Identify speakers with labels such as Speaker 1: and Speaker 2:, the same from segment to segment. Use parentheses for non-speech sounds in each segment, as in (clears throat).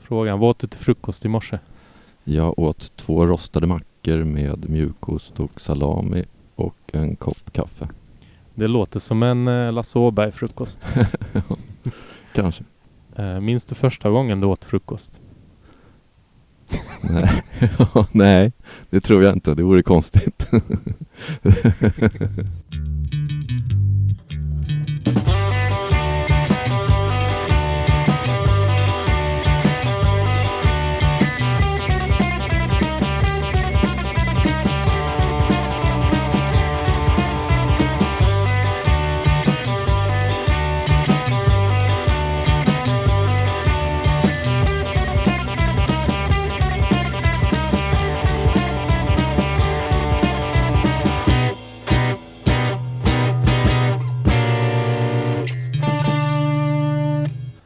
Speaker 1: frågan. Vad åt du till frukost i morse?
Speaker 2: Jag åt två rostade mackor med mjukost och salami och en kopp kaffe.
Speaker 1: Det låter som en eh, Lasse
Speaker 2: (laughs)
Speaker 1: Åberg-frukost.
Speaker 2: Kanske.
Speaker 1: Eh, minns du första gången du åt frukost?
Speaker 2: Nej. (laughs) Ja, Nej, det tror jag inte. Det vore konstigt.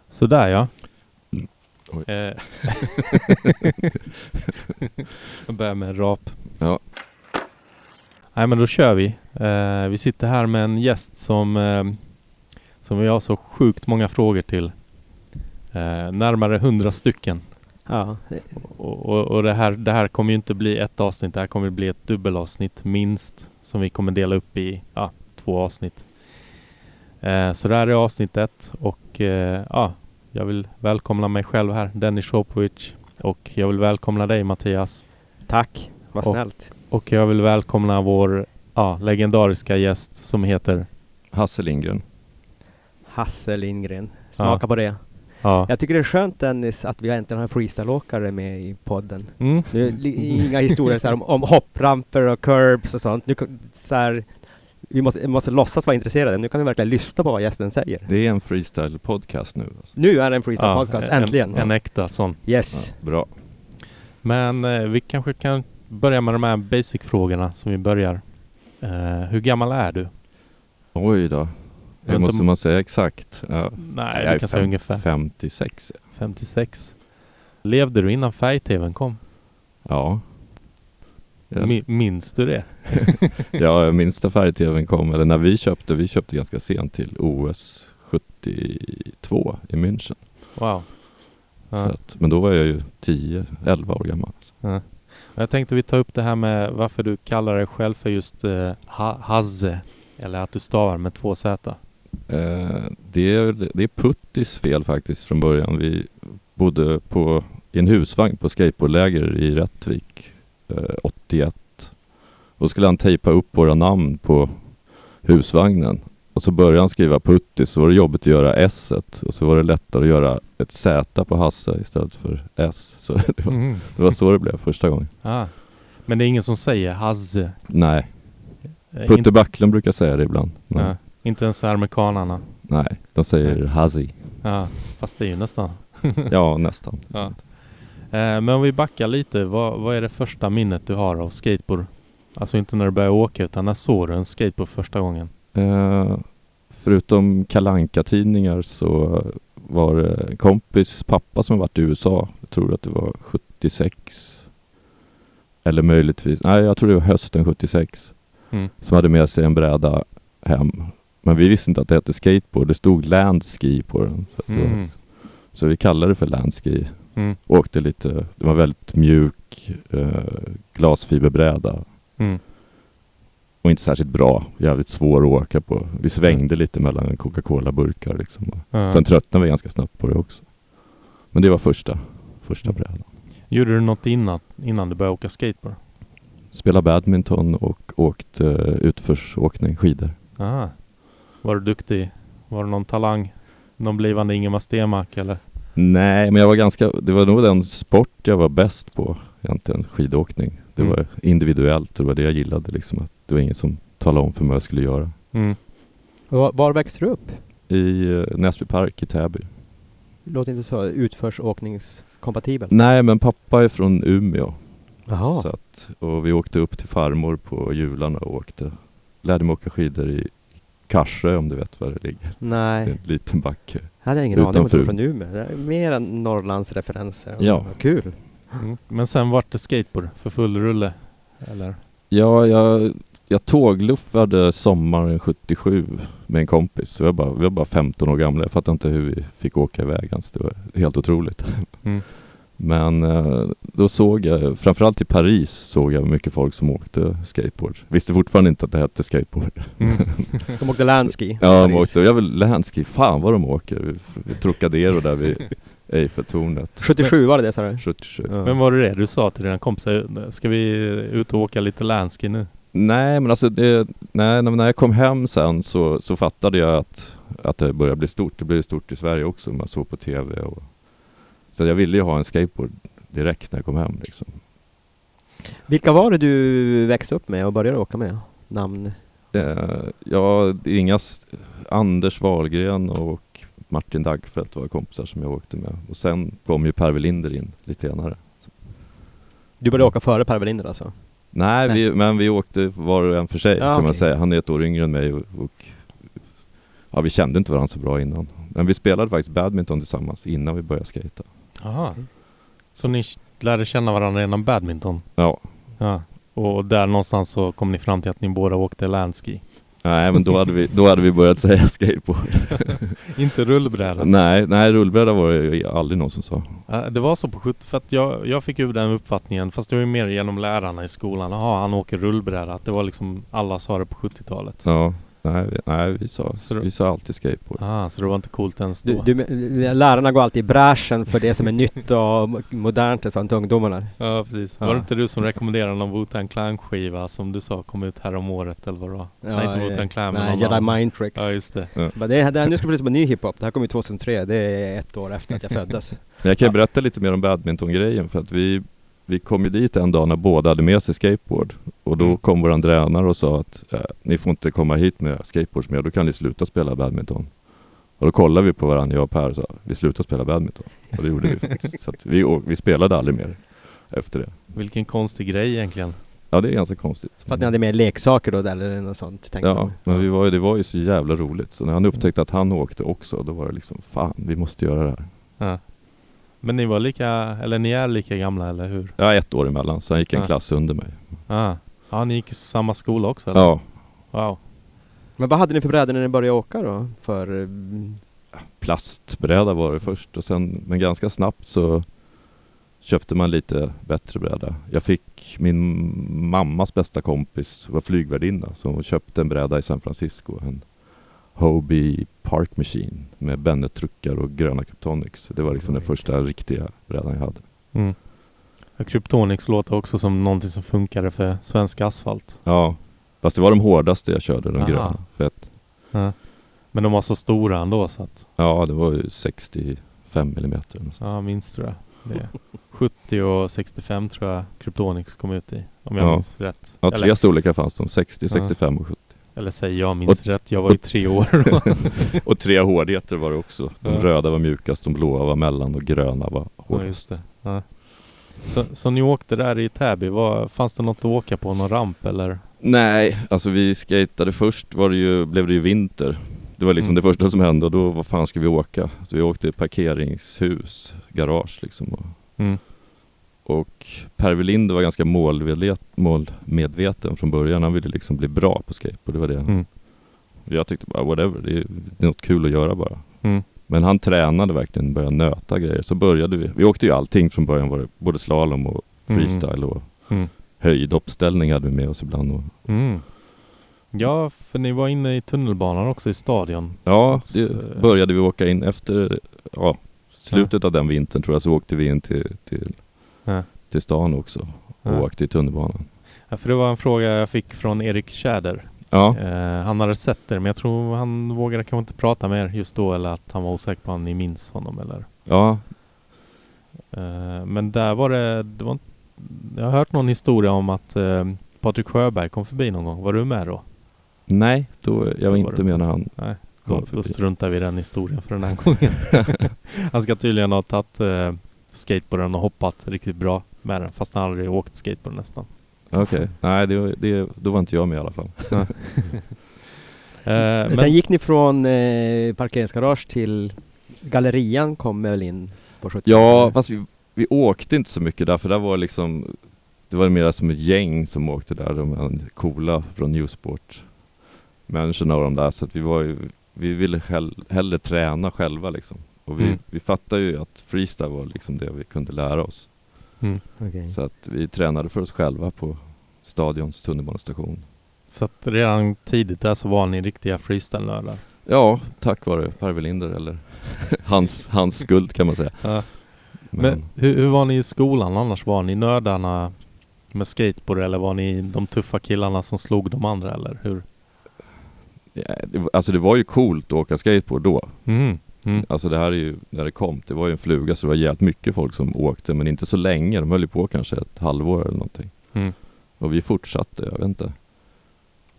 Speaker 1: Sådär ja.
Speaker 2: Mm, Oj. (laughs)
Speaker 1: Eh, Jag börjar med en rap.
Speaker 2: Ja.
Speaker 1: Nej men då kör vi. Eh, vi sitter här med en gäst som, eh, som vi har så sjukt många frågor till. Eh, närmare hundra stycken.
Speaker 3: Ja,
Speaker 1: Och, och, och det, här, det här kommer ju inte bli ett avsnitt, det här kommer bli ett dubbelavsnitt minst. Som vi kommer dela upp i ja, två avsnitt. Eh, så det här är avsnitt ett och eh, ja, jag vill välkomna mig själv här, Dennis Hopovic. Och jag vill välkomna dig Mattias.
Speaker 3: tack. Vad
Speaker 1: Och-
Speaker 3: snällt.
Speaker 1: Och jag vill välkomna vår ja, legendariska gäst som heter
Speaker 2: (laughs) Hasse Lindgren.
Speaker 3: Hasse Lindgren. Smaka
Speaker 1: Ja.
Speaker 3: på det.
Speaker 1: ja.
Speaker 3: Jag tycker det är skönt Dennis att vi äntligen har en freestyleåkare med i podden.
Speaker 1: Mm.
Speaker 3: Nu, li- inga historier så här om, om hoppramper och curbs och sånt. Nu, kan- så här, vi måste, vi måste låtsas vara intresserade. Nu kan vi verkligen lyssna på vad gästen säger.
Speaker 2: Det är en freestyle-podcast nu. Alltså.
Speaker 3: Nu är det en freestyle
Speaker 1: Ja,
Speaker 3: podcast,
Speaker 1: en-
Speaker 3: äntligen.
Speaker 1: En äkta sån.
Speaker 3: yes.
Speaker 2: Ja, bra.
Speaker 1: Men eh, vi kanske kan börja med de här basic-frågorna som vi börjar. Eh, hur gammal är du?
Speaker 2: Oj då.
Speaker 1: Vänta,
Speaker 2: Hur måste man säga exakt? Ja.
Speaker 1: Nej,
Speaker 2: jag
Speaker 1: du
Speaker 2: är
Speaker 1: kan säga
Speaker 2: fem-
Speaker 1: ungefär
Speaker 2: 56.
Speaker 1: 56. Levde du innan färg-tvn kom?
Speaker 2: Ja. Ja.
Speaker 1: Mi- Minns du det?
Speaker 2: Ja, jag minns när färg-tvn kom, eller när vi köpte, vi köpte ganska sent till OS 72 i München.
Speaker 1: Wow.
Speaker 2: Så
Speaker 1: Ja.
Speaker 2: att, men då var jag ju 10, 11 år gammal.
Speaker 1: Jag tänkte vi tar upp det här med varför du kallar dig själv för just eh, ha- Hazze. Eller att du stavar med två Z.
Speaker 2: Eh, det, är, det är Puttis fel faktiskt från början. Vi bodde på, i en husvagn på skateboardläger i Rättvik eh, 81. Och skulle han tejpa upp våra namn på husvagnen. Och så började han skriva Puttis, så var det jobbigt att göra S och så var det lättare att göra ett Z på Hasse istället för S. Så (laughs) det var,
Speaker 1: Mm.
Speaker 2: det var så det blev första gången.
Speaker 1: Ah. Men det är ingen som säger Hazze.
Speaker 2: Nej,
Speaker 1: Eh,
Speaker 2: Putte
Speaker 1: inte-
Speaker 2: Backlund brukar säga det ibland. Men,
Speaker 1: Ja. Inte ens amerikanarna.
Speaker 2: Nej, de säger Hazi.
Speaker 1: Ja. Fast det är ju nästan.
Speaker 2: Ja, nästan.
Speaker 1: Ja. Eh, men om vi backar lite. Vad, vad är det första minnet du har av skateboard? Alltså inte när du började åka utan när såg du en skateboard första gången?
Speaker 2: Eh, förutom kalanka tidningar så var det en kompis pappa som varit i USA. Jag tror att det var 76. Eller möjligtvis, nej jag tror det var hösten 76.
Speaker 1: Mm.
Speaker 2: Som hade med sig en bräda hem. Men vi visste inte att det hette skateboard. Det stod landski på den. Så, att det var-
Speaker 1: Mm.
Speaker 2: så vi kallade det för landski.
Speaker 1: Mm.
Speaker 2: Åkte lite, det var väldigt mjuk eh, glasfiberbräda.
Speaker 1: Mm.
Speaker 2: och inte särskilt bra. Jävligt svår att åka på. Vi svängde lite mellan Coca-Cola-burkar liksom.
Speaker 1: Ja.
Speaker 2: Sen tröttnade vi ganska snabbt på det också. Men det var första, första brädan.
Speaker 1: Gjorde du något innan, innan du började åka skateboard?
Speaker 2: Spelade badminton och åkte utförsåkning, skidor.
Speaker 1: Aha. Var du duktig? Var du någon talang? Någon blivande Ingemar Stenmark eller?
Speaker 2: Nej, men jag var ganska, det var nog den sport jag var bäst på egentligen, skidåkning. Det
Speaker 1: Mm.
Speaker 2: var individuellt och det var det jag gillade liksom. Att det var ingen som talade om för mig vad jag skulle göra.
Speaker 1: Mm.
Speaker 3: Var, var växte du upp?
Speaker 2: I eh, Näsby Park i Täby.
Speaker 3: Låter inte så utförsåkningskompatibel.
Speaker 2: Nej, men pappa är från Umeå
Speaker 3: Jaha.
Speaker 2: Så att, och vi åkte upp till farmor på jularna och åkte. Lärde mig åka skidor i Karsö om du vet var det ligger. Det är
Speaker 3: Nej.
Speaker 2: en liten backe.
Speaker 3: Jag hade ingen aning om att du var
Speaker 2: Utanför.
Speaker 3: från Umeå. Det är Mer än Norrlandsreferenser.
Speaker 2: Ja.
Speaker 3: Kul.
Speaker 1: Mm. Men sen vart det skateboard för full rulle? Eller?
Speaker 2: Ja, jag jag tågluffade sommaren 77 med en kompis. Så jag bara, vi var bara 15 år gamla. Jag fattar inte hur vi fick åka iväg ens. Det var helt otroligt.
Speaker 1: Mm.
Speaker 2: Men eh, då såg jag, framförallt i Paris såg jag mycket folk som åkte skateboard. Visste fortfarande inte att det hette skateboard.
Speaker 1: Mm.
Speaker 3: De åkte landski.
Speaker 2: Ja, de åkte, jag vill landski. Fan vad de åker. Vi, vi Trocadero där vid Eiffeltornet.
Speaker 3: 77 var det det sa du?
Speaker 2: 77.
Speaker 3: Ja.
Speaker 1: (laughs) Men var det det du sa till dina kompisar? Ska vi ut och åka lite landski nu?
Speaker 2: Nej men alltså det, nej, när när jag kom hem sen så, så fattade jag att, att det började bli stort. Det blev stort i Sverige också. Man såg på TV och Så jag ville ju ha en skateboard direkt när jag kom hem liksom.
Speaker 3: Vilka var det du växte upp med och började åka med? Namn?
Speaker 2: Eh, ja, det är inga... s- Anders Wahlgren och Martin Dagfeldt var kompisar som jag åkte med. Och sen kom ju Per Welinder in lite senare.
Speaker 3: Du började åka före Per Welinder alltså?
Speaker 2: Nej,
Speaker 3: Nej.
Speaker 2: Vi, men vi åkte var och en för sig
Speaker 3: Ja,
Speaker 2: kan man
Speaker 3: okej.
Speaker 2: säga. Han är ett år yngre än mig och, och ja, vi kände inte varandra så bra innan. Men vi spelade faktiskt badminton tillsammans innan vi började skata.
Speaker 1: Aha. Så ni lärde känna varandra genom badminton?
Speaker 2: Ja,
Speaker 1: Ja. Och där någonstans så kom ni fram till att ni båda åkte landski?
Speaker 2: nej men då
Speaker 3: (laughs)
Speaker 2: hade vi, då hade vi börjat säga skateboard.
Speaker 1: Inte rullbräda?
Speaker 2: nej, nej rullbräda var det ju aldrig någon som sa.
Speaker 1: Ja, Eh, Det var så på 70 för att jag, jag fick ju den uppfattningen, fast det var ju mer genom lärarna i skolan. Jaha, han åker rullbräda. Att det var liksom, alla sa det på 70-talet.
Speaker 2: Ja, nej, vi, nej, vi, sa,
Speaker 1: Så-
Speaker 2: vi sa alltid skateboard.
Speaker 1: Ah, så det var inte coolt ens då?
Speaker 3: Du, du, men- lärarna går alltid i bräschen för det som är nytt och mo- modernt och sånt till ungdomarna.
Speaker 1: Ja, precis.
Speaker 3: Ja.
Speaker 1: Var det inte du som rekommenderade någon Wu-Tang Clan-skiva som du sa kom ut här om året eller vad det var? nej, inte
Speaker 3: eh,
Speaker 1: Wu-Tang Clan men
Speaker 3: Nej,
Speaker 1: någon
Speaker 3: Jedi
Speaker 1: annan.
Speaker 3: Mind Tricks.
Speaker 1: Ja, just det.
Speaker 3: Bara, det, det här, nu ska vi lyssna på ny hiphop. Det här kom ju 2003. Det är ett år efter att jag
Speaker 1: (laughs)
Speaker 3: föddes.
Speaker 2: Men jag kan ju berätta lite mer om badmintongrejen för att vi, vi kom ju dit en dag när båda hade med sig skateboard och då
Speaker 1: Mm.
Speaker 2: kom våran tränare och sa att eh, ni får inte komma hit med skateboards mer, då kan ni sluta spela badminton. Och då kollade vi på varandra, jag och Per, och sa vi slutar spela badminton. Och det gjorde vi faktiskt. Så att vi, å- vi spelade aldrig mer efter det.
Speaker 1: Vilken konstig grej egentligen.
Speaker 2: Ja, det är ganska konstigt.
Speaker 3: För att ni hade med leksaker då eller något sånt tänkte
Speaker 2: Ja,
Speaker 3: de.
Speaker 2: men vi var, ju- det var ju så jävla roligt. Så när han upptäckte att han åkte också, då var det liksom fan, vi måste göra det här.
Speaker 1: Ja. Men ni var lika, eller ni är lika gamla eller hur?
Speaker 2: Jag är ett år emellan, så han gick en
Speaker 1: Ja.
Speaker 2: klass under mig.
Speaker 1: Ja, ja ni gick i samma skola också eller?
Speaker 2: Ja,
Speaker 1: Wow.
Speaker 3: Men vad hade ni för brädor när ni började åka då? För... mm,
Speaker 2: plastbräda var det först och sen, men ganska snabbt så köpte man lite bättre bräda. Jag fick min mammas bästa kompis, var flygvärdinna, så hon köpte en bräda i San Francisco. En Hobie Part Machine med Bennet-truckar och gröna Kryptonics. Det var liksom den första riktiga brädan jag hade.
Speaker 1: Mm. Ja, Kryptonix låter också som någonting som funkade för svensk asfalt.
Speaker 2: Ja, fast det var de hårdaste jag körde, de
Speaker 1: Aha.
Speaker 2: gröna. För att,
Speaker 1: Ja. Men de var så stora ändå så att,
Speaker 2: ja, det var ju 65 millimeter.
Speaker 1: ja minst tror jag. Det. (laughs) är 70 och 65 tror jag Kryptonix kom ut i. Om jag
Speaker 2: Ja.
Speaker 1: minns rätt.
Speaker 2: Ja,
Speaker 1: eller,
Speaker 2: tre storlekar fanns de, 60,
Speaker 1: Ja.
Speaker 2: 65 och 70.
Speaker 1: eller säger jag minns rätt, jag var ju tre (laughs) år då.
Speaker 2: Och tre hårdheter var det också. De
Speaker 1: Ja.
Speaker 2: röda var mjukast, de blåa var mellan och gröna var
Speaker 1: ja,
Speaker 2: hårdast.
Speaker 1: just det. Ja. Så, så ni åkte där i Täby, var, fanns det något att åka på? Någon ramp eller?
Speaker 2: Nej, alltså vi skatade först var det ju, blev det ju vinter. Det var liksom
Speaker 1: Mm.
Speaker 2: det första som hände och då, vad fan ska vi åka? Så vi åkte i parkeringshus, garage liksom. Och,
Speaker 1: Mm.
Speaker 2: och Per Welinder var ganska målmedveten, målmedveten från början. Han ville liksom bli bra på skateboard, det var det.
Speaker 1: Mm.
Speaker 2: Jag tyckte bara whatever, det är, det är något kul att göra bara.
Speaker 1: Mm.
Speaker 2: Men han tränade verkligen, började nöta grejer. Så började vi. Vi åkte ju allting från början. Var det både slalom och freestyle och
Speaker 1: Mm.
Speaker 2: höjdhoppsställning hade vi med oss ibland. Och,
Speaker 1: Mm. Ja, för ni var inne i tunnelbanan också i stadion.
Speaker 2: ja,
Speaker 1: Så-
Speaker 2: det började vi åka in efter ja, slutet av den vintern tror jag. Så åkte vi in till, till,
Speaker 1: Ja.
Speaker 2: till stan också och
Speaker 1: Ja.
Speaker 2: åkte i tunnelbanan.
Speaker 1: Ja, för det var en fråga jag fick från Erik Tjäder.
Speaker 2: Ja,
Speaker 1: Eh, han hade sett er, men jag tror han vågade kanske inte prata med er just då eller att han var osäker på om ni minns honom eller.
Speaker 2: ja,
Speaker 1: Eh, men där var det, det var, inte- jag har hört någon historia om att eh, Patrik Sjöberg kom förbi någon gång. Var du med då?
Speaker 2: nej, då, jag var
Speaker 1: var det
Speaker 2: inte med när han
Speaker 1: Nej,
Speaker 2: kom
Speaker 1: då, då
Speaker 2: förbi.
Speaker 1: struntar vi i den historien för den här gången. han ska tydligen ha tagit eh, skateboarden och hoppat riktigt bra med den fast han aldrig åkt skateboard nästan.
Speaker 2: Okej, nej, det, det, då var inte jag med i alla fall.
Speaker 1: Eh, men,
Speaker 3: Sen gick ni från eh, parkeringsgarage till Gallerian kom väl in på 70
Speaker 1: Mm.
Speaker 2: Ja, fast vi, vi åkte inte så mycket där för där var liksom det var mera som ett gäng som åkte där, de här coola från Newsport. Människorna och de där, så att vi var ju, vi ville hell, hellre träna själva liksom. Och vi,
Speaker 1: Mm.
Speaker 2: vi fattade ju att freestyle var liksom det vi kunde lära oss.
Speaker 1: Mm.
Speaker 3: Okej.
Speaker 2: Så att vi tränade för oss själva på stadions tunnelbanestation.
Speaker 1: Så att redan tidigt där så var ni riktiga freestyle-nördar.
Speaker 2: Ja, tack vare Per Welinder eller (laughs) hans, hans skuld kan man säga.
Speaker 1: Ja.
Speaker 2: Men,
Speaker 1: Men hur, hur var ni i skolan annars? Var ni nördarna med skateboard eller var ni de tuffa killarna som slog de andra eller hur?
Speaker 2: ja, det, var- alltså det var ju coolt att åka skateboard då.
Speaker 1: Mm. Mm.
Speaker 2: Alltså det här är ju, när det kom, det var ju en fluga så det var jävligt mycket folk som åkte men inte så länge. De höll ju på kanske ett halvår eller någonting.
Speaker 1: Mm.
Speaker 2: Och vi fortsatte, jag vet inte.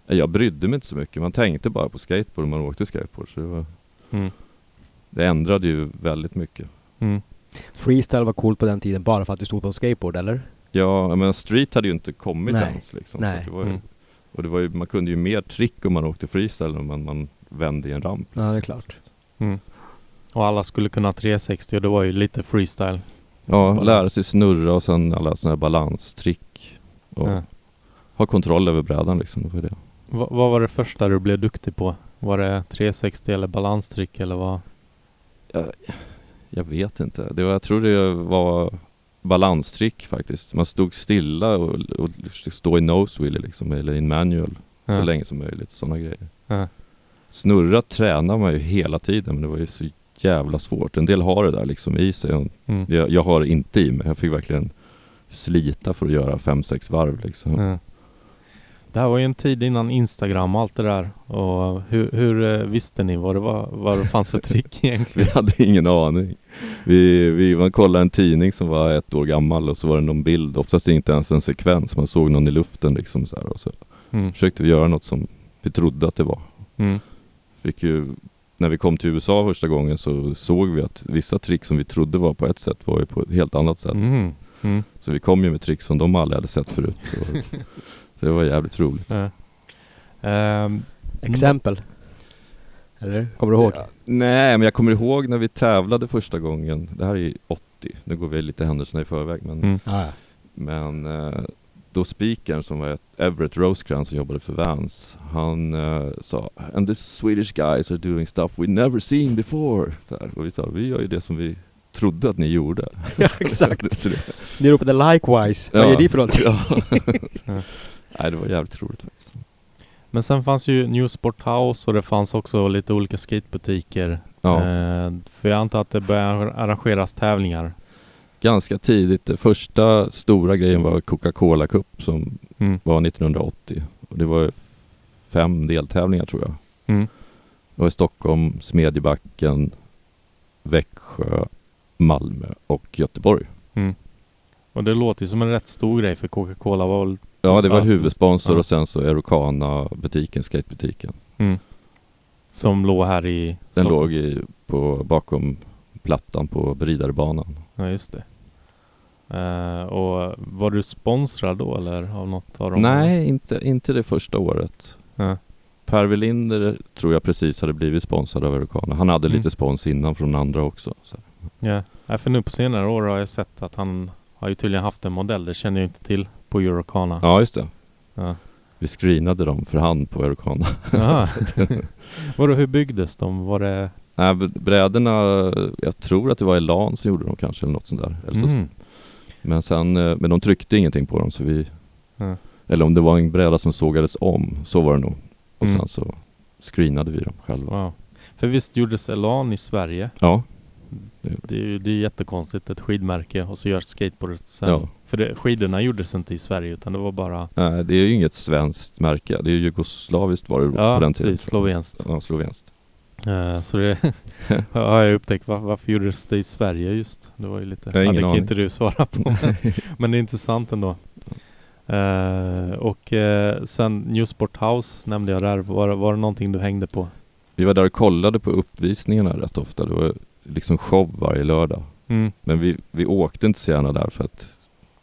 Speaker 2: Jag brydde mig inte så mycket. Man tänkte bara på skateboard och man åkte skateboard. Så det, var,
Speaker 1: Mm.
Speaker 2: det ändrade ju väldigt mycket.
Speaker 1: Mm.
Speaker 4: Freestyle var coolt på den tiden bara för att du stod på en skateboard, eller?
Speaker 2: Ja, men street hade ju inte kommit
Speaker 4: Nej.
Speaker 2: ens liksom. Så
Speaker 4: Nej.
Speaker 2: att det var ju,
Speaker 1: Mm.
Speaker 2: Och det var ju, man kunde ju mer trick om man åkte freestyle än om man vände i en ramp. liksom.
Speaker 4: Ja, det är klart.
Speaker 1: Och alla skulle kunna 360 och det var ju lite freestyle.
Speaker 2: Ja,
Speaker 1: Bara-
Speaker 2: lära sig snurra och sen alla sådana här balanstrick. Och
Speaker 1: Ja.
Speaker 2: ha kontroll över brädan liksom. Det var det.
Speaker 1: Va, vad var det första du blev duktig på? Var det 360 eller balanstrick eller vad?
Speaker 2: Jag vet inte. Det var, jag tror det var balanstrick faktiskt. Man stod stilla och, och stå i nose wheel liksom, eller in manual
Speaker 1: Ja.
Speaker 2: så länge som möjligt. Sådana grejer.
Speaker 1: Ja.
Speaker 2: Snurra tränar man ju hela tiden men det var ju så jävla svårt. En del har det där liksom i sig. och
Speaker 1: Mm.
Speaker 2: Jag, jag har det inte i mig. Jag fick verkligen slita för att göra fem, sex varv liksom.
Speaker 1: Ja. Det här var ju en tid innan Instagram och allt det där. Och hur, hur eh, visste ni vad det var, vad det (laughs) fanns för trick
Speaker 2: (laughs) Vi
Speaker 1: egentligen?
Speaker 2: hade ingen aning. Vi, vi, man kollade en tidning som var ett år gammal och så var det någon bild, oftast inte ens en sekvens. Man såg någon i luften liksom så här och så
Speaker 1: Mm.
Speaker 2: försökte vi göra något som vi trodde att det var.
Speaker 1: Mm.
Speaker 2: Fick ju, när vi kom till USA första gången så såg vi att vissa trick som vi trodde var på ett sätt var ju på ett helt annat sätt.
Speaker 1: Mm. Mm.
Speaker 2: Så vi kom ju med trick som de aldrig hade sett förut. Så, så det var jävligt roligt.
Speaker 1: Ja. Ehm,
Speaker 4: Mm.
Speaker 3: Exempel? Eller? Kommer du ihåg?
Speaker 2: Ja. Nej, men jag kommer ihåg när vi tävlade första gången. Det här är ju 80, nu går vi lite händelserna i förväg. Men
Speaker 1: Mm.
Speaker 4: Ja, ja.
Speaker 2: Men eh, då speakern som var Everett Rosecrans som jobbade för Vans, han eh, sa And the Swedish guys are doing stuff we never seen before. Så här, och vi sa, vi gör ju det som vi trodde att ni (laughs) gjorde.
Speaker 3: ja, exakt.
Speaker 2: (laughs)
Speaker 4: (laughs)
Speaker 2: Så det-
Speaker 3: Ni ropade likewise. Vad
Speaker 2: Ja.
Speaker 3: är det för något?
Speaker 2: (laughs) ja.
Speaker 1: Ja.
Speaker 2: (laughs) Nej, det var jävligt roligt faktiskt.
Speaker 1: Men sen fanns ju New Sport House och det fanns också lite olika skatebutiker.
Speaker 2: Ja,
Speaker 1: Eh, för jag antar att det började arrangeras tävlingar.
Speaker 2: ganska tidigt. Den första stora grejen var Coca-Cola Cup som
Speaker 1: Mm.
Speaker 2: var 1980. Och det var fem deltävlingar tror jag.
Speaker 1: Mm.
Speaker 2: Det var i Stockholm, Smedjebacken, Växjö, Malmö och Göteborg.
Speaker 1: Och det låter ju som en rätt stor grej för Coca-Cola var väl...
Speaker 2: Ja, det var
Speaker 1: Ja.
Speaker 2: huvudsponsor
Speaker 1: Ja.
Speaker 2: och sen så Erokana-butiken, skatebutiken.
Speaker 1: Som låg här i
Speaker 2: Mm. Den
Speaker 1: Stockholm.
Speaker 2: låg i, på, bakom plattan på Bridarebanan.
Speaker 1: Ja, just det. Eh, och var du sponsrad då eller av något av dem?
Speaker 2: Nej, inte, inte det första året.
Speaker 1: Ja.
Speaker 2: Per Welinder tror jag precis hade blivit sponsrad av Erokana. Han hade
Speaker 1: Mm.
Speaker 2: lite spons innan från andra också. Så.
Speaker 1: Ja. Nej, för nu på senare år har jag sett att han har ju tydligen haft en modell, det känner jag inte till, på Eurocana.
Speaker 2: Ja, just det.
Speaker 1: Ja.
Speaker 2: Vi screenade dem för hand på Erokana.
Speaker 1: (laughs) Jaha. Vadå, hur byggdes de? Var det...
Speaker 2: Nej, br- bräderna, jag tror att det var Elan som gjorde dem kanske eller något sånt där. Eller så,
Speaker 1: Mm.
Speaker 2: Men sen, eh, men de tryckte ingenting på dem så vi
Speaker 1: Ja.
Speaker 2: Eller om det var en bräda som sågades om, så var det nog. Och
Speaker 1: Mm.
Speaker 2: sen så screenade vi dem själva.
Speaker 1: Wow. För visst gjordes Elan i Sverige?
Speaker 2: Ja,
Speaker 1: Det är ju det är jättekonstigt, ett skidmärke och så görs skateboardet sen.
Speaker 2: Ja.
Speaker 1: För det, skidorna gjordes inte i Sverige utan det var bara...
Speaker 2: nej det är ju inget svenskt märke. Det är ju jugoslaviskt var det
Speaker 1: Ja,
Speaker 2: på den tiden.
Speaker 1: precis, slovenskt.
Speaker 2: Ja, slovenskt.
Speaker 1: Eh, så det
Speaker 2: (laughs)
Speaker 1: har jag upptäckt. Var, varför gjordes det i Sverige just? Det var ju lite...
Speaker 2: Jag
Speaker 1: ja,
Speaker 2: har ingen
Speaker 1: det kan
Speaker 2: aning.
Speaker 1: inte du svara på.
Speaker 2: (laughs)
Speaker 1: men- Men det är intressant ändå. Eh, och eh, sen Newsport House nämnde jag där. Var, var det någonting du hängde på?
Speaker 2: Vi var där och kollade på uppvisningarna rätt ofta. Det var liksom show varje lördag.
Speaker 1: Mm.
Speaker 2: Men vi, vi åkte inte så gärna där för att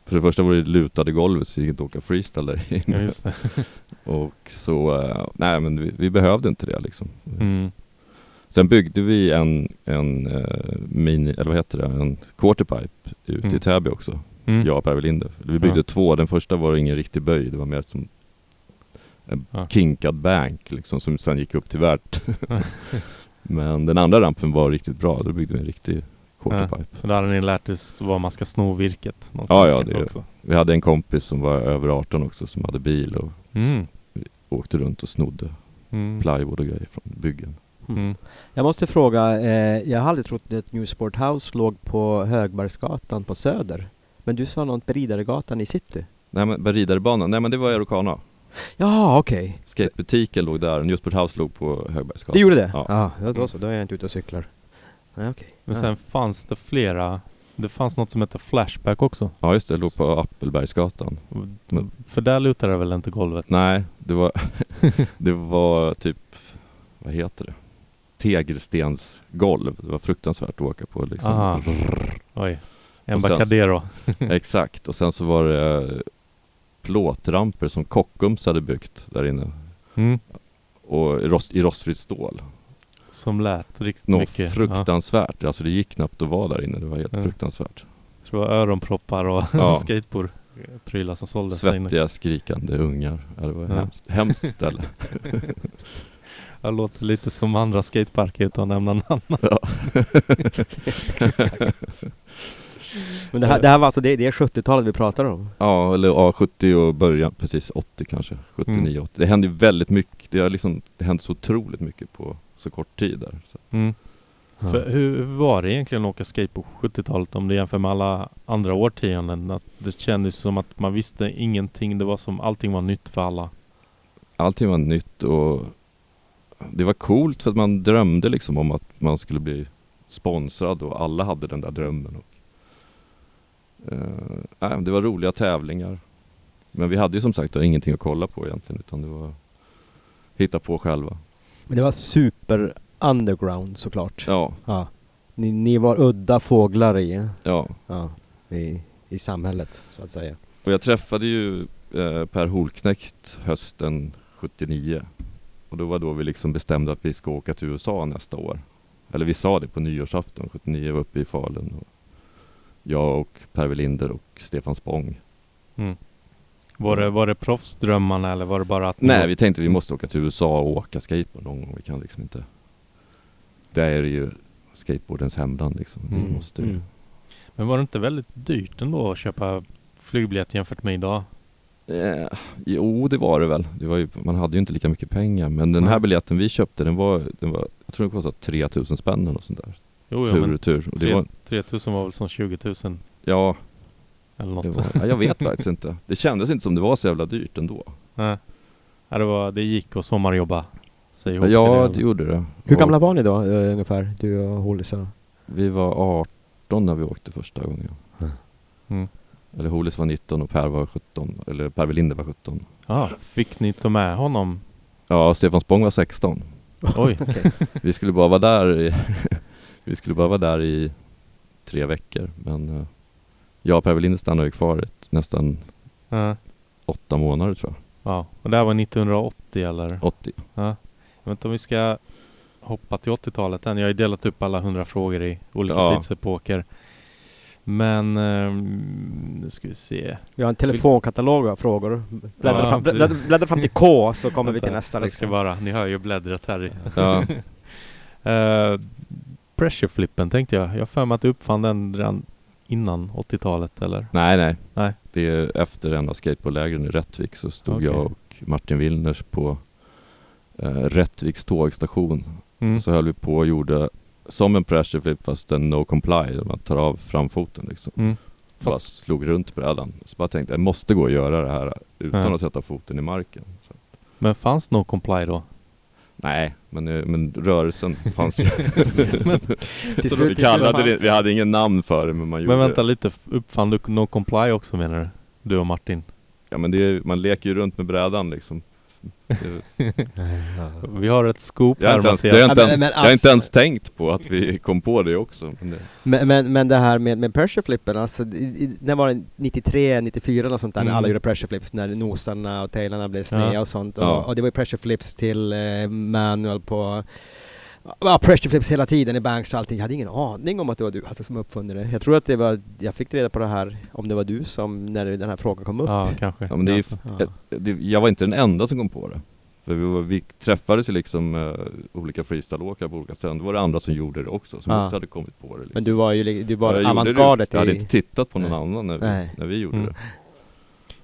Speaker 2: för det första var det lutade golvet så vi fick inte åka freestyle där
Speaker 1: Ja,
Speaker 2: inne.
Speaker 1: just det.
Speaker 2: Och så, eh, nej men vi, vi behövde inte det liksom.
Speaker 1: Mm.
Speaker 2: Sen byggde vi en, en eh, mini, eller vad heter det, en quarterpipe ute
Speaker 1: Mm.
Speaker 2: i Täby också.
Speaker 1: Mm.
Speaker 2: jag och Per Welinder. Vi byggde
Speaker 1: Ja.
Speaker 2: två, den första var ingen riktig böj, det var mer som en
Speaker 1: Ja.
Speaker 2: kinkad bank liksom som sen gick upp
Speaker 1: (laughs)
Speaker 2: till värt. Men den andra rampen var riktigt bra, då byggde vi en riktig quarterpipe.
Speaker 1: Då hade ni lärt er var man ska sno virket
Speaker 2: Ja,
Speaker 1: någonstans
Speaker 2: ja,
Speaker 1: kanske
Speaker 2: det-
Speaker 1: också.
Speaker 2: Vi hade en kompis som var över 18 också som hade bil och
Speaker 1: Mm.
Speaker 2: åkte runt och snodde
Speaker 1: Mm.
Speaker 2: plywood och grejer från byggen.
Speaker 1: Mm.
Speaker 4: Jag måste fråga, eh, jag hade trott att Newsport House låg på Högbergsgatan på Söder. Men du sa något Bridaregatan i city?
Speaker 2: Nej men Beridarebanan, nej men det var Erokana.
Speaker 4: Ja, okej.
Speaker 2: Skatebutiken låg där, Newsport House låg på Högbergsgatan.
Speaker 4: Det gjorde det?
Speaker 2: Ja.
Speaker 4: Ja, ah, då så. Då är jag inte ute och cyklar. Nej, okej.
Speaker 1: Men
Speaker 4: Ja.
Speaker 1: sen fanns det flera Det fanns något som hette Flashback också.
Speaker 2: Ja just det, låg på Appelbergsgatan. Men-
Speaker 1: För där lutade det väl inte golvet?
Speaker 2: Mm. Nej, det var, (laughs) det var typ, vad heter det? Tegelstensgolv. Det var fruktansvärt att åka på liksom.
Speaker 1: Aha. Oj. En
Speaker 2: Och sen-
Speaker 1: Bacadero.
Speaker 2: (laughs) Exakt, och sen så var det eh, plåtramper som Kockums hade byggt där inne.
Speaker 1: Mm.
Speaker 2: Och i rost, i rostfritt stål.
Speaker 1: Som lät riktigt
Speaker 2: Något
Speaker 1: mycket. Ja.
Speaker 2: fruktansvärt. Alltså det gick knappt att vara där inne. Det var helt
Speaker 1: Ja.
Speaker 2: fruktansvärt.
Speaker 1: Så det var öronproppar och (laughs)
Speaker 2: Ja.
Speaker 1: skateboard. Prylar som såldes där inne.
Speaker 2: Svettiga, skrikande ungar. Ja, det var
Speaker 1: Ja.
Speaker 2: hemskt, hemskt ställe.
Speaker 1: Det låter lite som andra skateparker utan att nämna namn.
Speaker 4: Men det här, det här var alltså, det, det är 70-talet vi pratar om?
Speaker 2: (laughs) Ja, eller ja, 70 och början, precis 80 kanske, 79,
Speaker 1: Mm.
Speaker 2: 80. Det hände ju väldigt mycket, det har liksom det hänt så otroligt mycket på så kort tid där. Så.
Speaker 1: Mm.
Speaker 2: Ja.
Speaker 1: För hur hur var det egentligen att åka skate på 70-talet om du jämför med alla andra årtionden? Att det kändes som att man visste ingenting. Det var som allting var nytt för alla.
Speaker 2: Allting var nytt och det var coolt för att man drömde liksom om att man skulle bli sponsrad och alla hade den där drömmen. Och, eh, nej, det var roliga tävlingar. Men vi hade ju som sagt ingenting att kolla på egentligen utan det var hitta på själva.
Speaker 4: Men det var super underground såklart.
Speaker 2: Ja,
Speaker 4: Ja. Ni, ni var udda fåglar i,
Speaker 2: ja.
Speaker 4: ja, i, i samhället så att säga.
Speaker 2: Och jag träffade ju eh, Per Holknekt hösten 79 Och då var då vi liksom bestämde att vi ska åka till USA nästa år Eller vi sa det på nyårsafton 79 var uppe i Falun och Jag och Per Welinder och Stefan Spång
Speaker 1: Var det, var det proffsdrömmarna eller var det bara att ni
Speaker 2: Mm. Nej vi tänkte vi måste åka till USA och åka skateboard någon gång Vi kan liksom inte Där är det ju skateboardens hemland liksom Vi
Speaker 1: Mm.
Speaker 2: måste
Speaker 4: Mm.
Speaker 1: Men var det inte väldigt dyrt ändå att köpa flygbiljett jämfört med idag?
Speaker 2: Eh, jo, det var det väl. Det var ju, man hade ju inte lika mycket pengar. Men den här
Speaker 1: Nej.
Speaker 2: biljetten vi köpte, den var, den var jag tror den kostade 3000 spänn eller något sånt där.
Speaker 1: Jo, jo
Speaker 2: tur
Speaker 1: men
Speaker 2: och tur. Och det
Speaker 1: tre-
Speaker 2: var,
Speaker 1: 3000 var väl som 20 000
Speaker 2: ja,
Speaker 1: eller
Speaker 2: det
Speaker 1: något.
Speaker 2: var, ja, jag vet faktiskt inte. Det kändes inte som det var så jävla dyrt ändå.
Speaker 1: (laughs) Nej. Ja, det, var, det gick att sommarjobba sig ihop
Speaker 2: Ja,
Speaker 1: till
Speaker 2: det
Speaker 1: det.
Speaker 2: gjorde det.
Speaker 4: Hur
Speaker 2: Och
Speaker 4: gamla var ni då eh, ungefär, du och Holis?
Speaker 2: Vi var 18 när vi åkte första gången.
Speaker 1: Mm.
Speaker 2: Eller Holis var 19 och Per var 17. Eller Per Welinder var 17.
Speaker 1: Ja, fick ni ta med honom?
Speaker 2: Ja, Stefan Spång var 16. (laughs)
Speaker 1: Oj.
Speaker 2: Vi skulle bara vara där i, (laughs) Vi skulle bara vara där i tre veckor men eh, jag och Per Welinder stannade ju kvar ett, nästan
Speaker 1: Ja.
Speaker 2: åtta månader tror
Speaker 1: ja. Och det här var 1980 eller?
Speaker 2: jag. 80.
Speaker 1: Jag vet inte om vi ska hoppa till 80-talet än. Jag har ju delat upp alla 100 frågor i olika
Speaker 2: Ja.
Speaker 1: tidsepoker. Men ehm, nu ska vi se.
Speaker 4: Vi har en telefonkatalog av frågor. Bläddra,
Speaker 1: Ja,
Speaker 4: fram,
Speaker 1: precis.
Speaker 4: bläddra, bläddra fram till K så kommer vi till
Speaker 1: Vänta,
Speaker 4: nästa.
Speaker 1: Jag ska
Speaker 4: Liksom.
Speaker 1: bara, ni hör ju bläddret här i.
Speaker 2: Ja,
Speaker 1: Eh, pressure flippen tänkte jag. Jag har för mig att du uppfann den redan innan 80-talet eller?
Speaker 2: nej, nej
Speaker 1: (laughs) Nej.
Speaker 2: Det är efter en av skateboardlägren i Rättvik så stod
Speaker 1: Okej.
Speaker 2: jag och Martin Willners på eh, Rättviks tågstation.
Speaker 1: Mm.
Speaker 2: Så höll vi på och gjorde som en pressure flip fast en no comply. där Man tar av framfoten liksom.
Speaker 1: Mm.
Speaker 2: Bara slog runt brädan. Så bara tänkte jag måste gå och göra det här utan
Speaker 1: Ja.
Speaker 2: att sätta foten i marken. Så
Speaker 1: Men fanns No Comply då?
Speaker 2: Nej, men, eh, men rörelsen fanns
Speaker 4: (laughs)
Speaker 2: ju. (laughs) så
Speaker 4: Till slut-
Speaker 2: vi
Speaker 4: till slut
Speaker 2: kallade
Speaker 4: fanns
Speaker 2: det, vi hade ingen namn för det men man gjorde
Speaker 1: Men vänta lite, f- uppfann du No Comply också menar du? Du och Martin?
Speaker 2: Ja men det är, ju- man leker ju runt med brädan liksom. Det-
Speaker 1: Vi har ett scoop
Speaker 2: Jag har
Speaker 1: här Mattias.
Speaker 2: inte ens, jag har inte
Speaker 4: Ja, men-
Speaker 2: ens,
Speaker 4: men
Speaker 2: jag har inte
Speaker 4: alltså-
Speaker 2: ens tänkt på att vi kom på det också. Men det,
Speaker 4: Men, men, men det här med, med pressure flippen, alltså, i, i, när var det 93, 94 och sånt där, när
Speaker 1: Mm.
Speaker 4: alla gjorde pressure flips, när nosarna och tailarna blev sneda
Speaker 1: Ja.
Speaker 4: och sånt. Och,
Speaker 2: Ja.
Speaker 4: och det var ju pressure flips till eh, manual på Ja, pressure flips hela tiden i banks och allting. Jag hade ingen aning om att det var du alltså, som uppfunnit det.
Speaker 3: Jag tror att det var, jag fick reda på det här, om det var du som, när den här frågan kom upp.
Speaker 1: Ja, kanske.
Speaker 2: Ja, men det är,
Speaker 1: Alltså,
Speaker 4: Ja.
Speaker 2: Eh, det- Jag var inte den enda som kom på det. För vi, var, vi träffades ju liksom eh, olika freestyleåkare på olika ställen. Då var det andra som gjorde det också, som
Speaker 3: Ja.
Speaker 2: också hade kommit på det. Liksom.
Speaker 3: Men du var ju li- du var
Speaker 2: Jag gjorde det.
Speaker 3: avantgardet
Speaker 2: Jag hade
Speaker 3: i...
Speaker 2: inte tittat på någon
Speaker 3: Nej.
Speaker 2: annan när vi,
Speaker 3: Nej.
Speaker 2: när vi gjorde
Speaker 1: Mm.
Speaker 2: det.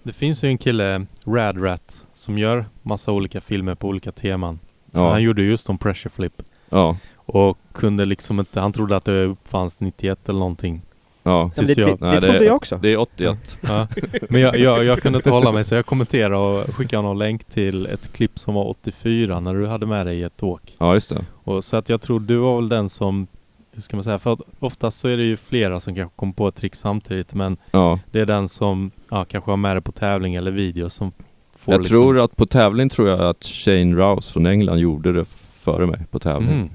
Speaker 1: Det finns ju en kille, Rad Rat, som gör massa olika filmer på olika teman. Han
Speaker 2: Ja,
Speaker 1: gjorde just om pressure flip.
Speaker 2: ja,
Speaker 1: Och kunde liksom inte, han trodde att det uppfanns 91 eller någonting.
Speaker 2: ja.
Speaker 3: Ja, men
Speaker 1: tills
Speaker 3: det,
Speaker 1: jag-
Speaker 3: det, det,
Speaker 2: Nej, det-
Speaker 3: trodde jag också.
Speaker 2: Det är 81.
Speaker 1: Ja. Men jag, jag, jag kunde inte hålla mig så jag kommenterade och skickade någon länk till ett klipp som var 84 när du hade med dig ett åk.
Speaker 2: Ja, just det.
Speaker 1: Och så att jag tror du var väl den som, hur ska man säga, för att oftast så är det ju flera som kanske kommer på ett trick samtidigt men
Speaker 2: Ja.
Speaker 1: det är den som ja, kanske har med det på tävling eller video som får
Speaker 2: Jag
Speaker 1: liksom,
Speaker 2: tror att på tävling tror jag att Shane Rouse från England gjorde det före mig på tävling.
Speaker 1: Mm.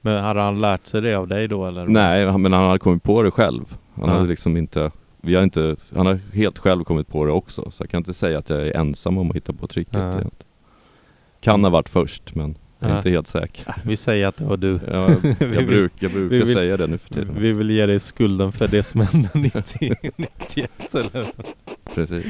Speaker 1: Men hade han lärt sig det av dig då eller?
Speaker 2: Nej, han- men han hade kommit på det själv. Han
Speaker 1: Ja.
Speaker 2: hade liksom inte, vi har inte, han har helt själv kommit på det också. Så jag kan inte säga att jag är ensam om att hitta på tricket.
Speaker 1: Ja.
Speaker 2: egentligen. Kan ha varit först, men jag är
Speaker 1: Ja.
Speaker 2: inte helt säker.
Speaker 1: (laughs) Vi säger att det var du.
Speaker 2: Jag, jag,
Speaker 1: vill-
Speaker 2: bruk, jag brukar
Speaker 1: vi vill-
Speaker 2: säga det nu för tiden.
Speaker 1: Vi vill ge dig skulden för det som hände (laughs) 90, 91
Speaker 2: (laughs)
Speaker 1: eller
Speaker 2: Precis.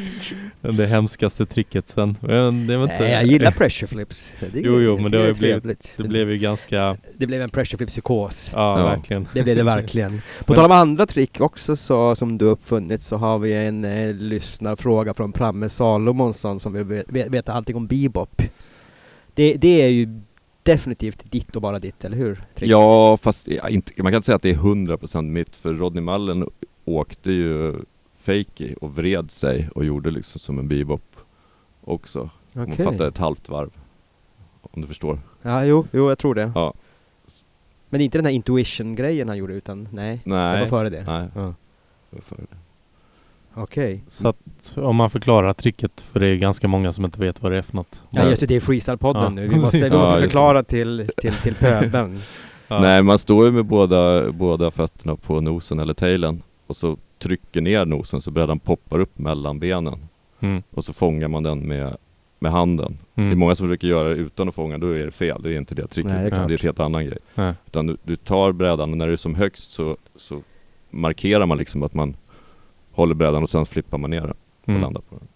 Speaker 1: det hemskaste tricket sen. Men det var inte...
Speaker 4: Nej, jag gillar pressure flips. Det är
Speaker 1: Jo, jo, men det
Speaker 4: är
Speaker 1: har ju blivit-
Speaker 4: trevligt.
Speaker 1: (laughs) Det blev ju ganska,
Speaker 4: det blev en pressure flip-psykos.
Speaker 1: ja,
Speaker 2: Ja.
Speaker 1: verkligen.
Speaker 4: Det blev
Speaker 2: (laughs)
Speaker 4: det verkligen. På tal om andra trick också så, som du uppfunnit så har vi en eh, lyssnarfråga från Pramme Salomonsson som vill ve- ve- veta allting om bebop. Det, det är ju definitivt ditt och bara ditt, eller hur? Trick.
Speaker 2: Ja, fast ja, inte, man kan inte säga att det är 100% mitt för Rodney Mullen åkte ju fakey och vred sig och gjorde liksom som en bebop också. Om Man
Speaker 4: Okej.
Speaker 2: fattar ett halvt varv. Om du förstår.
Speaker 4: Ja, jo, jo, jag tror det.
Speaker 2: Ja.
Speaker 4: Men inte den här intuition-grejen han gjorde utan, nej. Det var
Speaker 2: Nej.
Speaker 4: före det?
Speaker 2: Nej.
Speaker 4: Ja.
Speaker 2: det var före det.
Speaker 4: Okej.
Speaker 1: (laughs) Så att om man förklarar tricket, för det är ganska många som inte vet vad det är för något.
Speaker 4: Ja
Speaker 1: Man-
Speaker 4: just det, det är freestyle-podden
Speaker 1: Ja.
Speaker 4: nu. Vi måste,
Speaker 2: (laughs)
Speaker 4: vi
Speaker 2: Ja,
Speaker 4: måste
Speaker 2: just det.
Speaker 4: förklara till, till, till pöbeln.
Speaker 1: Ja.
Speaker 2: Nej, man står ju med båda, båda fötterna på nosen eller tailen och så trycker ner nosen så brädan poppar upp mellan benen
Speaker 1: Mm.
Speaker 2: och så fångar man den med, med handen. Det är
Speaker 1: Mm.
Speaker 2: många som försöker göra det utan att fånga, då är det fel. Det är inte det tricket.
Speaker 4: Nej, det är
Speaker 2: det, är
Speaker 1: klart.
Speaker 2: det är ett helt annan grej.
Speaker 1: Nej.
Speaker 2: Utan du, du tar brädan och när det är som högst så, så markerar man liksom att man håller brädan och sen flippar man ner den och
Speaker 1: Mm.
Speaker 2: landar på den.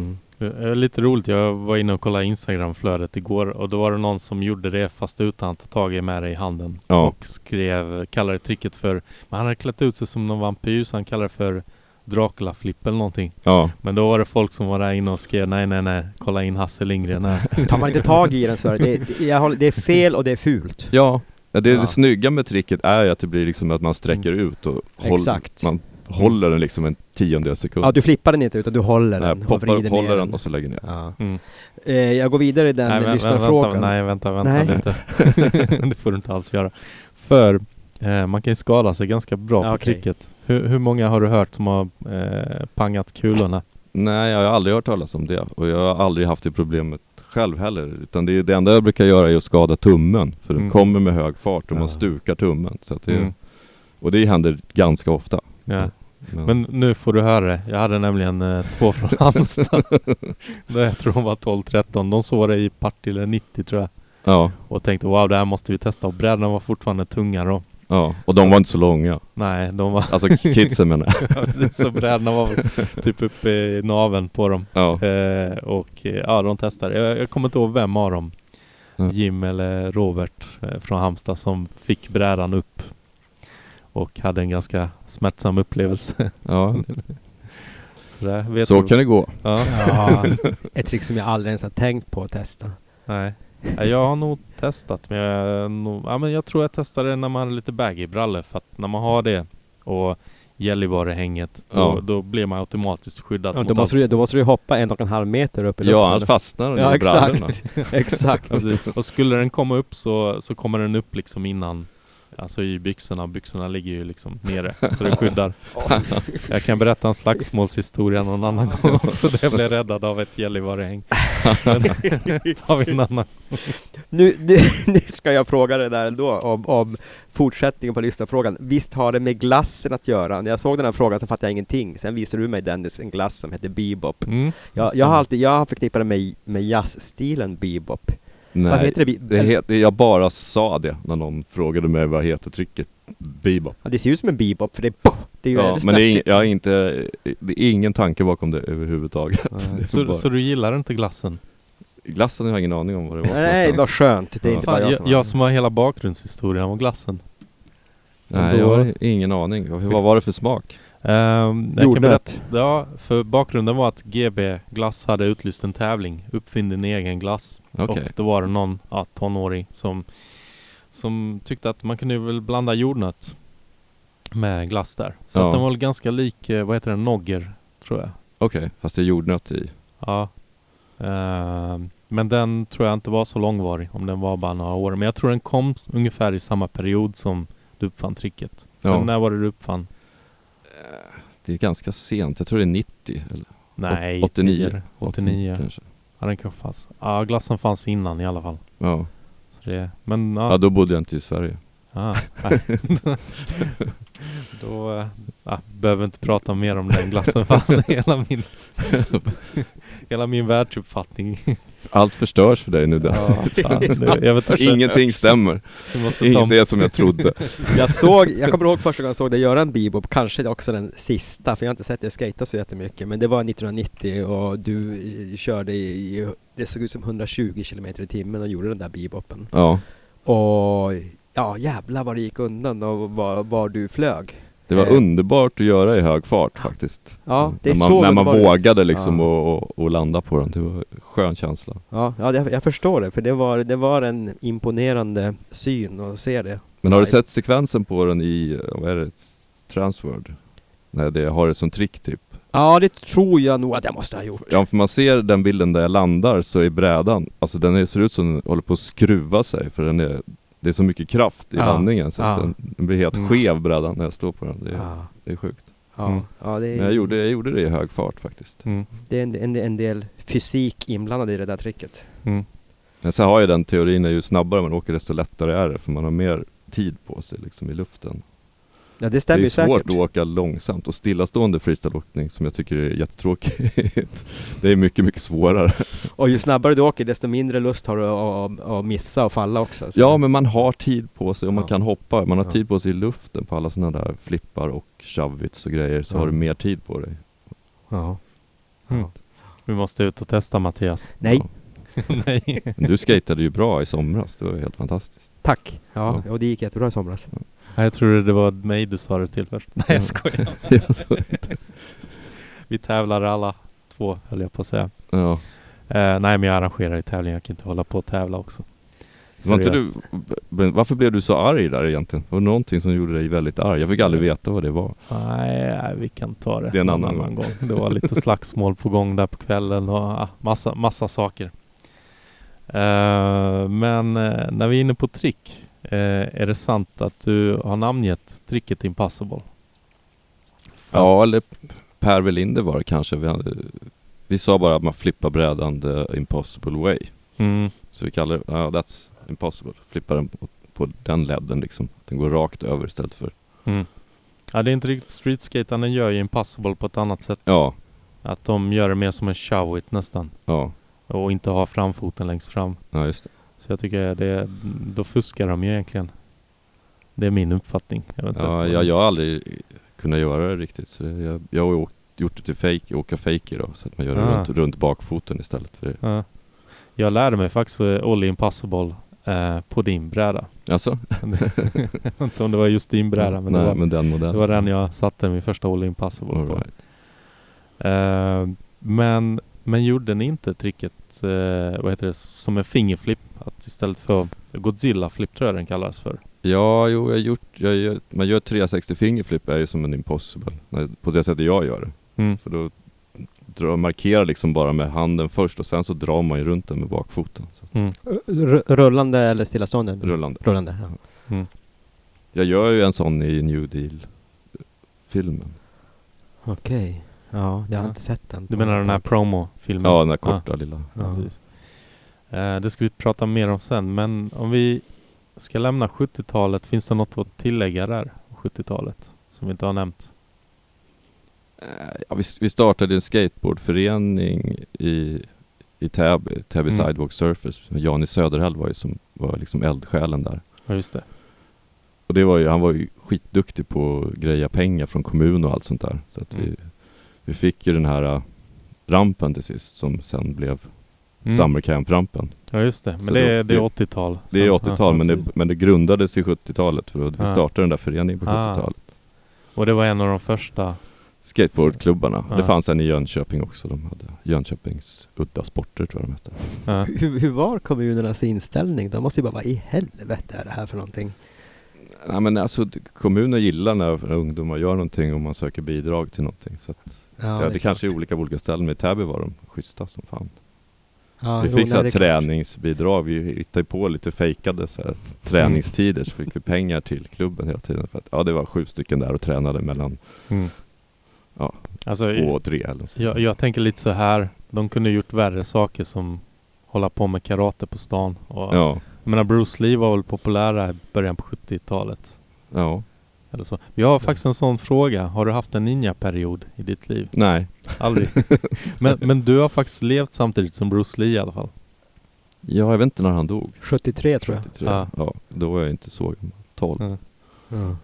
Speaker 2: Mm.
Speaker 1: Det är Eh, lite roligt, jag var inne och kollade Instagram-flödet igår och då var det någon som gjorde det fast utan att ta tag i med det i handen.
Speaker 2: Ja.
Speaker 1: Och skrev, kallade tricket för, men han hade klätt ut sig som någon vampyr så han kallade det för Dracula-flipp eller någonting.
Speaker 2: Ja,
Speaker 1: Men då var det folk som var där inne och skrev nej nej nej, kolla in Hasse Lindgren
Speaker 4: (laughs)
Speaker 1: här.
Speaker 4: Tar man inte tag i den så är det, det, jag håller, det är fel och det är fult.
Speaker 2: ja. ja det,
Speaker 4: Ja. Mm.
Speaker 2: det snygga med tricket är ju att det blir liksom att man sträcker ut och
Speaker 4: Exakt. Mm.
Speaker 2: håller, man håller den liksom en tiondel sekund.
Speaker 4: Ja, du flippar den inte utan du håller
Speaker 2: Nej,
Speaker 4: den. och
Speaker 2: poppar upp,
Speaker 4: vrider ner
Speaker 2: håller den och så lägger ner.
Speaker 4: Ja.
Speaker 1: Mm.
Speaker 4: Eh, jag går vidare i den
Speaker 1: nej, vä- vä-
Speaker 4: lyssnarfrågan.
Speaker 1: Vänta, nej vänta, vänta
Speaker 4: Nej.
Speaker 1: lite.
Speaker 4: (laughs)
Speaker 1: det får du inte (laughs) alls göra. För eh, man kan ju skada sig ganska bra
Speaker 4: Ja,
Speaker 1: på
Speaker 4: okej.
Speaker 1: cricket. Hur, hur många har du hört som har eh, pangat kulorna?
Speaker 4: (clears throat)
Speaker 2: Nej, jag har aldrig hört talas om det och jag har aldrig haft det problemet själv heller. Utan det, är, det enda jag brukar göra är att skada tummen för den
Speaker 1: Mm.
Speaker 2: kommer med hög fart och man
Speaker 4: Ja.
Speaker 2: stukar tummen. Så att det,
Speaker 1: Mm.
Speaker 2: Och det händer ganska ofta.
Speaker 1: Ja.
Speaker 2: Men,
Speaker 1: Men nu får du höra det. Jag hade nämligen eh, två
Speaker 2: (laughs)
Speaker 1: från Halmstad. Där jag tror de var 12-13. De såg det i Partille 90 tror jag.
Speaker 2: ja,
Speaker 1: Och tänkte wow det här måste vi testa. Och brädorna var fortfarande tunga då.
Speaker 2: ja, och de var inte så långa.
Speaker 1: Nej, de var (laughs)
Speaker 2: Alltså kidsen menar jag.
Speaker 1: precis så brädorna var väl typ uppe i naveln på dem.
Speaker 2: Ja,
Speaker 1: Eh, och eh, ja, de testade. Jag, jag kommer inte ihåg vem av dem.
Speaker 2: Mm.
Speaker 1: Jim eller Robert eh, från Halmstad som fick brädan upp. Och hade en ganska smärtsam upplevelse. (laughs)
Speaker 2: ja.
Speaker 1: Så, där, vet
Speaker 2: så
Speaker 1: du.
Speaker 2: kan det gå.
Speaker 1: Ja.
Speaker 2: (laughs)
Speaker 4: Ja, ett trick som jag aldrig ens har tänkt på att testa.
Speaker 1: Nej. Ja, Jag har nog testat men jag, är nog, ja, men jag tror jag testade det när man hade lite baggy brallor för att när man har det och Gällivare-hänget
Speaker 2: Ja.
Speaker 1: då, då blir man automatiskt skyddad
Speaker 4: Ja,
Speaker 1: mot
Speaker 4: då, måste du,
Speaker 1: allt.
Speaker 4: då måste du hoppa en och en halv meter upp i
Speaker 2: Ja, alltså, annars fastnar den
Speaker 4: Ja,
Speaker 2: i brallorna.
Speaker 4: exakt. (laughs) exakt.
Speaker 1: Alltså, och skulle den komma upp så, så kommer den upp liksom innan Alltså i byxorna, byxorna ligger ju liksom nere så det skyddar.
Speaker 4: (laughs)
Speaker 1: Jag kan berätta en slagsmålshistoria någon annan gång också där jag blev räddad av ett Gällivare-häng.
Speaker 4: (laughs)
Speaker 1: Men tar vi en annan.
Speaker 4: Nu, nu, (laughs) nu ska jag fråga dig där ändå om, om fortsättningen på lyssnarfrågan. Visst har det med glassen att göra? När jag såg den här frågan så fattade jag ingenting. Sen visade du mig Dennis en glass som heter Bebop.
Speaker 1: Mm.
Speaker 4: Jag, jag har alltid jag har förknippat det med, med jazzstilen bebop.
Speaker 2: Nej,
Speaker 3: Vad heter det? Bi-
Speaker 2: det?
Speaker 3: eller-
Speaker 2: heter, jag bara sa det när någon frågade mig vad heter trycket? Bebop.
Speaker 4: Ja, det ser ut som en bebop för det är bo! Det är ju
Speaker 2: Ja,
Speaker 4: väldigt
Speaker 2: men det är, ing-
Speaker 4: snärtigt.
Speaker 2: jag är inte, det är ingen tanke bakom det överhuvudtaget. (laughs) Det är
Speaker 1: Så,
Speaker 2: bara-
Speaker 1: så du gillar inte glassen?
Speaker 2: Glassen har jag ingen aning om vad det var för
Speaker 4: Nej,
Speaker 2: någonstans.
Speaker 4: vad skönt. Det är
Speaker 2: Ja.
Speaker 4: inte
Speaker 1: Fan,
Speaker 4: bara jag som
Speaker 1: jag,
Speaker 4: har-
Speaker 1: jag som har hela bakgrundshistorien om glassen.
Speaker 2: Nej,
Speaker 1: Då-
Speaker 2: jag har ingen aning. Vad var det för smak?
Speaker 1: Ehm, jag kan berätta,
Speaker 4: Jordnöt.
Speaker 1: ja, för bakgrunden var att GB Glass hade utlyst en tävling, Uppfynd din egen glass.
Speaker 2: Okej.
Speaker 1: Och då var det någon ja, tonåring som, som tyckte att man kunde väl blanda jordnöt med glass där. Så
Speaker 2: Ja.
Speaker 1: att den var väl ganska lik, eh, vad heter den, Nogger tror jag.
Speaker 2: Okej, fast det är jordnöt i.
Speaker 1: Ja. Ehm, men den tror jag inte var så långvarig, om den var bara några år. Men jag tror den kom ungefär i samma period som du uppfann tricket.
Speaker 2: Ja.
Speaker 1: Men eh, när var det du uppfann?
Speaker 2: Det är ganska sent. Jag tror det är 90 eller
Speaker 1: Nej,
Speaker 2: åt- 89.
Speaker 1: tidigare. 89.
Speaker 2: kanske.
Speaker 1: Ja den kanske fanns. Ja glassen fanns innan i alla fall.
Speaker 2: Ja.
Speaker 1: Så det, men
Speaker 2: ja,
Speaker 1: ja.
Speaker 2: då bodde jag inte i Sverige.
Speaker 1: Ah, nej. (laughs) Då eh, ah, behöver inte prata mer om den
Speaker 2: (laughs)
Speaker 1: glassen. Fan, hela min, hela min världsuppfattning.
Speaker 2: Allt förstörs för dig nu där.
Speaker 1: Ja, fan, det, jag vet inte.
Speaker 2: (laughs) Ingenting
Speaker 4: (laughs)
Speaker 2: stämmer.
Speaker 1: Du måste ta
Speaker 2: Inget
Speaker 1: om,
Speaker 2: är som jag trodde.
Speaker 4: Jag såg, jag kommer ihåg första gången jag såg dig göra en bebop, kanske det också den sista, för jag har inte sett dig skata så jättemycket, men det var 1990 och du eh, körde i, i- det såg ut som 120 km i timmen och gjorde den där bebopen.
Speaker 2: Ja,
Speaker 4: Och ja, jävlar vad det gick undan och var, var du flög.
Speaker 2: det var
Speaker 4: Eh.
Speaker 2: underbart att göra i hög fart faktiskt. Mm.
Speaker 4: Ja, det
Speaker 2: när
Speaker 4: såg
Speaker 2: man, när man
Speaker 4: underbart ut.
Speaker 2: vågade liksom
Speaker 4: Ja.
Speaker 2: och, och, och landa på den. Det var en skön känsla.
Speaker 4: Ja, ja jag, jag förstår det, för det var, det var en imponerande syn att se det.
Speaker 2: Men har du
Speaker 4: Nej.
Speaker 2: sett sekvensen på den i, eh, vad är det, Transword? När det har det som trick typ.
Speaker 4: Ja, det tror jag nog att jag måste ha gjort.
Speaker 2: Ja, för man ser den bilden där jag landar så är brädan, alltså den är, ser ut som den håller på att skruva sig för den är, det är så mycket kraft i
Speaker 4: Ja.
Speaker 2: landningen så att
Speaker 4: Ja.
Speaker 2: den, den blir helt
Speaker 4: Mm.
Speaker 2: skev brädan när jag står på den. Det är,
Speaker 4: Ja,
Speaker 2: det är sjukt.
Speaker 4: ja,
Speaker 1: Mm.
Speaker 4: ja det, är,
Speaker 2: Men jag gjorde, jag gjorde det i hög fart faktiskt.
Speaker 1: mm,
Speaker 4: det är en, en, en del fysik inblandad i det där tricket.
Speaker 1: mm.
Speaker 2: Men sen har jag den teorin att ju snabbare man åker desto lättare är det för man har mer tid på sig liksom i luften.
Speaker 4: Ja det
Speaker 2: Det
Speaker 4: stämmer
Speaker 2: är
Speaker 4: ju
Speaker 2: svårt
Speaker 4: säkert.
Speaker 2: att åka långsamt och stillastående freestyleåkning som jag tycker är jättetråkigt. (laughs) det är mycket, mycket svårare.
Speaker 4: Och ju snabbare du åker desto mindre lust har du att, att, att missa och falla också. Så-
Speaker 2: Ja men man har tid på sig och man
Speaker 4: Ja.
Speaker 2: kan hoppa. Man har
Speaker 4: Ja.
Speaker 2: tid på sig i luften på alla sådana där flippar och shovits och grejer så
Speaker 4: Ja.
Speaker 2: har du mer tid på dig.
Speaker 4: ja.
Speaker 1: Mm. Vi måste ut och testa
Speaker 2: (laughs)
Speaker 1: Mattias.
Speaker 4: Nej,
Speaker 2: Ja.
Speaker 1: Nej.
Speaker 2: Men du skatade ju bra i somras, det var ju helt fantastiskt. (laughs)
Speaker 4: tack.
Speaker 2: Ja.
Speaker 4: Ja, och det gick jättebra i somras.
Speaker 1: Nej, Jag tror det var mig du sa det till först. Nej
Speaker 2: Mm.
Speaker 1: jag skojar. Vi tävlar alla två höll jag på att säga.
Speaker 2: Ja.
Speaker 1: Eh, nej men jag arrangerar i tävling, jag kan inte hålla på och tävla också.
Speaker 2: Var inte du,
Speaker 1: Seriöst.
Speaker 2: men varför blev du så arg där egentligen? Var det någonting som gjorde dig väldigt arg? Jag fick aldrig veta vad det var.
Speaker 1: Nej, nej, vi kan ta det,
Speaker 2: Det är en
Speaker 1: någon
Speaker 2: annan gång.
Speaker 1: Det var
Speaker 2: (laughs)
Speaker 1: lite slagsmål på gång där på kvällen och ah, massa, massa saker. Eh, men eh, när vi är inne på trick, eh, är det sant att du har namngett tricket Impossible?
Speaker 2: Ja eller Per Velinder var det kanske. Vi, hade, vi sa bara att man flippar brädan the impossible way.
Speaker 1: Mm.
Speaker 2: Så vi kallar det, ja that's impossible. Flippar den på, på den ledden liksom. Den går rakt över istället för,
Speaker 1: Mm. Ja, det är inte riktigt streetskate, den gör ju Impossible på ett annat sätt.
Speaker 2: ja,
Speaker 1: Att de gör det mer som en showit nästan.
Speaker 2: ja,
Speaker 1: Och inte har framfoten längst fram.
Speaker 2: ja just det.
Speaker 1: Så jag tycker det, då fuskar de ju egentligen. Det är min uppfattning. Jag vet inte.
Speaker 2: Ja, jag, jag har aldrig kunnat göra det riktigt. Så det, jag, jag har ju åkt, gjort det till fake, åka fake då. Så att man gör det
Speaker 1: Ah.
Speaker 2: runt, runt bakfoten istället för,
Speaker 1: Ja. Jag lärde mig faktiskt eh, Ollie Impossible eh, på din bräda. (laughs)
Speaker 2: alltså?
Speaker 1: jag vet inte om det var just din bräda men,
Speaker 2: Mm. Nej,
Speaker 1: det, var,
Speaker 2: men den modellen.
Speaker 1: det var den jag satte min första Ollie Impossible
Speaker 2: All
Speaker 1: på.
Speaker 2: right.
Speaker 1: Eh, men, men gjorde ni inte tricket, eh, vad heter det, som en fingerflip? Att istället för Godzilla flip tror jag den kallas för.
Speaker 2: Ja, jo, jag har gjort, jag, gör- man gör 360 fingerflip är ju som en impossible. Nej, På det sättet jag gör det.
Speaker 1: Mm.
Speaker 2: För då drar, markerar liksom bara med handen först och sen så drar man ju runt den med bakfoten. Så att,
Speaker 1: Mm.
Speaker 4: R- rullande eller stillastående?
Speaker 2: rullande.
Speaker 4: Rullande. Ja.
Speaker 1: Mm.
Speaker 2: Jag gör ju en sån i New Deal filmen.
Speaker 4: Okej. Ja, jag har
Speaker 1: Ja.
Speaker 4: inte sett den.
Speaker 1: Du menar den här promofilmen?
Speaker 2: Ja, den där korta lilla.
Speaker 4: Ja.
Speaker 1: Precis. Eh, det ska vi prata mer om sen, men om vi ska lämna 70-talet, finns det något att tillägga där? 70-talet som vi inte har nämnt?
Speaker 2: Eh, Ja, vi, vi startade en skateboardförening i, i Täby, Täby
Speaker 1: Mm.
Speaker 2: Sidewalk Surfers. Jani Söderhäll var ju som var liksom eldsjälen där.
Speaker 1: Ja, just det.
Speaker 2: Och det var ju, han var ju skitduktig på att greja pengar från kommun och allt sånt där. Så att vi,
Speaker 1: Mm.
Speaker 2: vi fick ju den här äh, rampen till sist som sen blev
Speaker 1: Mm.
Speaker 2: Summer Camp-rampen.
Speaker 1: Ja, just det. Men
Speaker 2: Så
Speaker 1: det, är- det
Speaker 2: det-
Speaker 1: är 80-tal.
Speaker 2: Det är
Speaker 1: Så-
Speaker 2: 80-tal
Speaker 1: ja,
Speaker 2: men, det,
Speaker 1: precis.
Speaker 2: men det grundades i 70-talet för att vi
Speaker 1: Ah.
Speaker 2: startade den där föreningen på
Speaker 1: Ah.
Speaker 2: 70-talet.
Speaker 1: Och det var en av de första.
Speaker 2: Skateboardklubbarna. Det
Speaker 1: Ah.
Speaker 2: fanns en i Jönköping också. De hade Jönköpings udda sporter tror jag de hette.
Speaker 1: Ja.
Speaker 4: Hur, hur var kommunernas inställning? De måste ju bara, vad i helvete är det här för någonting?
Speaker 2: Nej men alltså d- kommunen gillar när ungdomar gör någonting och man söker bidrag till någonting. Så att, ja, det,
Speaker 4: är klart.
Speaker 2: kanske är olika på olika ställen. Men i Täby var de schyssta som fan.
Speaker 4: Ja,
Speaker 2: vi
Speaker 4: jo,
Speaker 2: fick så
Speaker 4: nej, det
Speaker 2: här
Speaker 4: är klart.
Speaker 2: träningsbidrag. Vi hittade ju på lite fejkade så här, träningstider. Så fick vi pengar till klubben hela tiden. För att, ja det var sju stycken där och tränade mellan
Speaker 1: Mm.
Speaker 2: Ja.
Speaker 1: Alltså,
Speaker 2: två och tre eller så.
Speaker 1: Jag, jag tänker lite så här. De kunde gjort värre saker som hålla på med karate på stan. Och,
Speaker 2: Ja,
Speaker 1: Jag menar Bruce Lee var väl populär där i början på 70-talet.
Speaker 2: ja.
Speaker 1: Eller så. Jag har faktiskt en sån fråga. Har du haft en ninja-period i ditt liv?
Speaker 2: Nej.
Speaker 1: Aldrig. men, men du har faktiskt levt samtidigt som Bruce Lee i alla fall.
Speaker 2: Ja, jag vet inte när han dog.
Speaker 4: 73 tror jag.
Speaker 2: 73.
Speaker 1: Ah.
Speaker 2: Ja, då var jag inte så gammal. 12.
Speaker 1: Mm.
Speaker 4: Ja.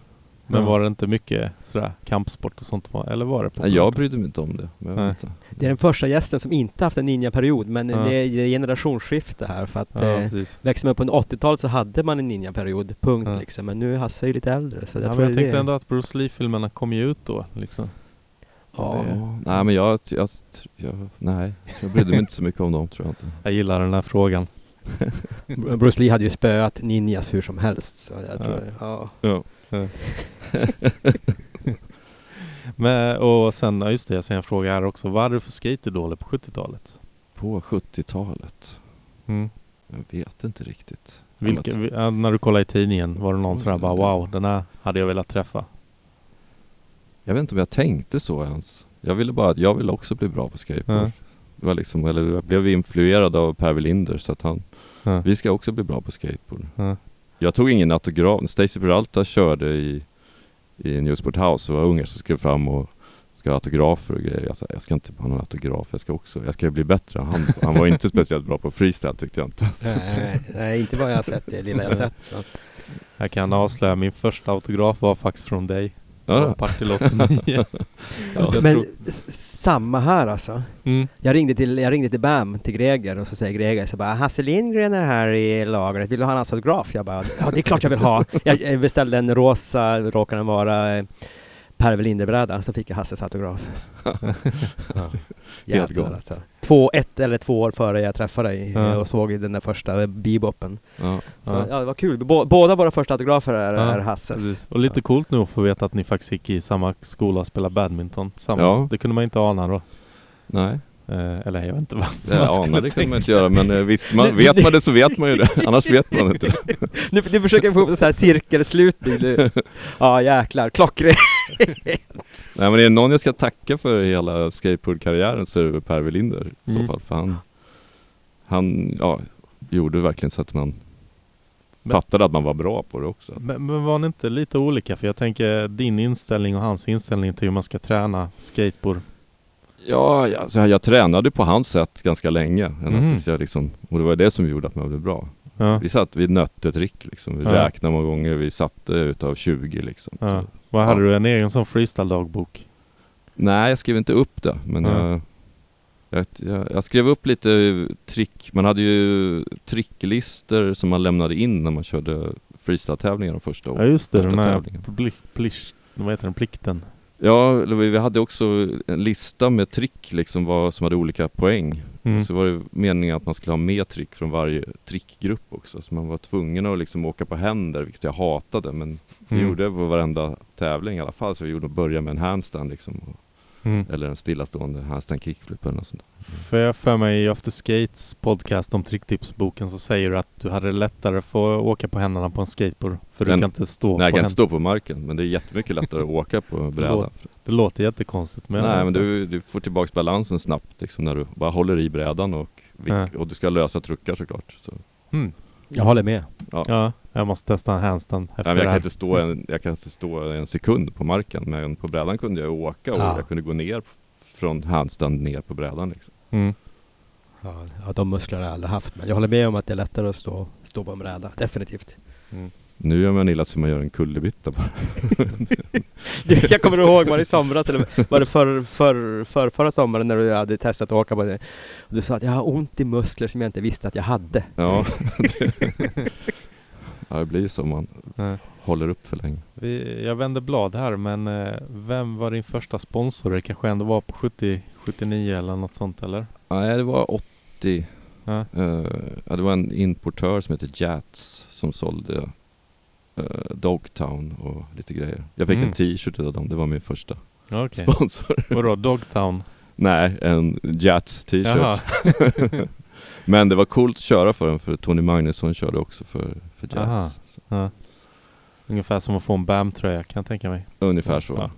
Speaker 1: Men
Speaker 4: Ja.
Speaker 1: var det inte mycket sådär kampsport och sånt? var- Eller var det på
Speaker 2: Nej, jag brydde mig inte om det. Men jag
Speaker 1: Nej.
Speaker 2: vet inte.
Speaker 4: Det är den första gästen som inte haft en ninja-period, men
Speaker 1: Ja.
Speaker 4: det är det är generationsskifte här för att
Speaker 1: Ja,
Speaker 4: eh,
Speaker 1: precis.
Speaker 4: Växte man upp på en 80-talet så hade man en ninja-period, punkt
Speaker 1: Ja.
Speaker 4: liksom. Men nu är Hasse ju lite äldre så
Speaker 1: Ja,
Speaker 4: jag
Speaker 1: men
Speaker 4: tror
Speaker 1: jag
Speaker 4: det är
Speaker 1: tänkte
Speaker 4: det.
Speaker 1: ändå att Bruce Lee-filmerna kom ju ut då. Liksom.
Speaker 4: Ja.
Speaker 2: Det- Nej, men jag, jag, jag... Nej, jag brydde mig inte så mycket om dem tror jag inte.
Speaker 1: Jag gillar den här frågan.
Speaker 4: Br- Bruce Lee hade ju spöat ninjas hur som helst. Så jag
Speaker 1: Ja.
Speaker 4: tror, ja. Ja.
Speaker 2: Ja.
Speaker 1: Men, och sen, ja, just det, jag ser en fråga här också. Vad hade du för skateidoler på 70-talet?
Speaker 2: På 70-talet. Jag vet inte riktigt.
Speaker 1: Vilka, vi- ja, när du kollade i tidningen, var det någon sådär bara wow, den här hade jag velat träffa?
Speaker 2: Jag vet inte om jag tänkte så ens. Jag ville bara att jag ville också bli bra på skateboard.
Speaker 1: Ja.
Speaker 2: Det var liksom, eller jag blev influerad av Per Willinder så att han,
Speaker 1: Ja.
Speaker 2: vi ska också bli bra på skateboard.
Speaker 1: Ja.
Speaker 2: Jag tog ingen autograf. Stacy Peralta körde i, i Newsport House och var ungar som skulle fram och ska ha autografer och grejer. Jag sa, jag ska inte ha någon autograf, jag ska också, jag ska ju bli bättre. Han, han var ju inte (laughs) speciellt bra på freestyle tyckte jag inte.
Speaker 4: Nej, nej, inte vad jag har sett, det lilla jag har sett. Så.
Speaker 1: Jag kan avslöja, min första autograf var faktiskt från dig.
Speaker 2: Ja,
Speaker 1: Från Partille
Speaker 2: (laughs)
Speaker 1: 89. Jag
Speaker 4: Men
Speaker 1: tror-
Speaker 4: s- samma här alltså.
Speaker 1: Mm.
Speaker 4: Jag ringde, till, jag ringde till BAM, till Greger, och så säger Greger så bara Hasse Lindgren är här i lagret, vill du ha hans autograf? Jag bara, ja det är klart jag vill ha! Jag eh, beställde en rosa, råkade den vara eh, Per Welinder-bräda, så fick jag
Speaker 1: (laughs)
Speaker 4: Hasses autograf.
Speaker 2: Helt
Speaker 4: Jävlar
Speaker 2: galet.
Speaker 4: alltså. Två, ett eller två år före jag träffade dig
Speaker 1: Ja.
Speaker 4: eh, och såg den där första eh, beboppen.
Speaker 2: ja.
Speaker 4: Så
Speaker 1: Ja.
Speaker 4: ja. det var kul. Bå- båda våra första autografer är,
Speaker 1: Ja,
Speaker 4: är Hasses.
Speaker 1: Precis. Och lite coolt nu att få veta att ni faktiskt gick i samma skola och spelade badminton tillsammans.
Speaker 2: Ja.
Speaker 1: Det kunde man inte ana då.
Speaker 2: Nej,
Speaker 1: Eh, eller jag vet inte vad
Speaker 2: det
Speaker 1: man skulle
Speaker 2: anar det kan
Speaker 1: tänka.
Speaker 2: man inte göra men eh, visst
Speaker 1: (laughs)
Speaker 4: Nej,
Speaker 2: man, vet
Speaker 4: det-
Speaker 2: man det så vet man ju det. Annars vet man inte det.
Speaker 4: Nu, nu försöker jag få ihop en sån här cirkelslutning.
Speaker 1: (laughs)
Speaker 4: nu. Ja jäklar, klockrent!
Speaker 2: Nej men är det någon jag ska tacka för hela skateboardkarriären så är det väl Per Welinder i
Speaker 1: Mm.
Speaker 2: så fall. För han, han ja, gjorde verkligen så att man
Speaker 1: Men-
Speaker 2: fattade att man var bra på det också.
Speaker 1: Men, men var ni inte lite olika? För jag tänker din inställning och hans inställning till hur man ska träna skateboard.
Speaker 2: Ja, jag- alltså jag, jag tränade på hans sätt ganska länge. ända
Speaker 1: Mm.
Speaker 2: Tills jag liksom, och det var det som gjorde att man blev bra.
Speaker 1: Ja.
Speaker 2: Vi satt, vi nötte trick liksom. Vi
Speaker 1: Ja.
Speaker 2: räknade många gånger, vi satte utav 20 liksom.
Speaker 1: Ja.
Speaker 2: Så,
Speaker 1: Vad
Speaker 2: Ja.
Speaker 1: hade du? En egen sån freestyle-dagbok?
Speaker 2: nej, jag skrev inte upp det. Men
Speaker 1: Ja.
Speaker 2: jag, jag, jag, jag skrev upp lite trick. Man hade ju tricklister som man lämnade in när man körde freestyle-tävlingar de första åren.
Speaker 1: Ja just det,
Speaker 2: första
Speaker 1: den här
Speaker 2: tävlingen.
Speaker 1: pli, plish, vad heter den? Plikten.
Speaker 2: Ja, eller vi vi hade också en lista med trick liksom vad, som hade olika poäng.
Speaker 1: Mm.
Speaker 2: Så var det meningen att man skulle ha med trick från varje trickgrupp också. Så man var tvungen att liksom åka på händer, vilket jag hatade. Men vi
Speaker 1: Mm.
Speaker 2: gjorde det på varenda tävling i alla fall. Så vi gjorde börja med en handstand liksom. och-
Speaker 1: Mm.
Speaker 2: Eller en stillastående handstand kickflip eller något sånt.
Speaker 1: För jag för mig i After Skates podcast om tricktipsboken så säger du att du hade det lättare för att åka på händerna på en skateboard. För du
Speaker 2: Men-
Speaker 1: kan inte stå
Speaker 2: Nej, jag
Speaker 1: på
Speaker 2: kan inte
Speaker 1: händer.
Speaker 2: stå på marken. Men det är jättemycket lättare att
Speaker 1: (laughs)
Speaker 2: åka på brädan.
Speaker 1: Det låter jättekonstigt. Men
Speaker 2: Nej, men du, du får tillbaks balansen snabbt liksom när du bara håller i brädan och, vik- och du ska lösa truckar såklart. Så.
Speaker 1: Mm.
Speaker 4: Jag håller med.
Speaker 1: Ja, jag måste testa en handstand efter
Speaker 2: Nej, men
Speaker 1: det här.
Speaker 2: jag, kan inte stå en, jag kan inte stå en sekund på marken men på brädan kunde jag åka och
Speaker 4: Ja.
Speaker 2: jag kunde gå ner f- från handstand ner på brädan. Liksom.
Speaker 1: Mm.
Speaker 4: Ja, ja, de musklerna har jag aldrig haft. Men jag håller med om att det är lättare att stå, stå på en bräda. Definitivt. (laughs) Mm.
Speaker 2: Nu gör man illa sig man gör en
Speaker 1: (laughs)
Speaker 2: kullerbytta bara.
Speaker 4: Det- Jag kommer ihåg, var det i somras eller var det för, för, för, förra sommaren när du hade testat att åka på det? Och du sa att jag har ont i muskler som jag inte visste att jag hade.
Speaker 2: Ja, (laughs) det, ja, det blir så om man
Speaker 1: Nej.
Speaker 2: håller upp för länge.
Speaker 1: Vi, jag vänder blad här men eh, vem var din första sponsor? Det kanske ändå var på 70, 79 eller något sånt eller?
Speaker 2: Nej, det var 80.
Speaker 1: Ja.
Speaker 2: Eh, ja, det var en importör som hette Jats som sålde eh, Dogtown och lite grejer. Jag fick
Speaker 1: Mm.
Speaker 2: en t-shirt av dem, det var min första
Speaker 1: Okej.
Speaker 2: sponsor. (laughs)
Speaker 1: Vadå Dogtown?
Speaker 2: Nej, en Jats
Speaker 1: Jaha.
Speaker 2: (laughs) t-shirt. Men det var coolt att köra för den för Tony Magnusson körde också för, för Jats.
Speaker 1: Aha. Ungefär som att få en BAM-tröja kan jag tänka mig.
Speaker 2: Ungefär så.
Speaker 1: Ja.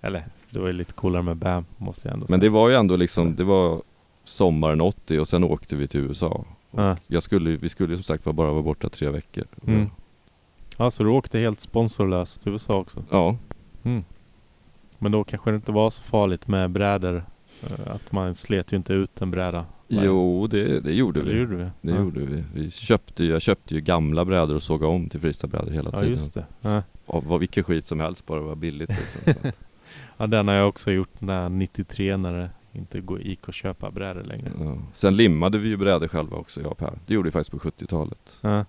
Speaker 1: Eller det var ju lite coolare med BAM måste jag ändå säga.
Speaker 2: Men det var ju ändå liksom, det var sommaren 80 och sen åkte vi till USA.
Speaker 1: ja.
Speaker 2: Jag skulle, vi skulle ju som sagt vara- bara vara borta tre veckor.
Speaker 1: Mm. ja, så du åkte helt sponsorlöst till USA också?
Speaker 2: Ja, Mm.
Speaker 1: Men då kanske det inte var så farligt med brädor? eh, Att man slet ju inte ut en bräda. varje-
Speaker 2: jo det, det gjorde
Speaker 1: Eller
Speaker 2: vi.
Speaker 1: gjorde vi.
Speaker 2: Det
Speaker 1: ja.
Speaker 2: gjorde vi. vi köpte, ju- jag köpte ju gamla brädor och såg om till freestylebrädor hela
Speaker 1: Ja
Speaker 2: tiden.
Speaker 1: just det. Ja.
Speaker 2: Av vad, vilken skit som helst bara det var billigt. Liksom. Så
Speaker 1: (laughs)
Speaker 2: att,
Speaker 1: ja den har jag också gjort när 93 när det inte går- gick att köpa brädor längre.
Speaker 2: ja. Sen limmade vi ju brädor själva också jag och Per. Det gjorde vi faktiskt på 70-talet.
Speaker 1: Ja.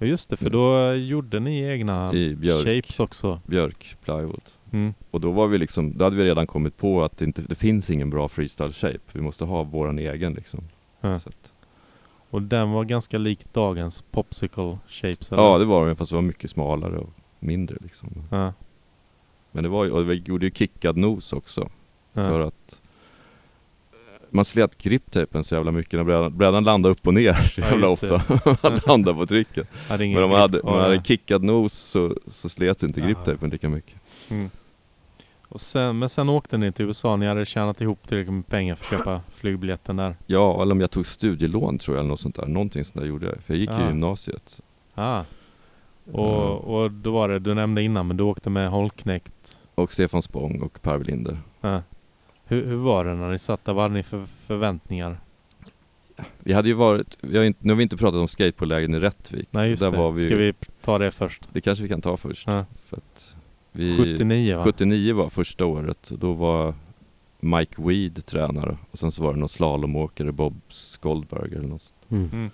Speaker 1: Ja just det för då gjorde ni egna
Speaker 2: Mm. I björk,
Speaker 1: shapes också.
Speaker 2: björk plywood.
Speaker 1: Mm.
Speaker 2: Och då var vi liksom, då hade vi redan kommit på att det, inte, det finns ingen bra freestyle shape. Vi måste ha våran egen liksom.
Speaker 1: Ja.
Speaker 2: Så att,
Speaker 1: Och den var ganska lik dagens popsicle shapes eller?
Speaker 2: ja det var den fast det var mycket smalare och mindre liksom.
Speaker 1: Ja.
Speaker 2: Men det var ju, och vi gjorde ju kickad nos också.
Speaker 1: Ja.
Speaker 2: För att eh, man slet griptejpen så jävla mycket när brädan, brädan landade upp och ner så
Speaker 1: Ja,
Speaker 2: jävla
Speaker 1: just det.
Speaker 2: ofta. (laughs) man landade på tricket.
Speaker 1: Hade ingen
Speaker 2: (laughs) Men om man
Speaker 1: grip
Speaker 2: hade, om
Speaker 1: av
Speaker 2: man hade
Speaker 1: det.
Speaker 2: kickad nos så, så slets inte
Speaker 4: Ja.
Speaker 2: griptejpen lika mycket.
Speaker 1: Mm. Och sen, men sen åkte ni till USA. Ni hade tjänat ihop tillräckligt med pengar för att
Speaker 2: (laughs)
Speaker 1: köpa flygbiljetten där.
Speaker 2: Ja, eller om jag tog studielån tror jag eller något sånt där. Någonting sånt där gjorde jag. För jag gick
Speaker 1: Ja.
Speaker 2: i gymnasiet.
Speaker 1: Ah.
Speaker 2: Mm.
Speaker 1: Och, och då var det, du nämnde innan, men du åkte med Holknekt.
Speaker 2: Och Stefan Spång och Per Welinder.
Speaker 1: Ja. Hur, hur var det när ni satt där? Vad hade ni för förväntningar?
Speaker 2: Vi hade ju varit, vi har inte, nu har vi inte pratat om skateboardlägren i Rättvik.
Speaker 1: Nej just
Speaker 2: där
Speaker 1: det.
Speaker 2: Var vi,
Speaker 1: Ska vi ta det först?
Speaker 2: Det kanske vi kan ta först.
Speaker 1: Ja.
Speaker 2: För att vi,
Speaker 1: 79 va?
Speaker 2: 79 var första året och då var Mike Weed tränare och sen så var det någon slalomåkare, Bob Skoldberger eller något. sånt.
Speaker 1: Mm.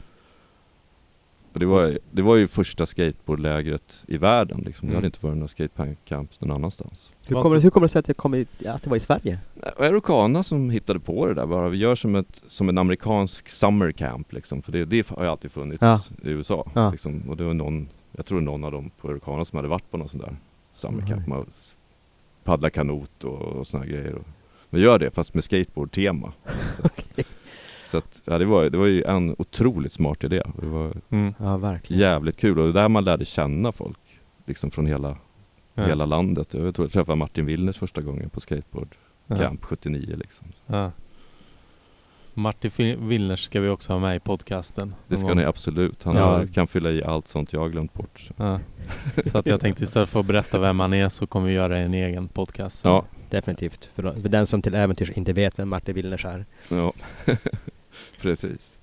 Speaker 2: Och det, var, det var ju första skateboardlägret i världen liksom. Det
Speaker 1: Mm.
Speaker 2: hade inte varit några skatecamps någon annanstans.
Speaker 1: Var
Speaker 4: Hur kommer,
Speaker 1: inte-
Speaker 4: det, hur kommer det sig att, jag kom i, att det var i Sverige?
Speaker 2: Och Erokana som hittade på det där bara. Vi gör som, ett, som en amerikansk summer camp liksom. För det, det har ju alltid funnits
Speaker 4: Ja.
Speaker 2: i USA.
Speaker 4: Ja.
Speaker 2: Liksom. Och det var någon, jag tror någon av dem på Erokana som hade varit på någon sån där summer
Speaker 4: Mhm.
Speaker 2: camp. Man paddlar kanot och, och såna här grejer. Och, men gör det fast med skateboardtema. Så, så att, ja, det, var, det var ju en otroligt smart idé. Och Det var
Speaker 1: Mm.
Speaker 4: Ja, verkligen.
Speaker 2: jävligt kul och det där man lärde känna folk. Liksom från hela,
Speaker 1: Ja.
Speaker 2: hela landet. Jag tror jag träffade Martin Willners första gången på skateboard
Speaker 1: Ja.
Speaker 2: camp 79 liksom.
Speaker 1: Ja. Martin Fil- Willners ska vi också ha med i podcasten.
Speaker 2: Det ska
Speaker 1: Någon
Speaker 2: ni absolut. Han
Speaker 1: Ja.
Speaker 2: har, kan fylla i allt sånt jag har glömt bort.
Speaker 1: Ja. Så att jag tänkte istället för att berätta vem han är så kommer vi göra en egen podcast. sen.
Speaker 2: Ja,
Speaker 4: Definitivt. För, för den som till äventyrs inte vet vem Martin Willners är.
Speaker 2: ja. (laughs) precis.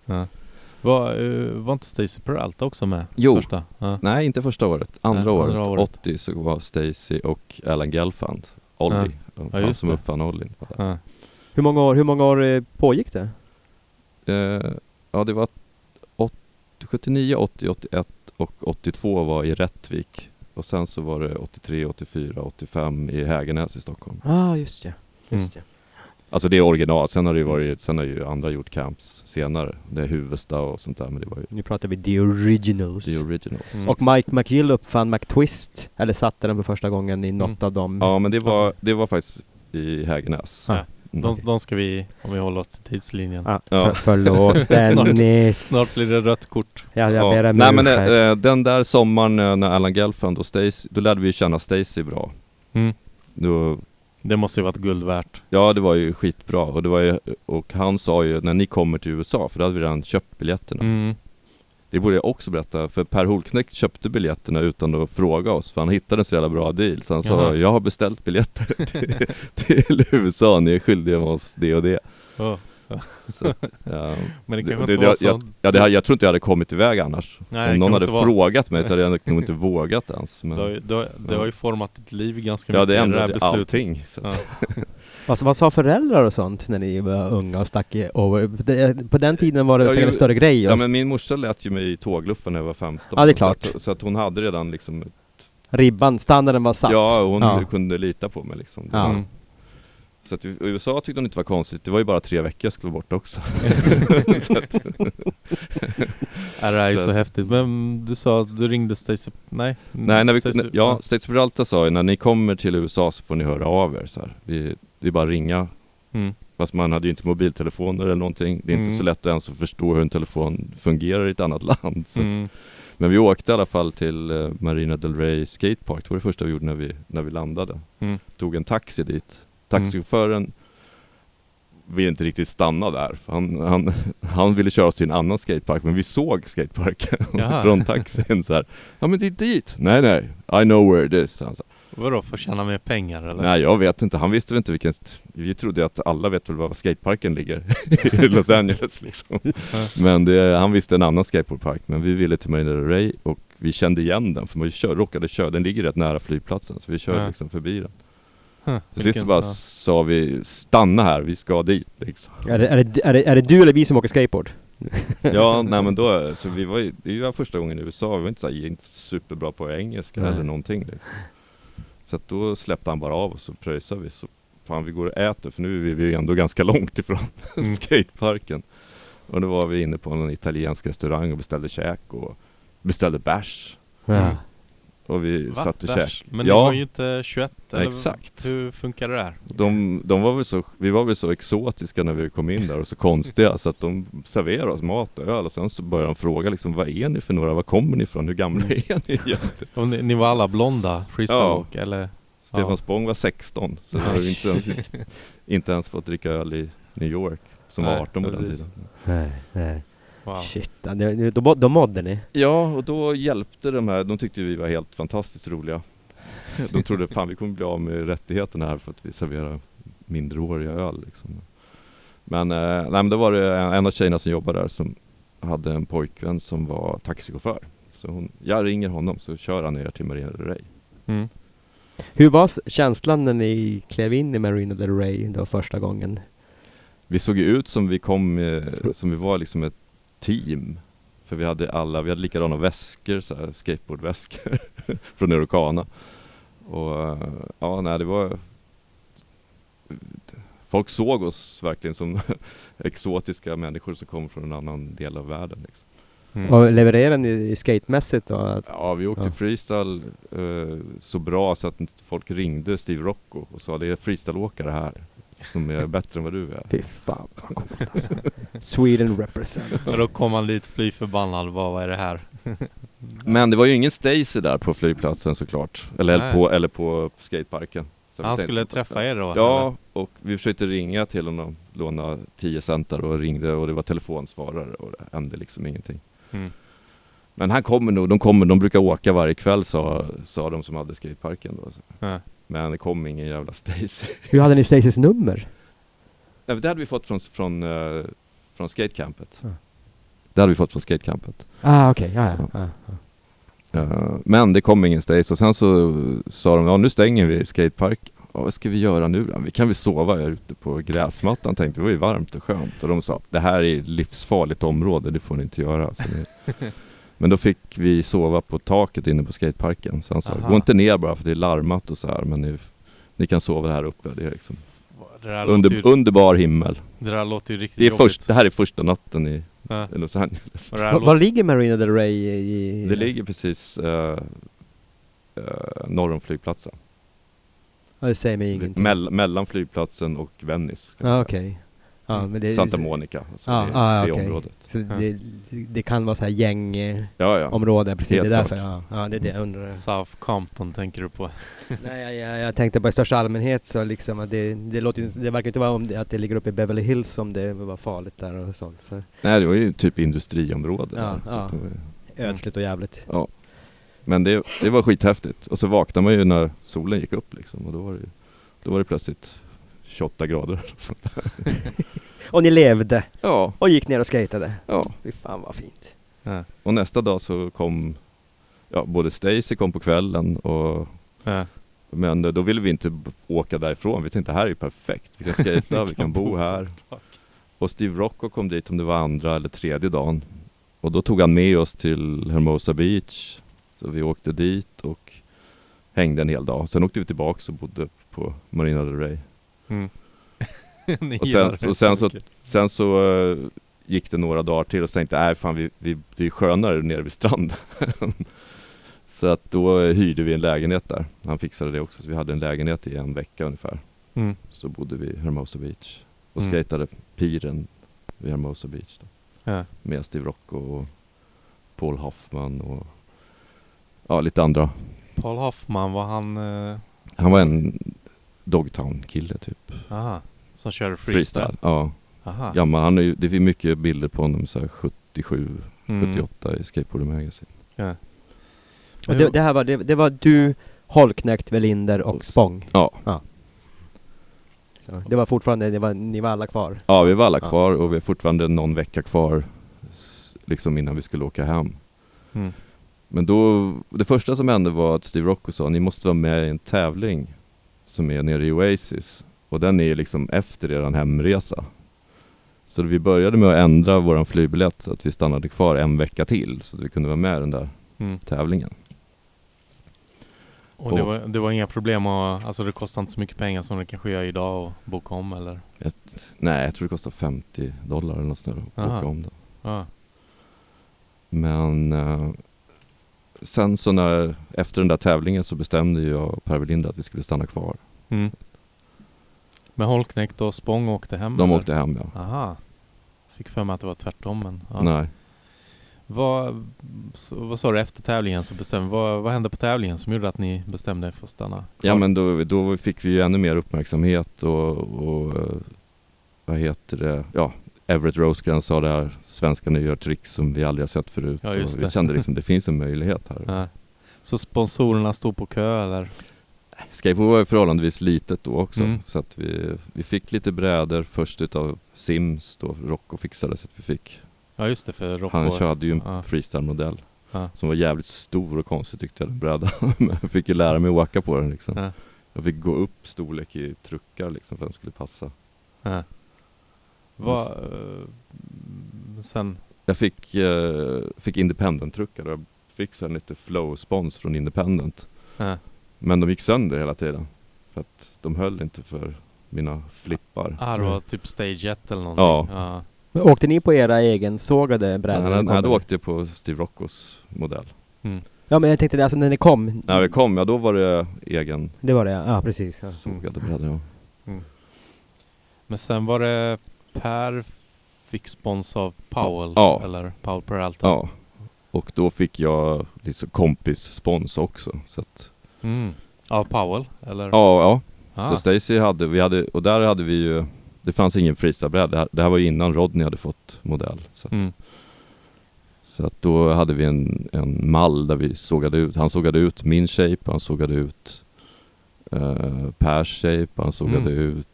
Speaker 1: Var, eh, var inte Stacy Peralta också med?
Speaker 2: Jo.
Speaker 1: Första? Ja.
Speaker 2: Nej, inte första året. Andra,
Speaker 1: Nej,
Speaker 2: året,
Speaker 1: andra året.
Speaker 2: 80, så var Stacy och Alan Gelfand, Ollie, han
Speaker 1: just
Speaker 2: som
Speaker 1: det.
Speaker 2: uppfann Ollie.
Speaker 1: Ja. Mm.
Speaker 4: Hur många år, hur många år eh, pågick det?
Speaker 2: Eh, ja, det var 80, 79, 80, 81 och 82 var i Rättvik. Och sen så var det 83, 84, 85 i Hägernäs i Stockholm.
Speaker 4: Ja, ah, just ja.
Speaker 1: Mm.
Speaker 4: Just ja.
Speaker 2: Alltså det är original. Sen har det ju varit, sen har ju andra gjort camps senare. Det är Huvudsta och sånt där, men det var ju
Speaker 4: Nu pratar vi the originals.
Speaker 2: the originals.
Speaker 1: Mm.
Speaker 4: Och Mike McGill uppfann McTwist, eller satte den för första gången i något
Speaker 1: Mm.
Speaker 4: av dem.
Speaker 2: Ja men det var, det var faktiskt i Hägernäs.
Speaker 1: Ja.
Speaker 2: Mm.
Speaker 1: De, de ska vi, om vi håller oss till tidslinjen.
Speaker 4: Ah,
Speaker 2: Ja.
Speaker 4: för, förlåt
Speaker 2: (laughs)
Speaker 1: Snart-
Speaker 4: Dennis.
Speaker 1: Snart blir det rött kort.
Speaker 4: Ja, jag
Speaker 2: Ja.
Speaker 4: ber om
Speaker 2: Nej men
Speaker 4: ursäkt.
Speaker 2: eh, den där sommaren eh, när Alan Gelfand och Stacy, då lärde vi ju känna Stacy bra.
Speaker 1: Mm.
Speaker 2: Då,
Speaker 1: Det måste ju varit guld värt.
Speaker 2: ja det var ju skitbra och det var ju, och han sa ju när ni kommer till USA, för då hade vi redan köpt biljetterna.
Speaker 1: Mm.
Speaker 2: Det borde jag också berätta, för Per Holknekt köpte biljetterna utan att fråga oss, för han hittade en så jävla bra deal. Så han
Speaker 1: Jaha.
Speaker 2: sa, jag har (laughs) beställt biljetter till, till USA, ni är skyldiga med oss det och det.
Speaker 1: Oh.
Speaker 2: Så, ja.
Speaker 1: Men det
Speaker 2: Det-
Speaker 1: kanske inte
Speaker 2: det- jag-
Speaker 1: var så...
Speaker 2: Ja, det, här- jag tror inte jag hade kommit iväg annars.
Speaker 1: Nej,
Speaker 2: Om
Speaker 1: det
Speaker 2: någon
Speaker 1: kan
Speaker 2: hade
Speaker 1: inte vara.
Speaker 2: frågat mig så hade jag nog
Speaker 1: (laughs)
Speaker 2: inte vågat ens. Men
Speaker 1: Det har, ju- det, har, det har ju format ditt liv ganska
Speaker 2: ja,
Speaker 1: mycket,
Speaker 2: det
Speaker 1: här
Speaker 2: ändrade
Speaker 1: beslutet.
Speaker 2: allting. Så.
Speaker 1: Ja.
Speaker 2: att-
Speaker 4: Alltså, vad sa föräldrar och sånt när ni var unga och stack i over? Det- På den tiden var det
Speaker 2: Ja,
Speaker 4: säkert en
Speaker 2: ju-
Speaker 4: större grej.
Speaker 2: Ja,
Speaker 4: att
Speaker 2: men min morsa lät ju mig i tågluffen när jag var 15.
Speaker 4: Ja, det är
Speaker 2: Så
Speaker 4: klart.
Speaker 2: att, så att hon hade redan liksom,
Speaker 4: Ribban, standarden var satt.
Speaker 2: ja hon
Speaker 4: Ja.
Speaker 2: kunde lita på mig liksom.
Speaker 4: Ja.
Speaker 1: Mm.
Speaker 2: Så att i i USA tyckte hon inte var konstigt, det var ju bara tre veckor jag skulle vara borta
Speaker 1: Mm.
Speaker 2: också. så att,
Speaker 1: Ja, Det är ju
Speaker 2: Så
Speaker 1: så
Speaker 2: att-
Speaker 1: häftigt. Men du sa att du ringde Stacey... Nej?
Speaker 2: nej, när vi,
Speaker 1: Stacey-
Speaker 2: när, ja, States Peralta sa ju när ni kommer till USA så får ni höra av er så här. Vi, det är bara att ringa.
Speaker 1: Mm.
Speaker 2: Fast man hade ju inte mobiltelefoner eller någonting. Det är
Speaker 1: Mm.
Speaker 2: inte så lätt att ens att förstå hur en telefon fungerar i ett annat land. Så.
Speaker 1: Mm.
Speaker 2: Men vi åkte i alla fall till eh, Marina Del Rey Skatepark. Det var det första vi gjorde när vi, när vi landade.
Speaker 1: Mm.
Speaker 2: Tog en taxi dit. Taxichauffören ville inte riktigt stanna där. för Han, han, (laughs) han ville köra oss till en annan skatepark, men vi såg skateparken (laughs)
Speaker 1: Jaha.
Speaker 2: från taxin så här. Ja men det är dit! Nej nej, I know where it is. Han sa,
Speaker 1: Vadå, för att tjäna mer pengar eller?
Speaker 2: nej jag vet inte, han visste väl inte vilken... st- Vi trodde ju att alla vet väl var skateparken ligger (laughs) i Los Angeles liksom.
Speaker 1: Ja.
Speaker 2: Men det, han visste en annan skateboardpark, men vi ville till Marina Del Rey och vi kände igen den för man kör, råkade köra, den ligger rätt nära flygplatsen så vi körde
Speaker 1: Ja.
Speaker 2: liksom förbi den.
Speaker 1: Huh,
Speaker 2: Till sist
Speaker 1: vilken-
Speaker 2: så bara
Speaker 1: ja.
Speaker 2: sa vi stanna här, vi ska dit liksom.
Speaker 4: Är, det, är, det, är, det, är det du eller vi som åker skateboard?
Speaker 1: (laughs)
Speaker 2: Ja, nej men då, så vi var ju, det var första gången i USA, vi var inte, så här, inte superbra på engelska
Speaker 4: Nej.
Speaker 2: eller någonting liksom. Så att då släppte han bara av oss och pröjsade vi så fan vi går och äter för nu är vi ju ändå ganska (laughs) långt ifrån
Speaker 1: Mm.
Speaker 2: skateparken. Och då var vi inne på någon italiensk restaurang och beställde käk och beställde bärs.
Speaker 4: Mm.
Speaker 1: Ja.
Speaker 2: Och vi
Speaker 1: Va?
Speaker 2: satt och
Speaker 1: Där?
Speaker 2: käkade.
Speaker 1: Men
Speaker 2: Ja.
Speaker 1: ni var ju inte 21 eller?
Speaker 2: Exakt.
Speaker 1: Hur funkar det där?
Speaker 2: De, de var väl så, vi var väl så exotiska när vi kom in där och så konstiga så att de serverade oss mat och öl och sen så började de fråga liksom vad är ni för några, var kommer ni ifrån, hur gamla
Speaker 1: Mm.
Speaker 2: är ni egentligen?
Speaker 1: Och ni, ni var alla blonda freestyle-åk eller?
Speaker 2: Stefan
Speaker 1: Ja.
Speaker 2: Spång var 16 så vi hade inte, ens- inte ens fått dricka öl i New York som
Speaker 1: Nej,
Speaker 2: var 18 på den
Speaker 1: precis.
Speaker 2: tiden.
Speaker 4: Nej, nej.
Speaker 1: Wow.
Speaker 4: Shit, ja, det- det- då, mod- då modde ni.
Speaker 2: Ja, och då hjälpte de här, de tyckte vi var helt fantastiskt roliga. De trodde fan vi kommer bli av med rättigheterna här för att vi serverar mindreåriga öl liksom. Men, eh, nej, men då var det en av tjejerna som jobbade där som hade en pojkvän som var taxichaufför. Så hon, jag ringer honom så kör han ner till Marina del Rey.
Speaker 1: Mm.
Speaker 4: Hur var s- känslan när ni klev in i Marina del Rey då första gången?
Speaker 2: Vi såg ju ut som vi kom, eh, som vi var liksom ett team. För vi hade alla, vi hade likadana väskor, så här skateboardväskor (laughs) från Eurocana. Och eh, ja, nej det var Folk såg oss verkligen som (laughs) exotiska människor som kom från en annan del av världen. Liksom.
Speaker 1: Mm.
Speaker 4: Och levererade ni skatemässigt då? Att-
Speaker 2: Ja, vi åkte
Speaker 4: Ja.
Speaker 2: freestyle eh, så bra så att inte folk ringde Steve Rocco och sa det är freestyleåkare här som (laughs) är bättre än vad du är.
Speaker 4: Fy fan vad coolt alltså. Sweden represent.
Speaker 1: Och då kom han dit fly förbannad och bara, vad är det här?
Speaker 2: Men det var ju ingen Stacy där på flygplatsen såklart. Eller,
Speaker 1: Nej.
Speaker 2: på, eller på skateparken. Så
Speaker 1: Han
Speaker 2: vi tänkte-
Speaker 1: skulle träffa er då?
Speaker 2: Ja, och vi försökte ringa till honom. Låna 10 centar och ringde och det var telefonsvarare och det hände liksom ingenting.
Speaker 1: Mm.
Speaker 2: Men han kommer nog, de kommer, de brukar åka varje kväll sa, sa de som hade skateparken då.
Speaker 1: Ja.
Speaker 2: Men det kom ingen jävla Stacy. (laughs)
Speaker 4: Hur hade ni Stacys nummer?
Speaker 2: Nej, men det hade vi fått från, från, eh, från skatecampet.
Speaker 4: Ja.
Speaker 2: Det hade vi fått från skatecampet.
Speaker 4: Ah okej, ja, ja, ja.
Speaker 2: Eh, Men det kom ingen Stace och sen så sa de, ja nu stänger vi skatepark. Ja, vad ska vi göra nu då? Vi kan väl sova här ute på gräsmattan tänkte vi, det var ju varmt och skönt. Och de sa, det här är ett livsfarligt område, det får ni inte göra. Så ni...
Speaker 1: (laughs)
Speaker 2: Men då fick vi sova på taket inne på skateparken. Så han sa,
Speaker 1: Aha.
Speaker 2: gå inte ner bara för det är larmat och så här, men ni, ni kan sova här uppe. Det är liksom
Speaker 1: Det där, låter ju,
Speaker 2: under, underbar himmel.
Speaker 1: det där låter ju riktigt
Speaker 2: Det, är
Speaker 1: jobbigt.
Speaker 2: först, det här är första natten i
Speaker 1: Ja.
Speaker 2: Los Angeles.
Speaker 1: Och det här
Speaker 4: Var, var
Speaker 1: låter-
Speaker 4: ligger Marina del Rey i?
Speaker 2: Det ligger precis eh, eh, norr om flygplatsen.
Speaker 4: Ja, det säger mig ingenting.
Speaker 2: Mell, mellan flygplatsen och Venice. kan man
Speaker 4: Ja
Speaker 2: säga.
Speaker 4: okej. Ja,
Speaker 1: Mm.
Speaker 4: men det,
Speaker 2: Santa Monica, alltså
Speaker 4: Ja,
Speaker 2: det,
Speaker 4: ja,
Speaker 2: det
Speaker 4: okej.
Speaker 2: området.
Speaker 4: så
Speaker 1: Ja.
Speaker 4: det, det kan vara så här gängområden,
Speaker 2: Ja, ja.
Speaker 4: precis.
Speaker 2: Helt
Speaker 4: det är därför.
Speaker 2: klart. Mm.
Speaker 4: Ja, ja, det är det jag undrar.
Speaker 1: South Compton tänker du på?
Speaker 4: Nej, jag, jag, jag tänkte bara i största allmänhet så liksom att det, det, låter, ju- det verkar inte vara om det, att det ligger uppe i Beverly Hills om det var farligt där och sånt. Så.
Speaker 2: Nej, det var ju typ industriområde.
Speaker 4: Ja,
Speaker 2: där, så
Speaker 4: ja.
Speaker 2: att det var ju-
Speaker 4: Ödsligt och jävligt.
Speaker 2: ja. Men det, det var skithäftigt. Och så vaknade man ju när solen gick upp liksom. Och då var det, ju- då var det plötsligt 28 grader. eller sånt där.
Speaker 3: Och ni levde
Speaker 2: Ja,
Speaker 3: och gick ner och skatade.
Speaker 2: ja.
Speaker 4: Fy fan vad fint.
Speaker 2: Och nästa dag så kom ja, både Stacy kom på kvällen och
Speaker 1: Ja.
Speaker 2: men eh, då ville vi inte b- åka därifrån. Vi tänkte här är ju perfekt. Vi kan skejta, vi kan bo här. Och Steve Rocco kom dit om det var andra eller tredje dagen. Och då tog han med oss till Hermosa Beach. Så vi åkte dit och hängde en hel dag. Sen åkte vi tillbaks och bodde på Marina del Rey.
Speaker 1: Mm. (laughs) Ni
Speaker 2: Och
Speaker 1: gillar
Speaker 2: sen-
Speaker 1: det
Speaker 2: och sen så-
Speaker 1: mycket.
Speaker 2: Sen så eh, gick det några dagar till och så tänkte jag, nej fan vi, vi, det är skönare nere vid stranden. (laughs) så att då eh, hyrde vi en lägenhet där. Han fixade det också, så vi hade en lägenhet i en vecka ungefär.
Speaker 1: Mm.
Speaker 2: Så bodde vi i Hermosa Beach och
Speaker 1: Mm.
Speaker 2: skatade piren vid Hermosa Beach. Då.
Speaker 1: Ja.
Speaker 2: Med Steve Rocco och Paul Hoffman och ja, lite andra.
Speaker 1: Paul Hoffman var han... eh,
Speaker 2: Han var en Dogtown-kille typ.
Speaker 1: aha, som körde freestyle. Ah.
Speaker 2: Ja,
Speaker 1: Aha.
Speaker 2: ja men han är ju, det finns mycket bilder på honom så här 77
Speaker 1: Mm.
Speaker 2: 78 i Skateboard Magazine.
Speaker 3: Och det, det här var, det, det var du, Holknekt, Velinder och
Speaker 2: Och s-
Speaker 3: Spång.
Speaker 2: Ja.
Speaker 3: Så.
Speaker 4: Det var fortfarande, det var, ni var alla kvar.
Speaker 2: ja, vi var alla
Speaker 4: Ja.
Speaker 2: kvar och vi har fortfarande någon vecka kvar s- liksom innan vi skulle åka hem.
Speaker 1: Mm.
Speaker 2: Men då, det första som hände var att Steve Rocco sa ni måste vara med i en tävling som är nere i Oasis och den är liksom efter eran hemresa. Så vi började med att ändra våran flygbiljett så att vi stannade kvar en vecka till så att vi kunde vara med i den där
Speaker 1: Mm.
Speaker 2: tävlingen.
Speaker 1: Och det
Speaker 2: Och-
Speaker 1: var, det var inga problem att... Alltså det kostar inte så mycket pengar som det kanske gör idag att boka om eller?
Speaker 2: Nej, jag tror det kostade 50 dollar eller något sånt där att
Speaker 1: Aha.
Speaker 2: åka om den.
Speaker 1: Ja.
Speaker 2: Men eh, sen så när, efter den där tävlingen så bestämde jag och Per Velinder att vi skulle stanna kvar.
Speaker 1: Mm. Men Holknekt och Spång åkte hem?
Speaker 2: De
Speaker 1: eller?
Speaker 2: åkte hem ja.
Speaker 1: Aha. Fick för mig att det var tvärtom men... Ja.
Speaker 2: Nej.
Speaker 1: Vad, så, vad sa du efter tävlingen? Så bestämde, vad, vad hände på tävlingen som gjorde att ni bestämde er för att stanna?
Speaker 2: Ja
Speaker 1: kvar?
Speaker 2: men då, då fick vi ju ännu mer uppmärksamhet och, och eh, vad heter det, ja Everett Rosegren sa det här, svenskarna gör trick som vi aldrig har sett förut.
Speaker 1: Ja,
Speaker 2: och
Speaker 1: just
Speaker 2: vi
Speaker 1: det.
Speaker 2: kände liksom det finns en möjlighet här.
Speaker 1: Ja. Så sponsorerna stod på kö eller?
Speaker 2: Skateboard var ju förhållandevis litet då också
Speaker 1: Mm.
Speaker 2: så att vi, vi fick lite brädor först utav Sims då, Rocco fixade så att vi fick
Speaker 1: Ja just det för Rocco.
Speaker 2: Han körde ju en
Speaker 1: Ja.
Speaker 2: freestyle-modell
Speaker 1: Ja.
Speaker 2: Som var jävligt stor och konstig tyckte jag den brädan (laughs) Men jag fick ju lära mig att åka på den liksom
Speaker 1: Ja.
Speaker 2: Jag fick gå upp storlek i truckar liksom för att den skulle passa
Speaker 1: Ja. Vad, eh, sen,
Speaker 2: Jag fick, eh, fick independent-truckar och jag fick sen lite flow-spons från independent
Speaker 1: ja.
Speaker 2: Men de gick sönder hela tiden För att de höll inte för mina flippar
Speaker 1: ah, det var typ Stage 1 eller någonting?
Speaker 2: Mm. Ja.
Speaker 1: ja.
Speaker 4: Men åkte ni på era egensågade brädor? när
Speaker 2: Nej,
Speaker 4: ni
Speaker 2: nej,
Speaker 4: kom?
Speaker 2: då åkte jag på Steve Roccos modell
Speaker 1: Mm.
Speaker 4: Ja men jag tänkte det, alltså när ni kom,
Speaker 2: När vi kom, ja då var det egen
Speaker 4: det var det ja, ja precis. Ja.
Speaker 2: sågade bräda ja.
Speaker 1: Men sen var det Per fick spons av Powell?
Speaker 2: Ja.
Speaker 1: Eller Powell Peralta?
Speaker 2: Ja, och då fick jag liksom kompisspons också. Så att,
Speaker 1: Mm. Av Powell? Eller?
Speaker 2: ja, ja.
Speaker 1: Ah.
Speaker 2: Så Stacy hade, vi hade, och där hade vi ju, det fanns ingen freestylebräda. Det, här- det här var ju innan Rodney hade fått modell. Så, att,
Speaker 1: Mm.
Speaker 2: så att då hade vi en, en mall där vi sågade ut, han sågade ut min shape, han sågade ut eh, Pers shape, han sågade
Speaker 1: Mm.
Speaker 2: ut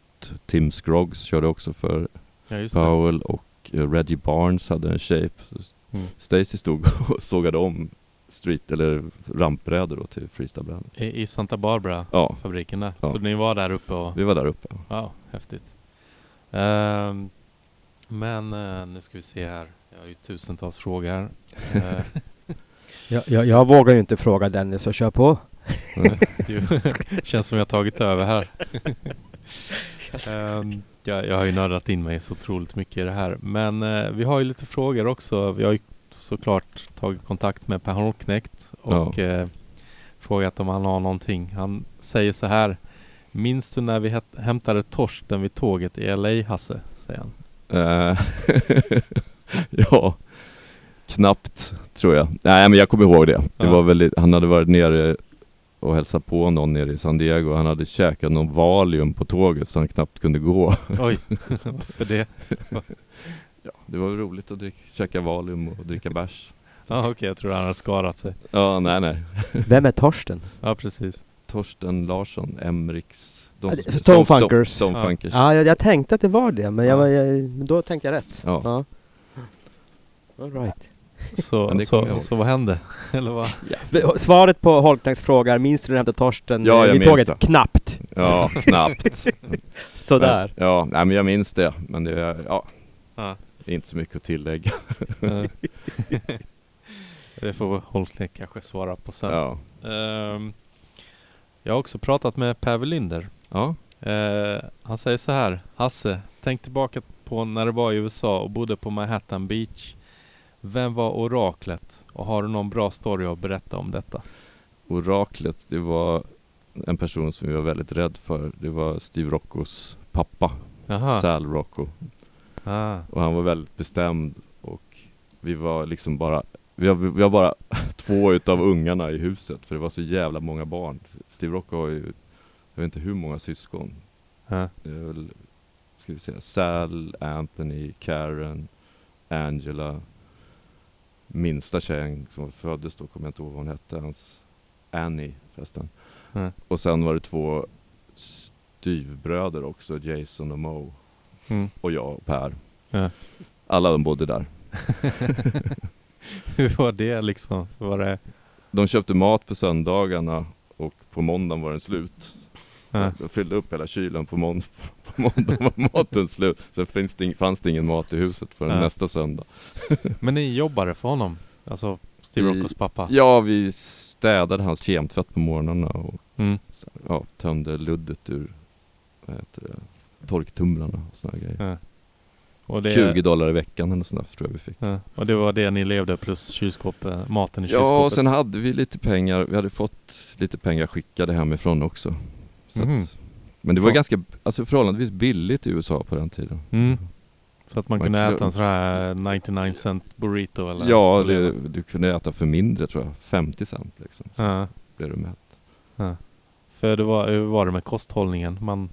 Speaker 2: Tim Scroggs körde också för
Speaker 1: Ja just det.
Speaker 2: Powell och eh, Reggie Barnes hade en shape.
Speaker 1: Mm.
Speaker 2: Stacy stod (laughs) och sågade om street eller rampbrädor då till freestylebrädor.
Speaker 1: I, I Santa Barbara?
Speaker 2: Ja,
Speaker 1: fabriken där.
Speaker 2: Ja.
Speaker 1: Så ni var där uppe och...
Speaker 2: vi var där uppe.
Speaker 1: Ja, häftigt. Ehm, men eh, nu ska vi se här. Jag har ju tusentals frågor
Speaker 2: (laughs)
Speaker 1: här. Eh,
Speaker 4: Jag, jag, jag vågar ju inte fråga Dennis och kör på.
Speaker 1: ju, (laughs) känns som jag har tagit över
Speaker 2: (laughs)
Speaker 1: här. Ehm, jag, jag har ju nördat in mig så otroligt mycket i det här. Men eh, vi har ju lite frågor också. Vi har ju såklart tagit kontakt med Per Holknekt och eh, frågat om han har någonting. Han säger så här. Minns du när vi het- hämtade Torsten vid tåget i LA, Hasse? Säger
Speaker 2: (laughs)
Speaker 1: han.
Speaker 2: Eh, ja, knappt tror jag. Nej men jag kommer ihåg det. det
Speaker 1: Ja.
Speaker 2: var väl, lite- han hade varit nere och hälsat på någon nere i San Diego. Han hade käkat någon Valium på tåget så han knappt kunde (laughs) gå.
Speaker 1: Oj, (laughs) för det.
Speaker 2: Det var roligt att dricka, käka Valium och dricka bärs.
Speaker 1: Ja okej, jag tror han har skadat sig.
Speaker 2: Ja, nej nej.
Speaker 4: (laughs) Vem är Torsten?
Speaker 1: Ja precis.
Speaker 2: Torsten Larsson, Emriks De som-
Speaker 4: Ja, det- Stonefunkers.
Speaker 2: Stone- Stonefunkers.
Speaker 4: Ja, jag, jag tänkte att det var det, men jag,
Speaker 2: Ja.
Speaker 4: var- jag, men då tänkte jag rätt.
Speaker 2: Ja.
Speaker 4: All right.
Speaker 1: Så,
Speaker 2: Men det kommer jag
Speaker 1: så,
Speaker 2: ihåg.
Speaker 1: så vad hände? (laughs) Eller vad?
Speaker 4: Svaret på Holknäcks fråga, minns du när du hämtade Torsten
Speaker 2: Ja,
Speaker 4: eh,
Speaker 2: jag
Speaker 4: vid
Speaker 2: minns
Speaker 4: tåget?
Speaker 2: det.
Speaker 4: Knappt.
Speaker 2: Ja, knappt.
Speaker 4: (laughs) Sådär.
Speaker 2: Men, ja, nej, men jag minns det. Men det är, ja,
Speaker 1: Ja.
Speaker 2: det är inte så mycket att tillägga. (laughs)
Speaker 1: Eh, det får Holknekt kanske svara på sen.
Speaker 2: Ja.
Speaker 1: Ehm, jag har också pratat med Per Welinder.
Speaker 2: ja.
Speaker 1: Eh, han säger så här. Hasse, tänk tillbaka på när du var i USA och bodde på Manhattan Beach. Vem var oraklet? Och har du någon bra story att berätta om detta?
Speaker 2: Oraklet, det var en person som vi var väldigt rädd för. Det var Steve Roccos pappa, Sal Rocco.
Speaker 1: Ah.
Speaker 2: Och han var väldigt bestämd och vi var liksom bara Vi var, vi var bara (laughs) två utav ungarna i huset för det var så jävla många barn Steve Rock har ju Jag vet inte hur många syskon
Speaker 1: Ja.
Speaker 2: Det är väl Ska vi säga Sal, Anthony, Karen, Angela Minsta tjejen som föddes då kommer jag inte ihåg vad hon hette hans Annie förresten
Speaker 1: Ja.
Speaker 2: Och sen var det två styvbröder också Jason och Moe
Speaker 1: Mm. (laughs)
Speaker 2: och jag och Per.
Speaker 1: Ja.
Speaker 2: Alla de bodde där.
Speaker 1: Hur var det liksom? Var det...
Speaker 2: De köpte mat på söndagarna och på måndagen var den slut.
Speaker 1: Ja.
Speaker 2: De fyllde upp hela kylen, på, månd- (laughs) på måndagen var maten slut. Sen finns det ing- fanns det ingen mat i huset förrän
Speaker 1: Ja.
Speaker 2: nästa söndag.
Speaker 1: Men ni jobbade för honom? Alltså Steve
Speaker 2: I-
Speaker 1: Roccos pappa?
Speaker 2: Ja, vi städade hans kemtvätt på morgnarna och
Speaker 1: Mm.
Speaker 2: ja, tömde luddet ur vad heter det, torktumlarna och såna här grejer.
Speaker 1: Ja. Och, det,
Speaker 2: 20 dollar i veckan eller sånt där tror jag vi fick.
Speaker 1: Ja. och det var det ni levde plus kylskåpet, maten i
Speaker 2: Ja, och
Speaker 1: kylskåpet?
Speaker 2: sen hade vi lite pengar. Vi hade fått lite pengar skickade hemifrån också. Så
Speaker 1: Mhm.
Speaker 2: att, men det var
Speaker 1: Ja.
Speaker 2: ganska, alltså förhållandevis billigt i USA på den tiden.
Speaker 1: Mm. Så att man,
Speaker 2: Man
Speaker 1: kunde
Speaker 2: kan-
Speaker 1: äta en sån här 99 cent burrito eller?
Speaker 2: ja, det, du kunde äta för mindre tror jag. 50 cent liksom. Så
Speaker 1: Ja.
Speaker 2: blev du mätt.
Speaker 1: För det var, hur var det med kosthållningen? Man,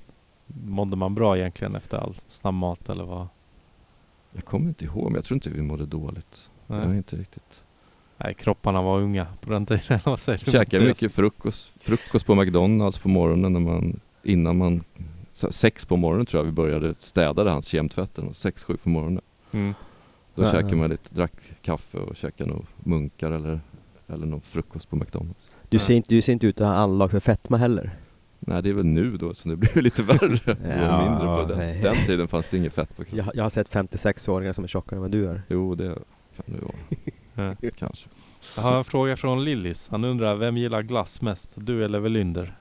Speaker 1: mådde man bra egentligen efter all snabbmat eller vad?
Speaker 2: Jag kommer inte ihåg, men jag tror inte vi mådde dåligt. Jag är
Speaker 1: Nej.
Speaker 2: inte riktigt.
Speaker 1: Nej, kropparna var unga på den tiden. (laughs) Vad säger du?
Speaker 2: Käkade
Speaker 1: Mattias?
Speaker 2: mycket frukost, frukost på McDonalds på morgonen när man, innan man så här, Sex på morgonen tror jag vi började städa hans kemtvätten, och sex, sju på morgonen.
Speaker 1: Mm.
Speaker 2: Då
Speaker 1: Ja,
Speaker 2: käkade
Speaker 1: ja.
Speaker 2: man lite, drack kaffe och käkade nog munkar eller, eller någon frukost på McDonalds.
Speaker 4: Du,
Speaker 1: Ja.
Speaker 4: ser inte, du ser inte ut att ha anlag för fetma heller.
Speaker 2: Nej det är väl nu då så det blir lite (laughs) värre. det var
Speaker 4: Ja,
Speaker 2: mindre på den.
Speaker 4: nej.
Speaker 2: den tiden fanns det inget fett på kroppen.
Speaker 4: Jag, jag har sett 56-åringar som är tjockare än
Speaker 2: (laughs)
Speaker 4: vad du är.
Speaker 2: Jo det kan det vara
Speaker 1: (laughs) Ja.
Speaker 2: kanske.
Speaker 1: Jag har en fråga från Lillis. Han undrar, vem gillar glass mest? Du eller Velinder?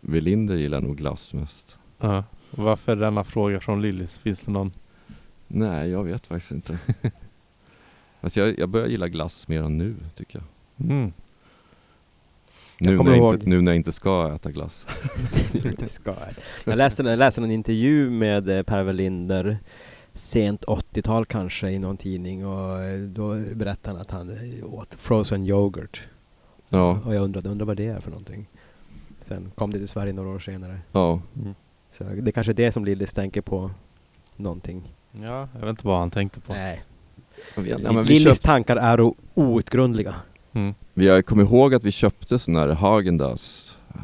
Speaker 2: Velinder gillar nog glass mest.
Speaker 1: Ja. Varför denna fråga från Lillis? Finns det någon?
Speaker 2: Nej jag vet
Speaker 1: (laughs)
Speaker 2: faktiskt inte. alltså jag, jag börjar gilla glass mer än nu tycker jag.
Speaker 1: Mm.
Speaker 2: Nu,
Speaker 4: kommer
Speaker 2: när jag
Speaker 4: ihåg-
Speaker 2: inte, nu när jag inte ska äta glass. (laughs)
Speaker 4: Inte ska jag. jag läste, jag läste en intervju med eh, Per Welinder sent 80-tal kanske i någon tidning och eh, då berättade han att han eh, åt frozen yoghurt.
Speaker 2: Ja,
Speaker 4: Och jag undrade, undrar vad det är för någonting. Sen kom det till Sverige några år senare.
Speaker 2: ja.
Speaker 4: Så det är kanske är det som Lillis tänker på. Någonting.
Speaker 1: Ja, jag vet inte vad han tänkte på.
Speaker 4: Nej.
Speaker 2: Jag vet.
Speaker 4: Li-
Speaker 2: Nej, men vi,
Speaker 4: Lillis
Speaker 2: köpt,
Speaker 4: tankar är o- outgrundliga.
Speaker 1: Mm.
Speaker 2: vi, jag kommer ihåg att vi köpte sån här Häagen-Dazs eh,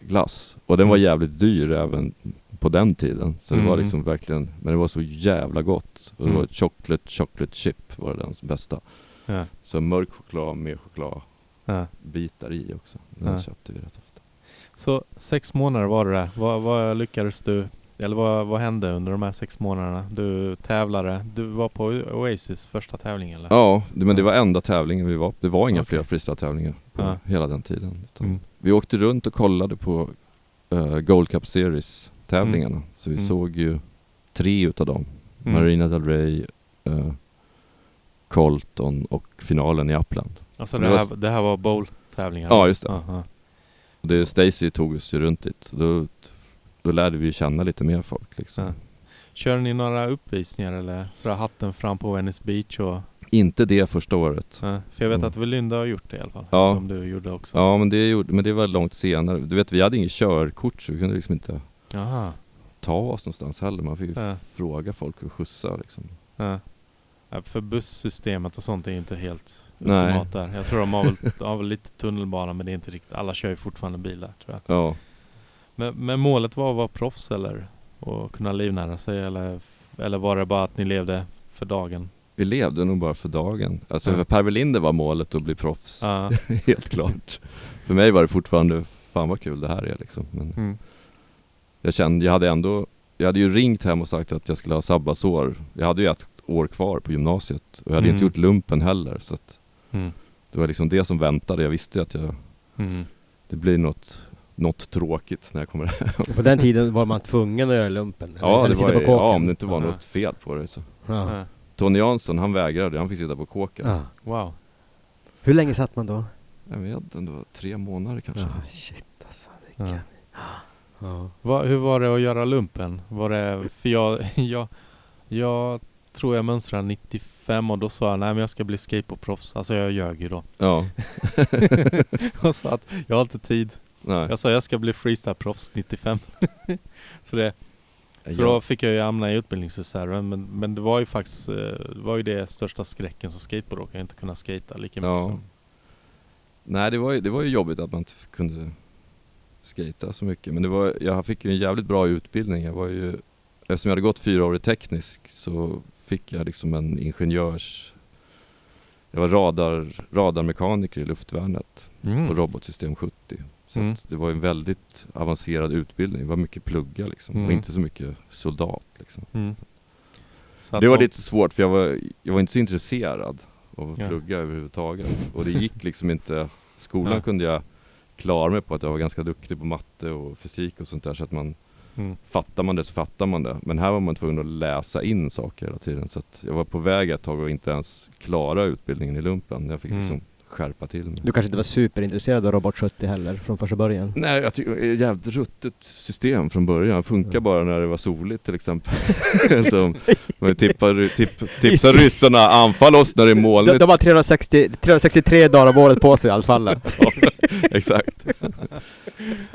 Speaker 2: glass och den var jävligt dyr även på den tiden. Så det var
Speaker 1: Mm.
Speaker 2: liksom verkligen, men det var så jävla gott. Och det
Speaker 1: Mm.
Speaker 2: var chocolate, chocolate chip var den bästa.
Speaker 1: Ja.
Speaker 2: Så mörk choklad med chokladbitar
Speaker 1: Ja.
Speaker 2: i också. Den
Speaker 1: Ja.
Speaker 2: köpte vi rätt ofta.
Speaker 1: Så sex månader var det där. Vad, vad lyckades du? Eller vad, vad hände under de här sex månaderna? Du tävlade. Du var på Oasis första tävling eller?
Speaker 2: Ja, det, men det var enda tävlingen vi var på. Det var inga
Speaker 1: Okej.
Speaker 2: fler freestyle-tävlingar på
Speaker 1: Ja.
Speaker 2: hela den tiden. Utan
Speaker 1: Mm.
Speaker 2: Vi åkte runt och kollade på eh, Gold Cup Series-tävlingarna. Så vi
Speaker 1: Mm.
Speaker 2: såg ju tre utav dem.
Speaker 1: Mm.
Speaker 2: Marina Del Rey, eh, Colton och finalen i Uppland.
Speaker 1: Alltså
Speaker 2: Men
Speaker 1: det
Speaker 2: det
Speaker 1: här,
Speaker 2: var-
Speaker 1: det här var bowl-tävlingar?
Speaker 2: Ja, just det.
Speaker 1: Aha.
Speaker 2: Och det Stacy tog oss ju runt dit. Så Då, då lärde vi ju känna lite mer folk liksom.
Speaker 1: Ja. Kör ni några uppvisningar eller sådär hatten fram på Venice Beach och...
Speaker 2: Inte det första året.
Speaker 1: Ja, för jag vet
Speaker 2: Mm.
Speaker 1: att Velynda har gjort det i alla fall.
Speaker 2: Ja.
Speaker 1: Som du gjorde också.
Speaker 2: Ja men det, gjorde, men det var långt senare. Du vet vi hade inget körkort så vi kunde liksom inte
Speaker 1: Aha.
Speaker 2: ta oss någonstans heller. Man fick ju
Speaker 1: Ja.
Speaker 2: fråga folk och skjutsa liksom.
Speaker 1: Ja. Ja, För bussystemet och sånt är ju inte helt
Speaker 2: Nej.
Speaker 1: ultimat där. Jag tror de har väl, har väl lite tunnelbana men det är inte riktigt. Alla kör ju fortfarande bilar tror jag.
Speaker 2: Ja,
Speaker 1: Men, men målet var att vara proffs eller? Och kunna livnära sig eller, eller var det bara att ni levde för dagen?
Speaker 2: Vi levde nog bara för dagen. Alltså
Speaker 1: Ja.
Speaker 2: för Per Welinder var målet att bli proffs,
Speaker 1: Ja.
Speaker 2: (laughs) helt klart. För mig var det fortfarande, fan vad kul det här är liksom. Men
Speaker 1: Mm.
Speaker 2: jag kände, jag hade ändå, jag hade ju ringt hem och sagt att jag skulle ha sabbatsår. Jag hade ju ett år kvar på gymnasiet och jag hade
Speaker 1: Mm.
Speaker 2: inte gjort lumpen heller. Så att
Speaker 1: Mm.
Speaker 2: det var liksom det som väntade. Jag visste att jag,
Speaker 1: Mm.
Speaker 2: det blir något, något tråkigt när jag kommer hem.
Speaker 4: På den tiden var man tvungen att göra lumpen.
Speaker 2: Ja, det var,
Speaker 4: på
Speaker 2: ju- ja om det inte var
Speaker 1: Ja.
Speaker 2: något fel på det så.
Speaker 4: Ja.
Speaker 1: Ja.
Speaker 2: Tony Jansson, han vägrade. Han fick sitta på kåken.
Speaker 4: Ja.
Speaker 1: Wow.
Speaker 4: Hur länge satt man då?
Speaker 2: Jag vet inte, det var tre månader kanske.
Speaker 4: Ja, shit alltså.
Speaker 1: Ja.
Speaker 4: Vilken... Ja.
Speaker 1: Va, hur var det att göra lumpen? Var det, för jag, (laughs) jag, jag tror jag mönstrade 95 och då sa jag nej men jag ska bli skateboardproffs. Alltså jag ljög ju då. (laughs)
Speaker 2: Ja,
Speaker 1: och sa att jag har inte tid.
Speaker 2: nej.
Speaker 1: Jag sa jag ska bli freestyleproffs 95. (laughs) så det, så
Speaker 2: Ja.
Speaker 1: då fick jag ju hamna i utbildningsreserven men, men det var ju faktiskt eh, det var ju det största skräcken som skateboardåkare, inte kunna skata lika mycket
Speaker 2: Ja.
Speaker 1: som
Speaker 2: Nej det var, ju, det var ju jobbigt att man inte f- kunde skata så mycket men det var, jag fick ju en jävligt bra utbildning. Jag var ju, eftersom jag hade gått fyra år i teknisk så fick jag liksom en ingenjörs... Jag var radar, radarmekaniker i luftvärnet på
Speaker 1: mm.
Speaker 2: robotsystem 70. Så
Speaker 1: Mm.
Speaker 2: att det var ju en väldigt avancerad utbildning. Det var mycket plugga liksom
Speaker 1: Mm.
Speaker 2: och inte så mycket soldat liksom.
Speaker 1: Mm. Så att
Speaker 2: Det var
Speaker 1: de-
Speaker 2: lite svårt för jag var, jag var inte så intresserad av att
Speaker 1: Ja.
Speaker 2: plugga överhuvudtaget. Och det gick liksom inte. Skolan
Speaker 1: Ja.
Speaker 2: kunde jag klara mig på att jag var ganska duktig på matte och fysik och sånt där. Så att man,
Speaker 1: Mm.
Speaker 2: fattar man det så fattar man det. Men här var man tvungen att läsa in saker hela tiden. Så att jag var på väg ett tag att inte ens klara utbildningen i lumpen. Jag fick
Speaker 1: Mm.
Speaker 2: liksom skärpa till mig.
Speaker 4: Du kanske inte var superintresserad av Robot 70 heller från första början?
Speaker 2: Nej, jag tycker det är ett jävligt ruttet system från början. Funkar bara när det var soligt till exempel. (laughs) Som, man tippar, tipp, tipsar ryssarna, anfall oss när det är
Speaker 4: De,
Speaker 2: molnigt.
Speaker 4: de har 360, 363 dagar om året på sig i alla fall. (laughs)
Speaker 2: Exakt.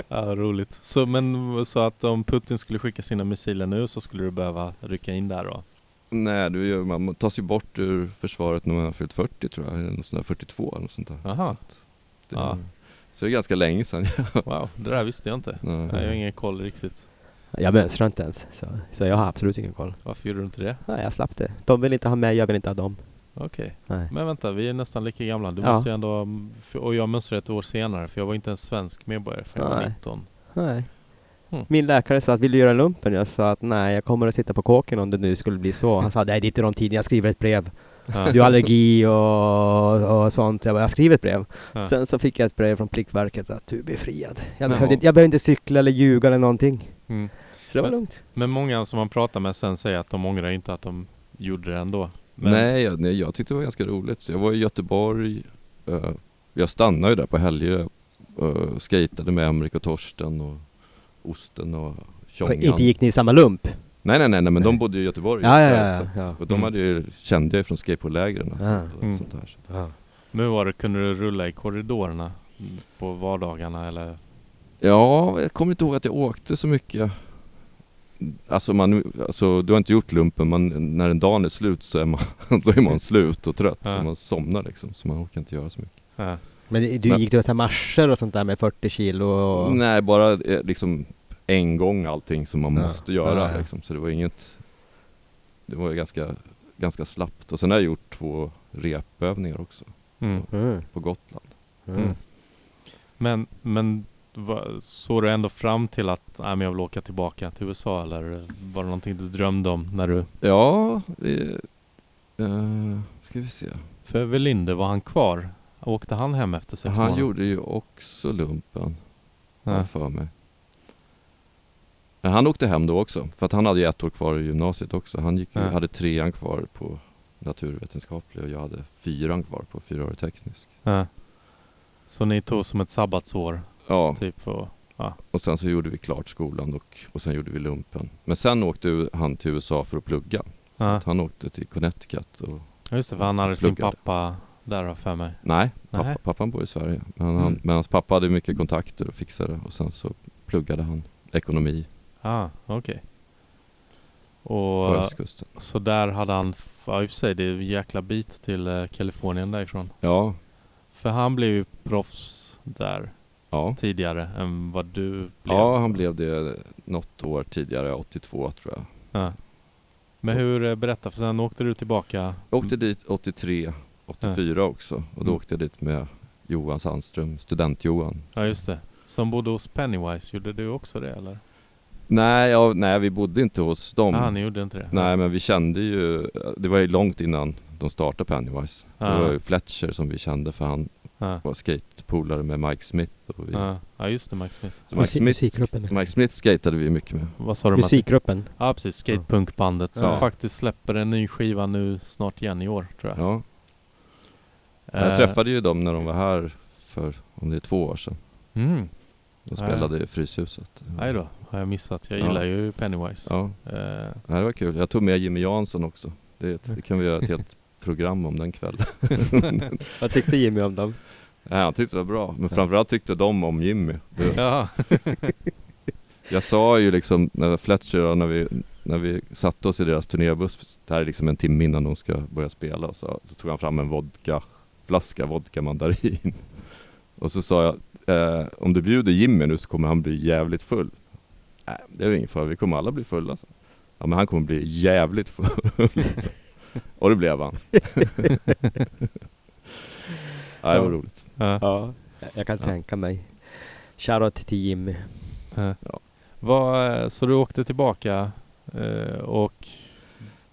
Speaker 1: Ja, roligt. Så, men, så att om Putin skulle skicka sina missiler nu så skulle du behöva rycka in där då?
Speaker 2: Nej, det gör, man man tas ju bort ur försvaret när man har fyllt 40 tror jag, eller något sånt där, 42 eller något sånt där.
Speaker 1: Jaha,
Speaker 2: Det,
Speaker 1: Ja.
Speaker 2: Så det är ganska länge sedan.
Speaker 1: wow, det där visste jag inte.
Speaker 2: Nej.
Speaker 1: Jag har ingen koll riktigt.
Speaker 4: Jag mönstrar inte ens, så, så jag har absolut ingen koll.
Speaker 1: Varför gjorde du inte det?
Speaker 4: Nej, jag slapp det. De vill inte ha mig, jag vill inte ha dem.
Speaker 1: Okej.
Speaker 4: Nej.
Speaker 1: Men vänta, vi är nästan lika gamla. Du
Speaker 4: Ja.
Speaker 1: måste ju ändå... för- Och jag mönstrade ett år senare för jag var inte en svensk medborgare förrän jag var
Speaker 4: Nej.
Speaker 1: 19.
Speaker 4: nej.
Speaker 1: Mm.
Speaker 4: Min läkare sa att vill du göra lumpen? Jag sa att nej, jag kommer att sitta på kåken om det nu skulle bli så. Han sa nej, det är inte de tiden, jag skriver ett brev.
Speaker 1: Ja.
Speaker 4: (laughs) Du har allergi och, och sånt. Jag bara, jag skriver ett brev.
Speaker 1: Ja.
Speaker 4: Sen så fick jag ett brev från Pliktverket att du är befriad. Jag
Speaker 1: Jaha.
Speaker 4: behövde, inte, jag behövde inte cykla eller ljuga eller någonting.
Speaker 1: Mm.
Speaker 4: Så det var
Speaker 1: Men-
Speaker 4: lugnt.
Speaker 1: Men många som man pratar med sen säger att de ångrar inte att de gjorde det ändå. Men,
Speaker 2: Nej, jag, nej, jag tyckte det var ganska roligt. Så jag var i Göteborg, eh, jag stannade ju där på helger, uh, skatade med Emrik och Torsten och Osten och Tjongan.
Speaker 4: Inte gick ni i samma lump?
Speaker 2: Nej, nej, nej, nej men de
Speaker 4: Nej.
Speaker 2: bodde ju i Göteborg.
Speaker 4: Ja, ja,
Speaker 2: så-
Speaker 4: ja,
Speaker 2: så-
Speaker 4: ja. Mm.
Speaker 2: Och de hade ju, kände jag ju från skateboardlägren och,
Speaker 4: Ja.
Speaker 2: sånt- och
Speaker 1: Mm.
Speaker 2: sånt där. Så.
Speaker 1: Men hur var det, kunde du rulla i korridorerna? På vardagarna eller?
Speaker 2: Ja, jag kommer inte ihåg att jag åkte så mycket. Alltså, man, alltså du har inte gjort lumpen, men när en dag är slut så är man, (laughs) då är man slut och trött
Speaker 1: Ja.
Speaker 2: så man somnar liksom. Så man orkar inte göra så mycket.
Speaker 1: Ja.
Speaker 4: Men det- du
Speaker 2: Men-
Speaker 4: gick du så här marscher och sånt där med 40 kilo och...
Speaker 2: Nej, bara eh, liksom en gång allting som man
Speaker 4: Ja.
Speaker 2: måste göra
Speaker 4: Ja, ja.
Speaker 2: Liksom. Så det var inget, det var ju ganska, ganska slappt. Och sen har jag gjort två repövningar också
Speaker 1: Mm.
Speaker 4: Mm.
Speaker 2: på Gotland.
Speaker 4: Mm.
Speaker 1: Mm. Men, men va, såg du ändå fram till att nej, men jag vill åka tillbaka till USA eller var det någonting du drömde om när du?
Speaker 2: Ja, eh, eh, ska vi se.
Speaker 1: För Velinder var han kvar? Åkte han hem efter sex
Speaker 2: Han
Speaker 1: månader?
Speaker 2: gjorde ju också lumpen, har
Speaker 1: Ja.
Speaker 2: jag för mig. Men han åkte hem då också, för att han hade ju ett år kvar i gymnasiet också. Han gick, ju-
Speaker 1: Ja.
Speaker 2: hade trean kvar på naturvetenskaplig och jag hade fyran kvar på fyraårig teknisk.
Speaker 1: Ja. Så ni tog som ett sabbatsår
Speaker 2: Ja,
Speaker 1: typ? Och,
Speaker 2: och sen så gjorde vi klart skolan och, och sen gjorde vi lumpen. Men sen åkte ju han till USA för att plugga. Så
Speaker 1: Ja.
Speaker 2: att han åkte till Connecticut och
Speaker 1: Ja, just det, för han hade sin
Speaker 2: Pluggade.
Speaker 1: pappa där har jag för mig.
Speaker 2: Nej,
Speaker 1: Nähä.
Speaker 2: pappa, pappan bor i Sverige. Men, han,
Speaker 1: Mm.
Speaker 2: men hans pappa hade mycket kontakter och fixade och sen så pluggade han ekonomi
Speaker 1: Ah, okej.
Speaker 2: på
Speaker 1: Och
Speaker 2: östkusten.
Speaker 1: så där hade han, f- ja i och för sig det är en jäkla bit till eh, Kalifornien därifrån.
Speaker 2: Ja,
Speaker 1: För han blev ju proffs där.
Speaker 2: Ja.
Speaker 1: tidigare än vad du blev?
Speaker 2: ja, han blev det något år tidigare, 82 tror jag.
Speaker 1: Ja. Men hur, eh, berätta, för sen åkte du tillbaka
Speaker 2: Jag åkte dit 83, 84 också och då
Speaker 1: Mm.
Speaker 2: åkte jag dit med Johan Sandström, student-Johan.
Speaker 1: Ja just det. Som bodde hos Pennywise, gjorde du också det eller?
Speaker 2: Nej, ja, nej, vi bodde inte hos dem.
Speaker 1: Ah, ni gjorde inte det?
Speaker 2: Nej men vi kände ju, det var ju långt innan de startade Pennywise.
Speaker 1: Ja.
Speaker 2: Det var ju Fletcher som vi kände för han
Speaker 1: Ja.
Speaker 2: var skatepolare med Mike Smith. Och vi,
Speaker 1: Ja. ja just det Max Smith.
Speaker 2: så Mike,
Speaker 4: Musik-
Speaker 2: Smith
Speaker 4: musikgruppen.
Speaker 2: Mike Smith skatade vi mycket med.
Speaker 1: Vad sa du Matti?
Speaker 4: Musikgruppen.
Speaker 1: Ja precis, skatepunkbandet som
Speaker 2: Ja.
Speaker 1: faktiskt släpper en ny skiva nu snart igen i år tror jag.
Speaker 2: Ja.
Speaker 1: Eh,
Speaker 2: Jag träffade ju dem när de var här för, om det är två år sedan.
Speaker 1: Mm.
Speaker 2: De
Speaker 1: Ja.
Speaker 2: spelade i Fryshuset.
Speaker 1: Aj då, har jag missat. Jag
Speaker 2: Ja.
Speaker 1: gillar ju Pennywise.
Speaker 2: Ja,
Speaker 1: Eh,
Speaker 2: nej, det var kul. Jag tog med Jimmy Jansson också. Det, är ett- det kan
Speaker 1: (laughs)
Speaker 2: vi göra ett helt program om den kvällen.
Speaker 4: Vad tyckte Jimmy om dem?
Speaker 2: Nej, han tyckte det var bra, men framförallt tyckte de om Jimmy. Det,
Speaker 1: (laughs) ja.
Speaker 2: Jag sa ju liksom när Fletcher och när vi, när vi satte oss i deras turnébuss, det här är liksom en timme innan de ska börja spela, så, så tog han fram en vodka, flaska vodka mandarin. (laughs) Och så sa jag, eh, om du bjuder Jimmy nu så kommer han bli jävligt full. Nej, det är ju ingen fara, vi kommer alla bli fulla. Så. Ja men han kommer bli jävligt full. (laughs) så. Och det blev han. (laughs) ja, det var roligt.
Speaker 1: Ja.
Speaker 4: Ja. Jag kan tänka mig. Shoutout till Jimmy. (laughs)
Speaker 1: Ja.
Speaker 2: Ja.
Speaker 1: Vad, eh, så du åkte tillbaka eh, och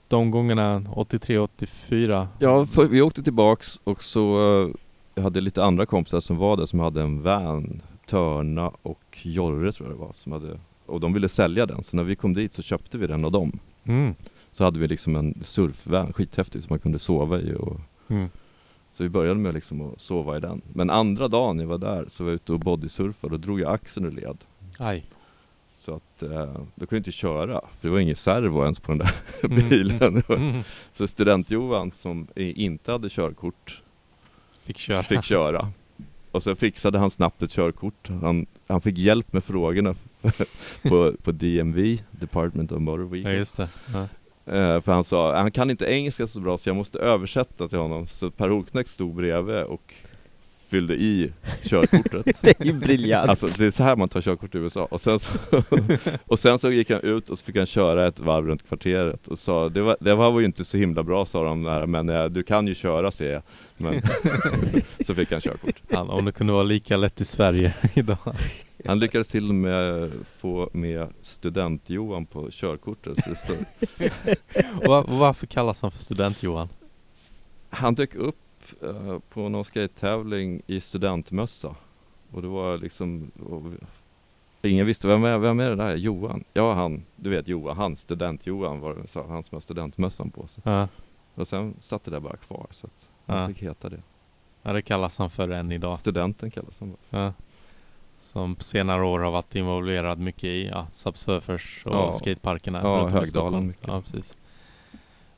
Speaker 1: de gångerna 83, 84?
Speaker 2: Ja, för vi åkte tillbaks och så eh, jag hade lite andra kompisar som var där som hade en van Törna och Jorre tror jag det var som hade Och de ville sälja den så när vi kom dit så köpte vi den av dem
Speaker 1: Mm.
Speaker 2: Så hade vi liksom en surfvan, skithäftig som man kunde sova i och
Speaker 1: Mm.
Speaker 2: Så vi började med liksom att sova i den Men andra dagen jag var där så var jag ute och bodysurfade och då drog jag axeln ur led
Speaker 1: Aj.
Speaker 2: Så att eh, då kunde jag inte köra för det var ingen servo ens på den där (laughs)
Speaker 1: Mm, (laughs)
Speaker 2: bilen
Speaker 1: Mm.
Speaker 2: Så student-Johan som eh, inte hade körkort
Speaker 1: Fick köra.
Speaker 2: fick köra. Och sen fixade han snabbt ett körkort. Han, han fick hjälp med frågorna (laughs) på, på DMV, Department of Motor
Speaker 1: Ja
Speaker 2: Vehicle.
Speaker 1: just det. Ja.
Speaker 2: Eh, för han sa, han kan inte engelska så bra så jag måste översätta till honom. Så Per Holknekt stod bredvid och fyllde i
Speaker 1: (laughs)
Speaker 2: körkortet.
Speaker 4: Det är ju briljant.
Speaker 2: alltså det är så här man tar körkort i USA. Och sen så, (laughs) och sen så gick han ut och så fick han köra ett varv runt kvarteret och sa, det var, det var var ju inte så himla bra sa de där, men eh, du kan ju köra ser jag.
Speaker 1: (laughs)
Speaker 2: Men, (laughs) så fick han körkort.
Speaker 1: Han, om det kunde vara lika lätt i Sverige (laughs) idag.
Speaker 2: Han lyckades till och med få med student-Johan på körkortet. Så det står-
Speaker 1: Va- varför kallas han för student-Johan?
Speaker 2: Han dök upp eh, på någon skate-tävling i studentmössa. Och det var liksom och vi- Ingen visste, vem är, vem är det där? Johan? Ja han, du vet Johan, han student-Johan var det, sa han som har studentmössan på sig.
Speaker 1: Ja.
Speaker 2: Och sen satt det där bara kvar så att han
Speaker 1: Ja.
Speaker 2: fick heta det.
Speaker 1: ja, det kallas han för än idag.
Speaker 2: Studenten kallas han bara.
Speaker 1: Ja. Som på senare år har varit involverad mycket i ja, Subsurfers och
Speaker 2: Ja.
Speaker 1: skateparkerna
Speaker 2: Ja,
Speaker 1: runt om i
Speaker 2: Högdalen
Speaker 1: Stockholm.
Speaker 2: mycket.
Speaker 1: Ja, precis.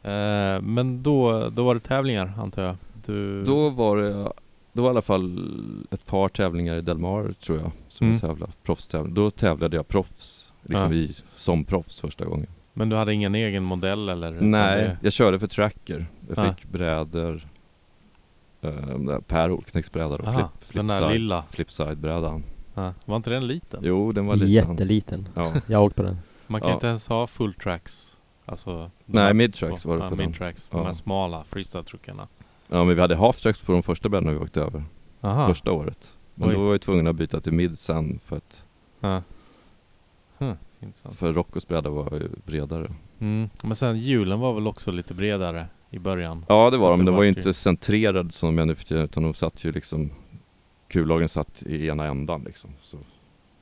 Speaker 1: Eh, men då, då var det tävlingar antar jag? Du...
Speaker 2: Då var det, då var i alla fall ett par tävlingar i Del Mar tror jag som
Speaker 1: Mm.
Speaker 2: jag tävlade, proffstävling. Då tävlade jag proffs, liksom
Speaker 1: Ja.
Speaker 2: i, som proffs första gången.
Speaker 1: Men du hade ingen egen modell eller? utan
Speaker 2: Nej,
Speaker 1: det-
Speaker 2: jag körde för Tracker. Jag
Speaker 1: Mm. Ja.
Speaker 2: fick brädor, eh, de där Per Holknekts brädor och
Speaker 1: Aha,
Speaker 2: flip,
Speaker 1: den där
Speaker 2: flipside,
Speaker 1: lilla.
Speaker 2: flipside-brädan.
Speaker 1: Ja. Var inte den liten?
Speaker 2: Jo, den var liten.
Speaker 4: Jätteliten.
Speaker 2: Ja.
Speaker 4: Jag har åkt på den.
Speaker 1: Man kan
Speaker 2: Ja.
Speaker 1: inte ens ha full tracks. Alltså, de här-
Speaker 2: Nej, midtracks var det
Speaker 1: ja,
Speaker 2: på den.
Speaker 1: midtracks,
Speaker 2: Ja.
Speaker 1: de här smala freestyle-truckarna.
Speaker 2: Ja, men vi hade halftracks på de första brädorna vi åkte över,
Speaker 1: Aha.
Speaker 2: första året. Men
Speaker 1: Oj.
Speaker 2: då var vi tvungna att byta till mid sen för att,
Speaker 1: Ja. Hm, intressant.
Speaker 2: för Roccos bräda var ju bredare.
Speaker 1: Mm. Men sen hjulen var väl också lite bredare i början?
Speaker 2: Ja det
Speaker 1: Så
Speaker 2: var
Speaker 1: att
Speaker 2: de,
Speaker 1: det
Speaker 2: den var ju
Speaker 1: vart ju-
Speaker 2: inte centrerad som de är nu för tiden utan de satt ju liksom Kullagen satt i ena ändan liksom så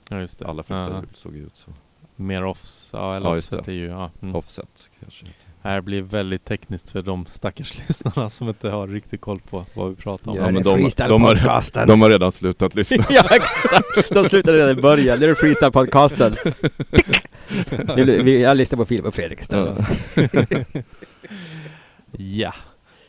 Speaker 1: Ja, just det.
Speaker 2: alla flesta
Speaker 1: Ja.
Speaker 2: hjul såg ju ut så
Speaker 1: Mer offs, ja eller
Speaker 2: Ja, just
Speaker 1: offset är ju, ja. Mm.
Speaker 2: Offset kanske
Speaker 1: Här blir väldigt tekniskt för de stackars (laughs) lyssnarna som inte har riktigt koll på vad vi pratar om.
Speaker 2: Ja, men
Speaker 4: det
Speaker 2: de- de har-
Speaker 4: freestyle-podcasten.
Speaker 2: De har
Speaker 1: (laughs)
Speaker 2: redan slutat lyssna
Speaker 4: (laughs) ja exakt! De slutade redan i början. Nu är det (laughs) freestyle-podcasten. Nu blir- vi- Jag lyssnar på Filip och Fredrik istället.
Speaker 2: Ja,
Speaker 4: (laughs)
Speaker 1: Ja.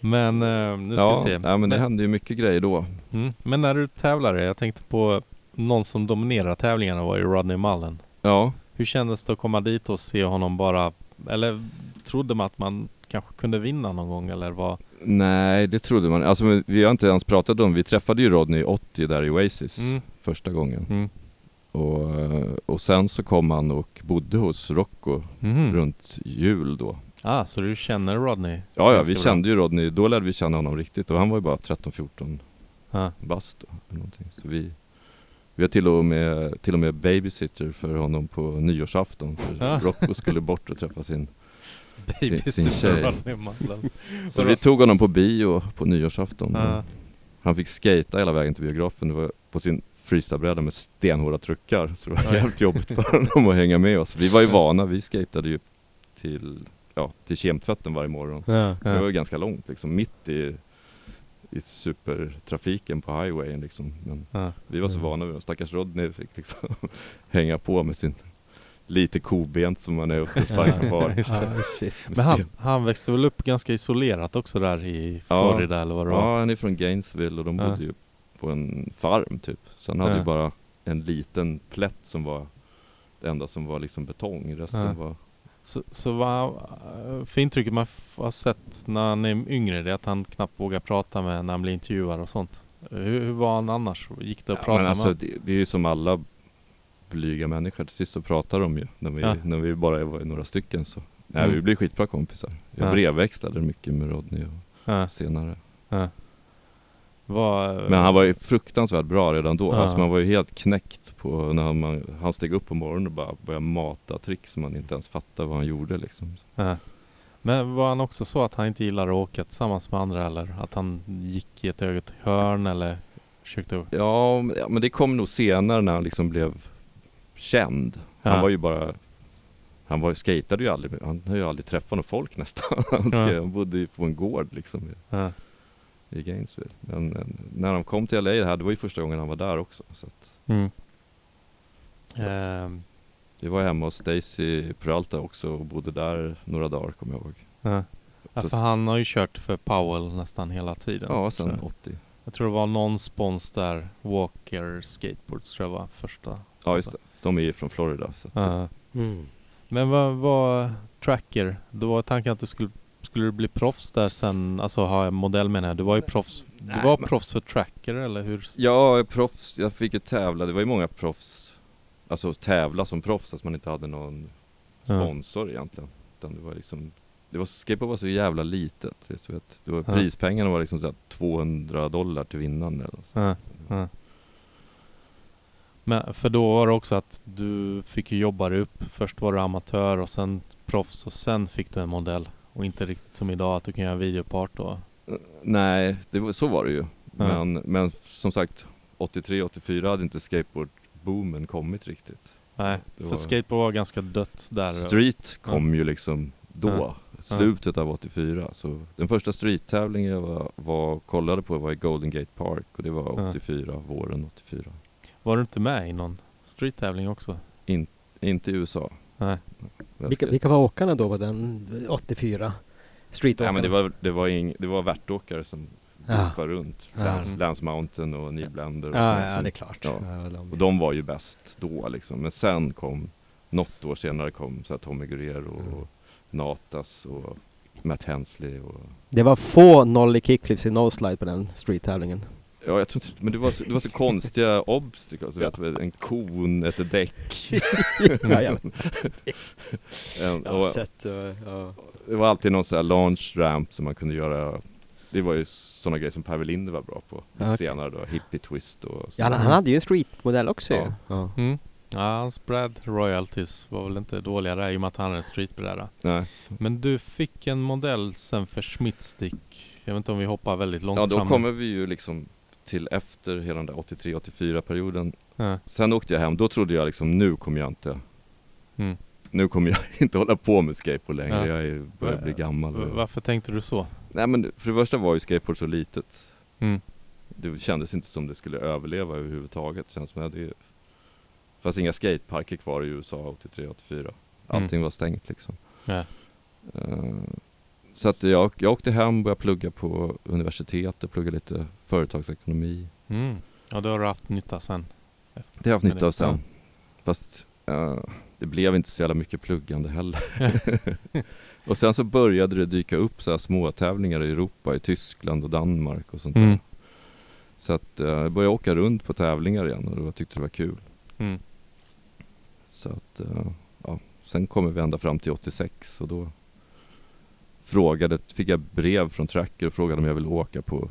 Speaker 1: Men eh, nu ska vi
Speaker 2: ja,
Speaker 1: se.
Speaker 2: ja men det hände ju mycket grejer då
Speaker 1: mm. men när du tävlade, jag tänkte på någon som dominerade tävlingarna var ju Rodney Mullen.
Speaker 2: Ja
Speaker 1: Hur kändes det att komma dit och se honom bara, eller trodde man att man kanske kunde vinna någon gång eller vad?
Speaker 2: Nej det trodde man, alltså men vi har inte ens pratat om, vi träffade ju Rodney 80 där i Oasis
Speaker 1: Mm,
Speaker 2: första gången.
Speaker 1: Mm.
Speaker 2: Och, eh, och sen så kom han och bodde hos Rocco
Speaker 1: Mhm.
Speaker 2: runt jul då.
Speaker 1: Ah, så du känner Rodney?
Speaker 2: Ja, ja
Speaker 1: Ganska
Speaker 2: vi
Speaker 1: bra.
Speaker 2: kände ju Rodney, då lärde vi känna honom riktigt och han var ju bara 13-14
Speaker 1: Ah.
Speaker 2: bast då, eller någonting. Så vi, vi har till och, med, till och med babysitter för honom på nyårsafton för
Speaker 1: Ja.
Speaker 2: Rocco skulle bort och träffa sin
Speaker 1: Baby
Speaker 2: Sin- sin tjej.
Speaker 1: Rodney Mullen. Ah.
Speaker 2: Så vi tog honom på bio på nyårsafton
Speaker 1: Ja.
Speaker 2: Han fick skata hela vägen till biografen det var på sin freestylebräda med stenhårda truckar Så det var
Speaker 1: Oj.
Speaker 2: jävligt jobbigt för honom att hänga med oss Vi var ju vana, vi skatade ju till, ja, till kemtvätten varje morgon
Speaker 4: Ja.
Speaker 2: Det var
Speaker 1: Ja.
Speaker 2: ju ganska långt liksom, mitt i, i supertrafiken på highwayen liksom Men
Speaker 1: Ja.
Speaker 2: vi var så
Speaker 4: Mm.
Speaker 2: vana vid det, stackars Rodney fick liksom (laughs) hänga på med sin lite kobent som man är
Speaker 1: (laughs)
Speaker 2: och ska sparka
Speaker 1: Ja,
Speaker 2: far
Speaker 1: just det.
Speaker 4: Oh, shit.
Speaker 1: Men han, han växte väl upp ganska isolerat också där i
Speaker 2: Ja.
Speaker 1: Florida eller vad det var?
Speaker 2: Ja, han är från Gainesville och de
Speaker 1: Ja.
Speaker 2: bodde ju på en farm typ. Så han hade
Speaker 1: Ja.
Speaker 2: ju bara en liten plätt som var det enda som var liksom betong. Resten
Speaker 1: Ja.
Speaker 2: var...
Speaker 1: Så, så vad, för intrycket man f- har sett när han är yngre det är att han knappt vågar prata med när han blir intervjuad och sånt. Hur, hur var han annars? Gick det att prata
Speaker 2: men alltså,
Speaker 1: med
Speaker 2: det, det är ju som alla blyga människor. Till sist så pratar de ju. När vi,
Speaker 1: Ja.
Speaker 2: när vi bara var några stycken så. Nej,
Speaker 1: Mm.
Speaker 2: vi blev skitbra kompisar. Jag
Speaker 1: Ja.
Speaker 2: brevväxlade mycket med Rodney och
Speaker 1: honom?
Speaker 2: senare.
Speaker 1: Ja. Var,
Speaker 2: Men han var ju fruktansvärt bra redan då.
Speaker 1: Eh. Ja.
Speaker 2: Alltså man var ju helt knäckt på när man, han steg upp på morgonen och bara började mata trick som man inte ens fattade vad han gjorde liksom.
Speaker 1: Ja. Men var han också så att han inte gillade att åka tillsammans med andra eller att han gick i ett ögat hörn eller försökte
Speaker 2: Ja, men- ja, men det kom nog senare när han liksom blev känd. Han
Speaker 1: Ja.
Speaker 2: var ju bara han var, skatade ju aldrig, han har ju aldrig träffat något folk nästan. (laughs) Han, ska,
Speaker 1: Ja.
Speaker 2: han bodde ju på en gård liksom i,
Speaker 1: ja.
Speaker 2: i Gainesville. Men eh, när han kom till LA det här, det var ju första gången han var där också. Så att
Speaker 1: Mm. Ehm,
Speaker 2: vi var hemma hos Stacy Peralta också och bodde där några dagar kommer jag ihåg.
Speaker 1: ja. Ja,
Speaker 2: Så-
Speaker 1: för han har ju kört för Powell nästan hela tiden.
Speaker 2: Ja, sen
Speaker 1: tror jag.
Speaker 2: 80.
Speaker 1: Jag tror det var någon spons där, Walker Skateboards tror jag var första. typ.
Speaker 2: Ja just det, de är ju från Florida. Så att,
Speaker 1: Ja.
Speaker 4: Mm.
Speaker 1: Men vad var Tracker? Då var tanken att du skulle, skulle du bli proffs där sen, alltså ha en modell menar jag. Du var ju proffs, du
Speaker 2: Nej,
Speaker 1: var
Speaker 2: men-
Speaker 1: proffs för Tracker eller hur?
Speaker 2: Ja, proffs. Jag fick ju tävla. Det var ju många proffs. Alltså tävla som proffs, att man inte hade någon
Speaker 1: Ja.
Speaker 2: sponsor egentligen. Utan det var liksom det var, skateboard var så jävla litet. Det är så att det var,
Speaker 1: Ja.
Speaker 2: Prispengarna var liksom så här 200 dollar till vinnaren eller något.
Speaker 1: Ja, ja. Men för då var det också att du fick ju jobba dig upp. Först var du amatör och sen proffs och sen fick du en modell. Och inte riktigt som idag att du kan göra videopart då.
Speaker 2: Nej, det var, så var det ju. Men, men som sagt, 83-84 hade inte skateboardboomen kommit riktigt.
Speaker 1: Nej,
Speaker 2: Det
Speaker 1: för
Speaker 2: var-
Speaker 1: skateboard var ganska dött där.
Speaker 2: Street kom ju liksom då,
Speaker 1: Ja.
Speaker 2: slutet av 84. Så den första street-tävlingen jag var, var, kollade på var i Golden Gate Park och det var
Speaker 1: Ja.
Speaker 2: 84, våren 84.
Speaker 1: Var du inte med i någon street-tävling också?
Speaker 2: Inte i USA.
Speaker 1: Nej.
Speaker 2: Men
Speaker 4: Vilka,
Speaker 2: ska-
Speaker 4: vilka var åkarna då på den 84? Streetåkarna?
Speaker 2: Nej men det var, det var, ing, det var värtåkare som
Speaker 4: Ja.
Speaker 2: var runt.
Speaker 4: Ja.
Speaker 2: Lance, Lance Mountain och Niblander och
Speaker 4: Ja,
Speaker 2: sånt
Speaker 4: ja,
Speaker 2: som-
Speaker 4: det är klart.
Speaker 2: Ja.
Speaker 4: Ja, de-
Speaker 2: Och de var ju bäst då liksom. Men sen kom, något år senare kom så här, Tommy Guerrero
Speaker 4: Mm.
Speaker 2: och Natas och Matt Hensley och
Speaker 4: Det var få nollie kickflips i no-slide på den (laughs) street-tävlingen.
Speaker 2: Ja, jag tror inte, men det var så, det var så konstiga
Speaker 4: (laughs)
Speaker 2: obstacles, vet du, en kon, ett däck.
Speaker 4: (laughs)
Speaker 2: en, och,
Speaker 4: sett. Ja.
Speaker 2: det var alltid någon sån här launch ramp som man kunde göra. Det var ju sådana grejer som Per Welinder var bra på
Speaker 4: Ja, okej.
Speaker 2: senare då, hippie twist och Mm.
Speaker 4: Han, han hade ju en streetmodell också ju.
Speaker 2: Ja.
Speaker 4: Ja.
Speaker 1: Mm. Ja, hans Brad Royalties var väl inte dåliga där i och med att han är en streetbräda.
Speaker 2: Nej.
Speaker 1: Men du fick en modell sen för Schmidtstick. Jag vet inte om vi hoppar väldigt långt
Speaker 2: Ja, då
Speaker 1: fram.
Speaker 2: kommer vi ju liksom till efter hela den där 83-84 perioden.
Speaker 1: Ja.
Speaker 2: Sen åkte jag hem, då trodde jag liksom nu kommer jag inte
Speaker 1: Mm.
Speaker 2: Nu kommer jag (laughs) inte hålla på med skateboard längre,
Speaker 1: Ja.
Speaker 2: jag är, börjar bli gammal
Speaker 1: V-
Speaker 2: och-
Speaker 1: Varför tänkte du så?
Speaker 2: Nej men för det första var ju skateboard så litet
Speaker 1: Mm.
Speaker 2: Det kändes inte som det skulle överleva överhuvudtaget. Det känns som att det fanns inga skateparker kvar i USA 83-84. Allting var stängt liksom.
Speaker 1: Ja.
Speaker 2: Eh, så att jag, jag åkte hem och började plugga på universitetet, plugga lite företagsekonomi.
Speaker 1: Mm. Ja, det har du haft nytta sen.
Speaker 2: Det har jag haft nytta av sen.
Speaker 1: Ja.
Speaker 2: Fast eh, det blev inte så jävla mycket
Speaker 1: (laughs)
Speaker 2: pluggande heller. och sen så
Speaker 1: Mm.
Speaker 2: började det dyka upp så här små tävlingar i Europa, i Tyskland och Danmark och sånt där. Så att eh, jag började åka runt på tävlingar igen och då tyckte det var kul.
Speaker 1: Mm.
Speaker 2: Så att, eh, ja, sen kommer vi ända fram till 86 och då frågade, fick jag brev från Tracker och frågade om jag ville åka på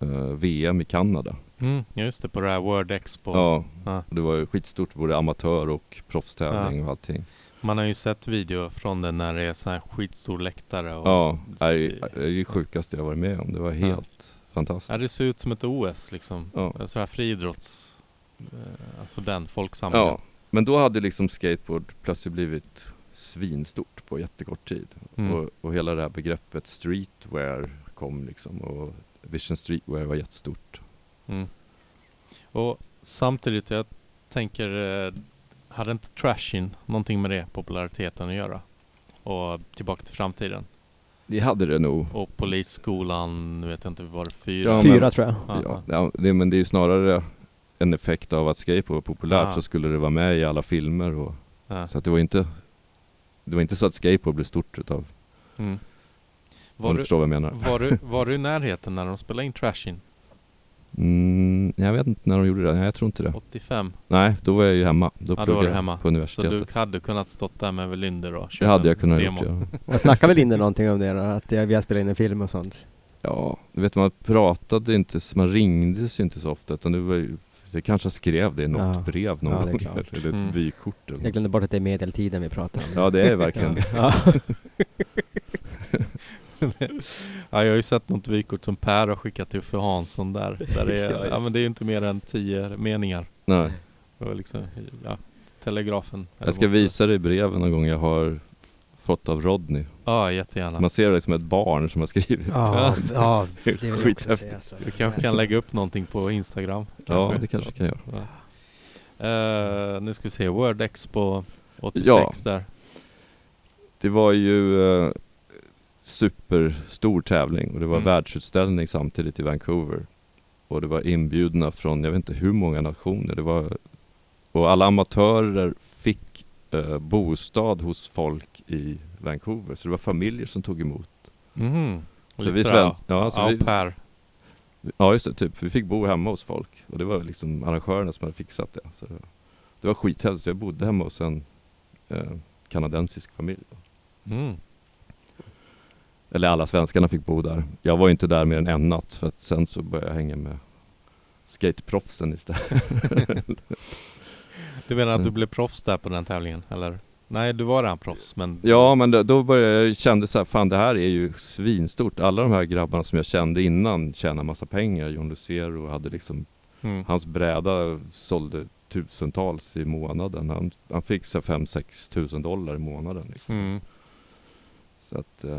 Speaker 2: eh, VM i Kanada.
Speaker 1: Mm, just det, på det här World Expo.
Speaker 2: Ja,
Speaker 1: Ja.
Speaker 2: och det var ju skitstort, både amatör och proffstävling och allting.
Speaker 1: Man har ju sett video från den när det är så här skitstor läktare. Och,
Speaker 2: Ja, det är, det är det sjukaste jag varit med om. Det var helt
Speaker 1: Ja, det
Speaker 2: fantastiskt.
Speaker 1: ser ut som ett OS liksom.
Speaker 2: Ja.
Speaker 1: Så här friidrotts... eh, Alltså den, folk samlar.
Speaker 2: Ja, men då hade liksom skateboard plötsligt blivit svinstort på jättekort tid.
Speaker 1: Mm.
Speaker 2: Och, och hela det här begreppet streetwear kom liksom och Vision Streetwear var jättestort.
Speaker 1: Mm. Och samtidigt, jag tänker, eh, hade inte trashin någonting med det, populariteten att göra? Och Tillbaka till framtiden.
Speaker 2: Det hade det nog.
Speaker 1: Och Polisskolan, nu vet jag inte, var det fyra?
Speaker 2: Ja, men-
Speaker 4: Fyra tror jag.
Speaker 1: Ja,
Speaker 2: Ja, ja, det, men det är ju snarare en effekt av att skateboard var populärt
Speaker 1: Ja.
Speaker 2: så skulle det vara med i alla filmer och
Speaker 1: ja.
Speaker 2: så att det var inte det var inte så att skateboard blev stort utav,
Speaker 1: Mm.
Speaker 2: om
Speaker 1: Var,
Speaker 2: du
Speaker 1: du,
Speaker 2: förstår vad jag menar.
Speaker 1: var, du, var du i närheten när de spelade in trashin?
Speaker 2: Mm, jag vet inte när de gjorde det, nej jag tror inte det.
Speaker 1: 85?
Speaker 2: Nej, då var jag ju hemma. Då
Speaker 1: Ja, då var
Speaker 2: pluggade
Speaker 1: du
Speaker 2: jag
Speaker 1: hemma.
Speaker 2: på universitetet.
Speaker 1: Så du hade kunnat stått där med Velynder och
Speaker 2: Det
Speaker 1: kört
Speaker 2: hade jag
Speaker 1: en
Speaker 2: kunnat
Speaker 1: demo.
Speaker 2: gjort ja.
Speaker 4: Jag snackade väl in det någonting om det då, att jag- vi har spelat in en film och sånt.
Speaker 2: ja, du vet man pratade inte, s- man ringdes ju inte så ofta utan det var ju det kanske jag skrev det i något
Speaker 4: Ja.
Speaker 2: brev
Speaker 4: Ja,
Speaker 2: någon
Speaker 4: det är
Speaker 2: gång
Speaker 4: klart.
Speaker 2: eller ett
Speaker 1: Mm.
Speaker 2: vykort eller
Speaker 4: Jag glömde bort att det är medeltiden vi pratar om.
Speaker 2: något. Ja det är verkligen det.
Speaker 4: (laughs) Ja.
Speaker 1: (laughs) Ja, jag har ju sett något vykort som Per har skickat till Uffe Hansson där. där
Speaker 2: (laughs)
Speaker 1: det
Speaker 2: Ja,
Speaker 1: är, ja,
Speaker 2: just.
Speaker 1: men det är ju inte mer än tio meningar.
Speaker 2: Nej,
Speaker 1: Det var liksom, ja, telegrafen. eller
Speaker 2: jag ska
Speaker 1: vad det-
Speaker 2: visa dig breven någon gång jag har f- fått av Rodney.
Speaker 1: Ja, jättegärna.
Speaker 2: Man ser det som ett barn som har skrivit.
Speaker 4: (laughs) Ja, ja, det vill jag också
Speaker 2: Skithäftigt.
Speaker 4: säga, alltså.
Speaker 1: Du kanske kan lägga upp någonting på Instagram?
Speaker 2: (laughs) Ja, det kanske jag kan göra.
Speaker 1: Ja. Eh, nu ska vi se, Word Expo 86 där.
Speaker 2: Det var ju eh, superstor tävling och det var
Speaker 1: Mm.
Speaker 2: världsutställning samtidigt i Vancouver. Och det var inbjudna från jag vet inte hur många nationer. Det var, och alla amatörer fick eh, bostad hos folk i Vancouver. Så det var familjer som tog emot.
Speaker 1: Mhm.
Speaker 2: Så
Speaker 1: Lite
Speaker 2: vi
Speaker 1: sådär,
Speaker 2: svensk- ja, så
Speaker 1: Ja,
Speaker 2: vi-
Speaker 1: Per.
Speaker 2: Ja just det, typ. Vi fick bo hemma hos folk. Och det var liksom arrangörerna som hade fixat det. Så det, var- det var skithäftigt. Jag bodde hemma hos en eh, kanadensisk familj.
Speaker 1: Mm.
Speaker 2: Eller alla svenskarna fick bo där. Jag var ju inte där mer än en natt för att sen så började jag hänga med skateproffsen istället.
Speaker 1: Du menar att du
Speaker 2: Mm.
Speaker 1: blev proffs där på den tävlingen, eller? Nej, du var redan proffs, men...
Speaker 2: Ja men då, då började jag kände så här, fan det här är ju svinstort. Alla de här grabbarna som jag kände innan tjänar massa pengar. John Lucero hade liksom,
Speaker 1: Mm.
Speaker 2: hans bräda sålde tusentals i månaden. Han, han fick så 5-6 tusen dollar i månaden. Liksom.
Speaker 1: Mm.
Speaker 2: Så att, eh,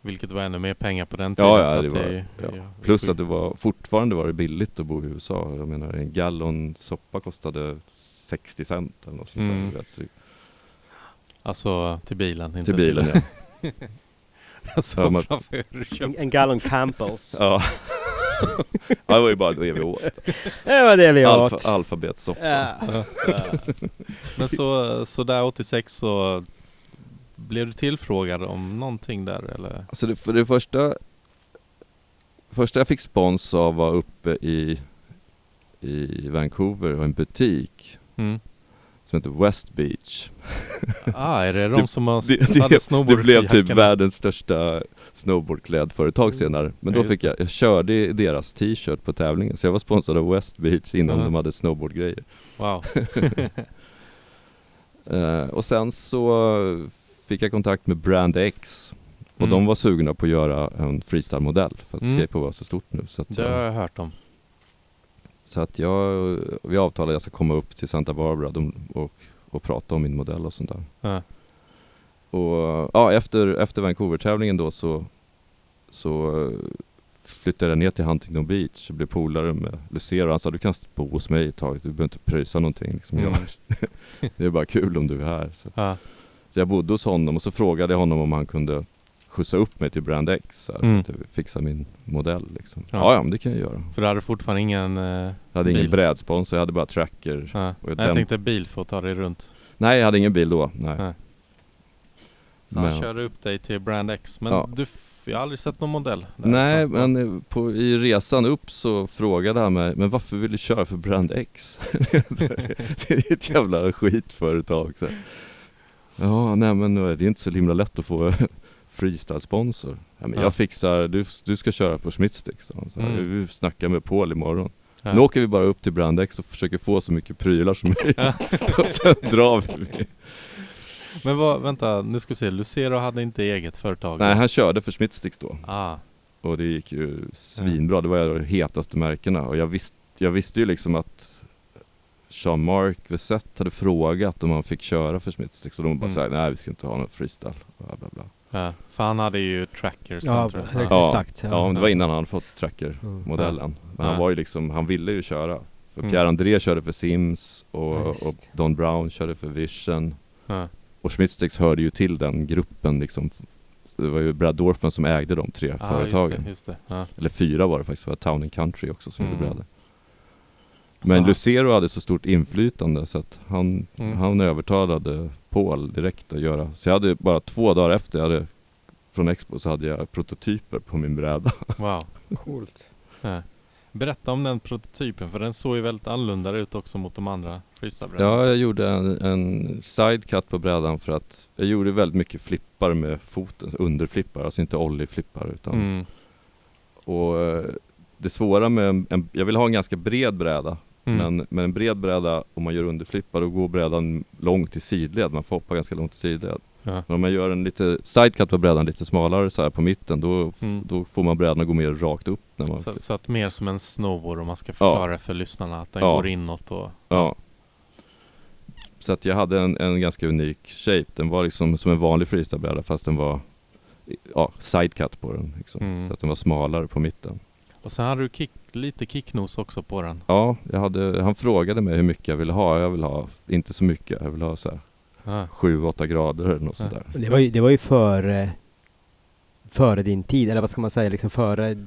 Speaker 1: Vilket var ännu mer pengar på den tiden.
Speaker 2: Ja,
Speaker 1: för
Speaker 2: ja,
Speaker 1: att
Speaker 2: det var,
Speaker 1: är-
Speaker 2: ja.
Speaker 1: är-
Speaker 2: Plus att det var, fortfarande var det billigt att bo i USA. Jag menar en gallon soppa kostade 60 cent eller något sånt
Speaker 1: Mm.
Speaker 2: där. du vet. Så, det-
Speaker 1: Alltså till bilen. Inte
Speaker 2: till bilen ja.
Speaker 1: (laughs) Alltså
Speaker 2: Ja, man-
Speaker 1: framför hur du
Speaker 3: En,
Speaker 1: köpte.
Speaker 3: en gallon Campbells.
Speaker 2: ja. (laughs) ja, det var ju bara det vi åt.
Speaker 3: Det var det vi åt.
Speaker 2: Alfa, alfabetsoppa.
Speaker 3: Ja.
Speaker 1: Men så, så där 86 så blev du tillfrågad om någonting där eller?
Speaker 2: Alltså det, för det första första jag fick spons av var uppe i, i Vancouver och en butik
Speaker 1: Mm.
Speaker 2: som heter West Beach.
Speaker 1: Ah, är det de
Speaker 2: Det-
Speaker 1: som har s-
Speaker 2: det- det-
Speaker 1: hade snowboard
Speaker 2: Det blev
Speaker 1: i
Speaker 2: typ
Speaker 1: jackorna?
Speaker 2: världens största snowboardklädföretag senare.
Speaker 1: Ja,
Speaker 2: Men då
Speaker 1: just
Speaker 2: fick jag, jag körde i deras t-shirt på tävlingen. Så jag var sponsrad av West Beach innan
Speaker 1: Ja.
Speaker 2: de hade snowboardgrejer.
Speaker 1: Wow.
Speaker 2: Eh, och sen så fick jag kontakt med Brand X. Och
Speaker 1: Mm.
Speaker 2: de var sugna på att göra en freestyle-modell för att
Speaker 1: Mm.
Speaker 2: skateboard var så stort nu. Så att,
Speaker 1: Det har
Speaker 2: jag,
Speaker 1: jag hört om.
Speaker 2: så att jag, vi avtalade att jag ska komma upp till Santa Barbara de, och, och prata om min modell och sånt där.
Speaker 1: Ja.
Speaker 2: Och ja, efter, efter Vancouver-tävlingen då så, så eh, flyttade jag ner till Huntington Beach och blev polare med Lucero. Han sa du kan bo hos mig ett tag, du behöver inte pröjsa någonting. Liksom,
Speaker 1: Mm.
Speaker 2: jag, det är bara (laughs) kul om du är här. Så,
Speaker 1: Ja.
Speaker 2: så jag bodde hos honom och så frågade jag honom om han kunde skjutsa upp mig till Brand X. Så här,
Speaker 1: Mm.
Speaker 2: för att fixa min modell liksom.
Speaker 1: Ja.
Speaker 2: Ja, ja men det kan jag göra.
Speaker 1: För du hade fortfarande ingen... eh,
Speaker 2: Jag hade ingen
Speaker 1: Bil.
Speaker 2: brädsponsor, jag hade bara tracker.
Speaker 1: ja.
Speaker 2: typ. Och
Speaker 1: Nej, jag
Speaker 2: den-
Speaker 1: tänkte bil för att ta dig runt.
Speaker 2: Nej, jag hade ingen bil då. Nej.
Speaker 1: Nej. Så han
Speaker 2: Men-
Speaker 1: körde upp dig till Brand X. Men
Speaker 2: Ja.
Speaker 1: du, f- jag har aldrig sett någon modell. där.
Speaker 2: Nej, men eh, på, i resan upp så frågade han mig, men varför vill du köra för Brand X? (laughs) det är ett jävla skitföretag. Så. här. Ja, nej men det är inte så himla lätt att få (laughs) freestyle-sponsor. Ja, men
Speaker 1: Ja.
Speaker 2: jag fixar, du, du ska köra på Schmittstick, sa han. Så här,
Speaker 1: Mm.
Speaker 2: Vi snackar med Paul imorgon.
Speaker 1: Ja.
Speaker 2: Nu åker vi bara upp till Brand X och försöker få så mycket prylar som möjligt. (laughs) och sen drar vi.
Speaker 1: Men vad, vänta, nu ska vi se. Lucero hade inte eget företag?
Speaker 2: Nej, han körde för Schmittsticks då.
Speaker 1: Ah,
Speaker 2: Och det gick ju svinbra, det var ju de hetaste märkena och jag, visst, jag visste ju liksom att Jean-Marc Vesette hade frågat om han fick köra för Schmitzstick så de bara
Speaker 1: Mm.
Speaker 2: såhär, nej vi ska inte ha någon freestyle bla, bla, bla.
Speaker 1: ja. För han hade ju trackers sen,
Speaker 4: Ja,
Speaker 1: tror jag.
Speaker 2: Ja.
Speaker 4: exakt. exakt ja.
Speaker 2: Ja, men det var innan han hade fått trackermodellen
Speaker 4: Mm.
Speaker 2: Men
Speaker 1: Ja.
Speaker 2: han var ju liksom, han ville ju köra För
Speaker 1: Mm.
Speaker 2: Pierre André körde för Sims och,
Speaker 4: Ja, just.
Speaker 2: och Don Brown körde för Vision
Speaker 1: Ja. Ah,
Speaker 2: Och Schmitzsticks hörde ju till den gruppen liksom Så Det var ju Brad Dorfman som ägde de tre
Speaker 1: Ah,
Speaker 2: företagen
Speaker 1: Just det, just det. Ja.
Speaker 2: Eller fyra var det faktiskt, det var Town and Country också som
Speaker 1: Mm.
Speaker 2: gjorde brädor
Speaker 1: Så
Speaker 2: Men
Speaker 1: han-
Speaker 2: Lucero hade så stort inflytande så att han,
Speaker 1: Mm.
Speaker 2: han övertalade Paul direkt att göra Så jag hade bara två dagar efter jag hade från Expo så hade jag prototyper på min bräda
Speaker 1: Wow.
Speaker 4: Coolt.
Speaker 1: Ja. Berätta om den prototypen, för den såg ju väldigt annorlunda ut också mot de andra freestylebrädorna.
Speaker 2: Ja, jag gjorde en, en sidecut på brädan för att jag gjorde väldigt mycket flippar med foten, underflippar, alltså inte ollie-flippar utan
Speaker 1: Mm.
Speaker 2: Och eh, det svåra med en, en, jag vill ha en ganska bred bräda
Speaker 1: Mm.
Speaker 2: Men, men en bred bräda, om man gör underflippar, då går brädan långt till sidled. Man får hoppa ganska långt till sidled.
Speaker 1: Ja.
Speaker 2: Men om man gör en lite sidecut på brädan, lite smalare så här på mitten, då, f-
Speaker 1: Mm.
Speaker 2: då får man brädan att gå mer rakt upp. När man
Speaker 1: Så,
Speaker 2: flippar.
Speaker 1: så att mer som en snowboard om man ska förklara för lyssnarna att den
Speaker 2: Ja.
Speaker 1: går inåt och...
Speaker 2: Ja. Så att jag hade en, en ganska unik shape. Den var liksom som en vanlig freestylebräda fast den var ja, sidecut på den. Liksom.
Speaker 1: Mm.
Speaker 2: Så att den var smalare på mitten.
Speaker 1: Och sen hade du kick, lite kicknos också på den.
Speaker 2: Ja, jag hade, han frågade mig hur mycket jag ville ha. Jag vill ha, inte så mycket, jag vill ha så här
Speaker 1: Ja.
Speaker 2: 7-8 grader eller något
Speaker 1: Ja.
Speaker 2: sådär.
Speaker 4: Det var ju, det var ju före, före din tid, eller vad ska man säga, liksom före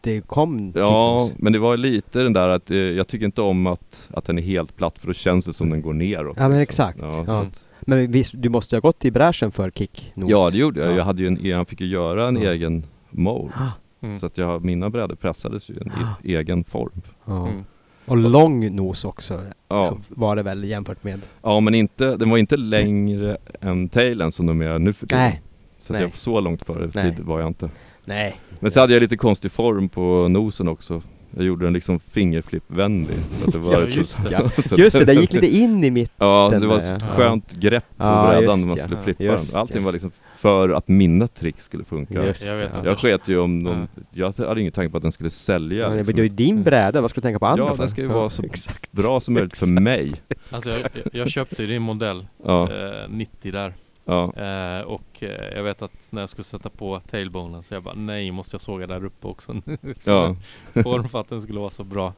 Speaker 4: det kom
Speaker 2: Ja,
Speaker 4: Kickbox.
Speaker 2: men det var lite den där att eh, jag tycker inte om att, att den är helt platt för då känns det som den går neråt.
Speaker 4: Ja men
Speaker 2: liksom.
Speaker 4: exakt.
Speaker 2: Ja,
Speaker 4: Ja,
Speaker 2: så att,
Speaker 4: Men visst, du måste ju ha gått i bräschen för kicknos?
Speaker 2: ja det gjorde jag.
Speaker 4: Ja.
Speaker 2: Jag hade ju en, jag fick ju göra en
Speaker 4: Ja.
Speaker 2: egen mold.
Speaker 4: Ah,
Speaker 1: Mm.
Speaker 2: Så att jag, mina brädor pressades ju i en
Speaker 4: Ah.
Speaker 2: e- egen form.
Speaker 4: ja.
Speaker 1: Mm.
Speaker 4: Och lång nos också
Speaker 2: Ja.
Speaker 4: var det väl jämfört med?
Speaker 2: ja, men inte, den var inte längre än tailen som de är nu för tiden.
Speaker 4: Nej,
Speaker 2: Så att jag,
Speaker 4: nej.
Speaker 2: så långt före
Speaker 4: Nej.
Speaker 2: tid var jag inte.
Speaker 4: nej.
Speaker 2: Men så hade jag lite konstig form på nosen också. Jag gjorde den liksom fingerflippvänlig. Så att det var
Speaker 1: Ja,
Speaker 2: så-
Speaker 1: just det.
Speaker 2: så att-
Speaker 4: Just det, den gick lite in i mitt...
Speaker 2: Ja,
Speaker 4: den
Speaker 2: det var
Speaker 4: där,
Speaker 2: ett
Speaker 1: ja.
Speaker 2: skönt grepp på
Speaker 4: Ja,
Speaker 2: brädan
Speaker 4: just
Speaker 2: när man
Speaker 4: ja.
Speaker 2: skulle
Speaker 1: Ja,
Speaker 2: flippa
Speaker 4: just
Speaker 2: den. Allting
Speaker 4: ja.
Speaker 2: var liksom för att mina trick skulle funka.
Speaker 4: Just
Speaker 1: jag vet
Speaker 4: ja.
Speaker 1: inte.
Speaker 2: Jag sket ju om någon, jag hade ingen tanke på att den skulle sälja.
Speaker 4: Ja, men det
Speaker 2: liksom.
Speaker 4: var ju din bräda, vad ska du tänka på andra
Speaker 2: Ja,
Speaker 4: för?
Speaker 2: den ska ju vara så
Speaker 4: (laughs) exakt.
Speaker 2: Bra som möjligt för mig.
Speaker 1: Alltså jag, jag- jag köpte ju din modell
Speaker 2: Ja,
Speaker 1: eh, 90 där.
Speaker 2: ja.
Speaker 1: Eh, och eh, jag vet att när jag skulle sätta på tailbonen så jag bara nej, måste jag såga där uppe också nu? (laughs) Så
Speaker 2: Ja,
Speaker 1: Form för att den skulle vara så bra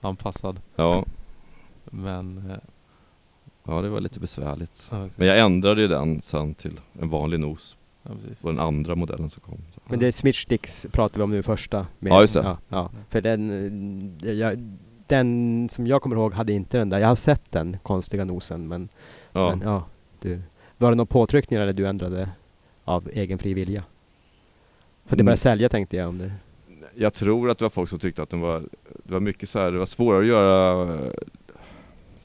Speaker 1: anpassad.
Speaker 2: ja,
Speaker 1: Men... eh,
Speaker 2: ja, det var lite besvärligt.
Speaker 1: ja, precis.
Speaker 2: Men jag ändrade ju den sen till en vanlig nos
Speaker 1: Ja, precis.
Speaker 2: på den andra modellen som kom. Så.
Speaker 4: Men det är Smitchsticks pratar vi om nu första. Med,
Speaker 2: Ja, just det.
Speaker 4: Ja, ja. För den, eh, jag, den som jag kommer ihåg hade inte den där. Jag har sett den konstiga nosen men ja.
Speaker 2: Ja.
Speaker 4: Men, ja du. Var det några påtryckningar eller du ändrade av egen fri vilja? För att det
Speaker 2: Mm.
Speaker 4: började sälja tänkte jag om det.
Speaker 2: Jag tror att det var folk som tyckte att den var, det var mycket så här, det var svårare att göra eh,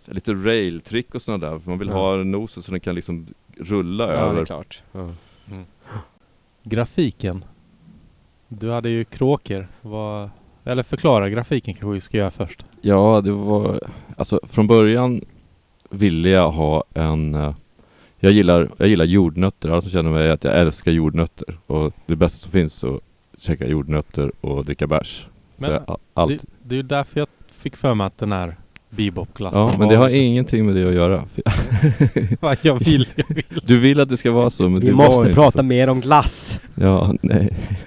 Speaker 2: lite railtrick och sådana där. För man vill
Speaker 4: Ja.
Speaker 2: ha nosen så den kan liksom rulla
Speaker 4: Ja, det är
Speaker 2: över
Speaker 4: klart. Ja.
Speaker 1: Grafiken. Du hade ju kråkor. Vad... Eller förklara grafiken kanske vi ska göra först.
Speaker 2: Ja, det var... Alltså från början ville jag ha en... eh, Jag gillar, jag gillar jordnötter. Alla som känner mig är att jag älskar jordnötter. Och det bästa som finns så att käka jordnötter och dricka bärs. Så
Speaker 1: Men
Speaker 2: jag, a- allt.
Speaker 1: Det, det är ju därför jag fick för mig att den här bebop-klassen
Speaker 2: ja, men
Speaker 1: var
Speaker 2: det
Speaker 1: (laughs)
Speaker 2: har
Speaker 1: lite-
Speaker 2: ingenting med det att
Speaker 4: (laughs)
Speaker 2: göra.
Speaker 1: Fan, jag
Speaker 2: (laughs)
Speaker 1: vill, jag vill.
Speaker 2: Du vill att det ska vara så, men
Speaker 4: Vi
Speaker 2: det var
Speaker 4: måste
Speaker 2: inte
Speaker 4: prata
Speaker 2: så.
Speaker 4: mer om glass.
Speaker 2: Ja, nej. (laughs)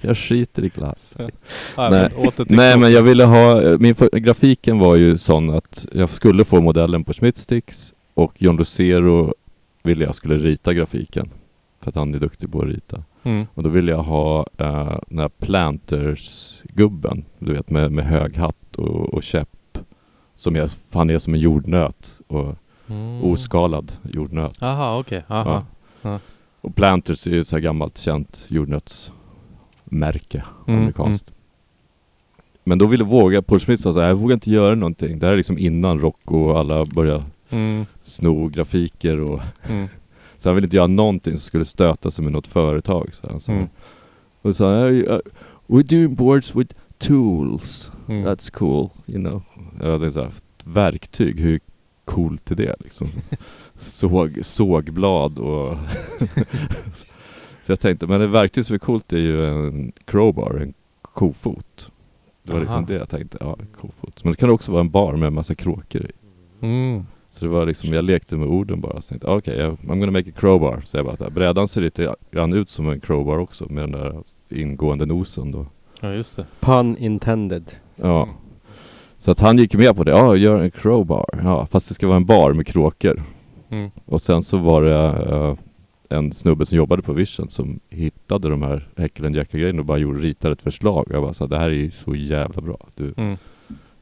Speaker 2: Jag skiter i glass.
Speaker 1: Ja,
Speaker 2: Nej.
Speaker 1: men åter till
Speaker 2: (laughs) Nej
Speaker 1: kråkor.
Speaker 2: men jag ville ha, eh, min för- grafiken var ju sån att jag skulle få modellen på Schmidsticks och John Lucero ville jag skulle rita grafiken. För att han är duktig på att rita.
Speaker 1: Mm.
Speaker 2: Och då ville jag ha eh, den här Planters-gubben, du vet med, med hög hatt och, och käpp. Som jag, han är som en jordnöt och
Speaker 1: Mm.
Speaker 2: oskalad jordnöt.
Speaker 1: Aha, okej.
Speaker 2: Oh, Ja.
Speaker 1: Aha.
Speaker 2: Och Planters är ju ett så här gammalt känt jordnötsmärke,
Speaker 1: Mm,
Speaker 2: amerikanskt. Men då ville våga, Paul Smith sa så här, jag vågar inte göra någonting. Det här är liksom innan rock och alla började
Speaker 1: Mm,
Speaker 2: sno grafiker och
Speaker 1: mm,
Speaker 2: så han ville inte göra någonting som skulle stöta sig med något företag. Så han sa,
Speaker 1: Mm.
Speaker 2: och så här, "Uh, we're doing boards with tools.
Speaker 1: mm.
Speaker 2: That's cool, you know. Jag tänkte såhär, verktyg, hur coolt är det liksom? Såg, sågblad och... (laughs) så jag tänkte, men det verktyg som är coolt är ju en crowbar, en kofot. Det var liksom
Speaker 1: Aha.
Speaker 2: det jag tänkte, ja, kofot. Men det kan också vara en bar med en massa kråkor i.
Speaker 1: Mm.
Speaker 2: Så det var liksom, jag lekte med orden bara. Så jag tänkte, okej, jag- I'm gonna make a crowbar. Så jag bara, så här, brädan ser lite grann ut som en crowbar också med den där ingående nosen då.
Speaker 1: Ja just det.
Speaker 4: Pun intended.
Speaker 2: Ja.
Speaker 1: Mm.
Speaker 2: Så att han gick med på det. Ja, gör en crowbar. Ja, fast det ska vara en bar med kråkor.
Speaker 1: Mm.
Speaker 2: Och sen så var det eh, en snubbe som jobbade på Vision som hittade de här Heckelen Jacka-grejerna och bara gjorde, ritade ett förslag. Jag bara sa, det här är ju så jävla bra. Du,
Speaker 1: Mm.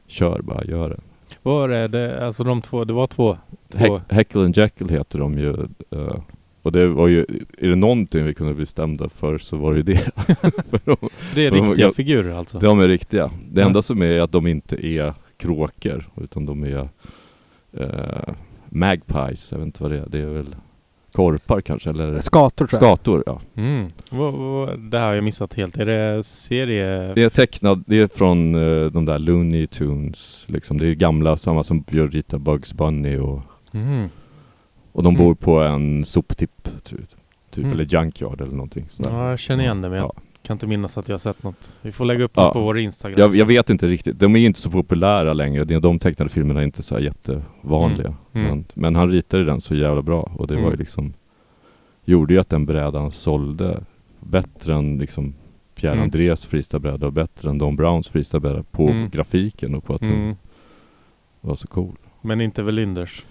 Speaker 2: kör bara, gör det.
Speaker 1: Var är det, alltså de två, det var två? två.
Speaker 2: He- Heckle and Jekyll heter de ju. eh, och det var ju, är det någonting vi kunde bli stämda för så var det ju det. för de,
Speaker 1: Det är
Speaker 2: de-
Speaker 1: riktiga
Speaker 2: jag-
Speaker 1: figurer alltså?
Speaker 2: De är riktiga. Det
Speaker 1: Ja.
Speaker 2: enda som är att de inte är kråkor utan de är eh, magpies. Jag vet inte vad det är. Det är väl korpar kanske eller
Speaker 4: Skator tror jag.
Speaker 2: skator. Ja.
Speaker 1: Mm. Vad- vad- det här har jag missat helt. Är det serie?
Speaker 2: Det är tecknad, det är från eh, de där Looney Tunes liksom. Det är gamla, samma som gör ritar Bugs Bunny och,
Speaker 1: Mm.
Speaker 2: och de
Speaker 1: Mm.
Speaker 2: bor på en soptipp typ. Typ,
Speaker 1: Mm.
Speaker 2: eller junkyard eller någonting sånt där.
Speaker 1: Ja, jag känner igen det men jag
Speaker 2: Ja.
Speaker 1: kan inte minnas att jag har sett något. Vi får lägga upp
Speaker 2: Ja.
Speaker 1: något på vår Instagram.
Speaker 2: Jag, jag vet inte riktigt, de är ju inte så populära längre. De, de tecknade filmerna är inte så här jättevanliga.
Speaker 1: Mm.
Speaker 2: Men, men han ritade den så jävla bra och det var ju
Speaker 1: Mm.
Speaker 2: liksom Gjorde ju att den brädan sålde bättre än liksom Pierre
Speaker 1: Mm.
Speaker 2: Andrés freestylebräda och bättre än Don Browns freestylebräda på
Speaker 1: Mm.
Speaker 2: grafiken och på att den
Speaker 1: Mm.
Speaker 2: var så cool.
Speaker 1: Men inte Velinders?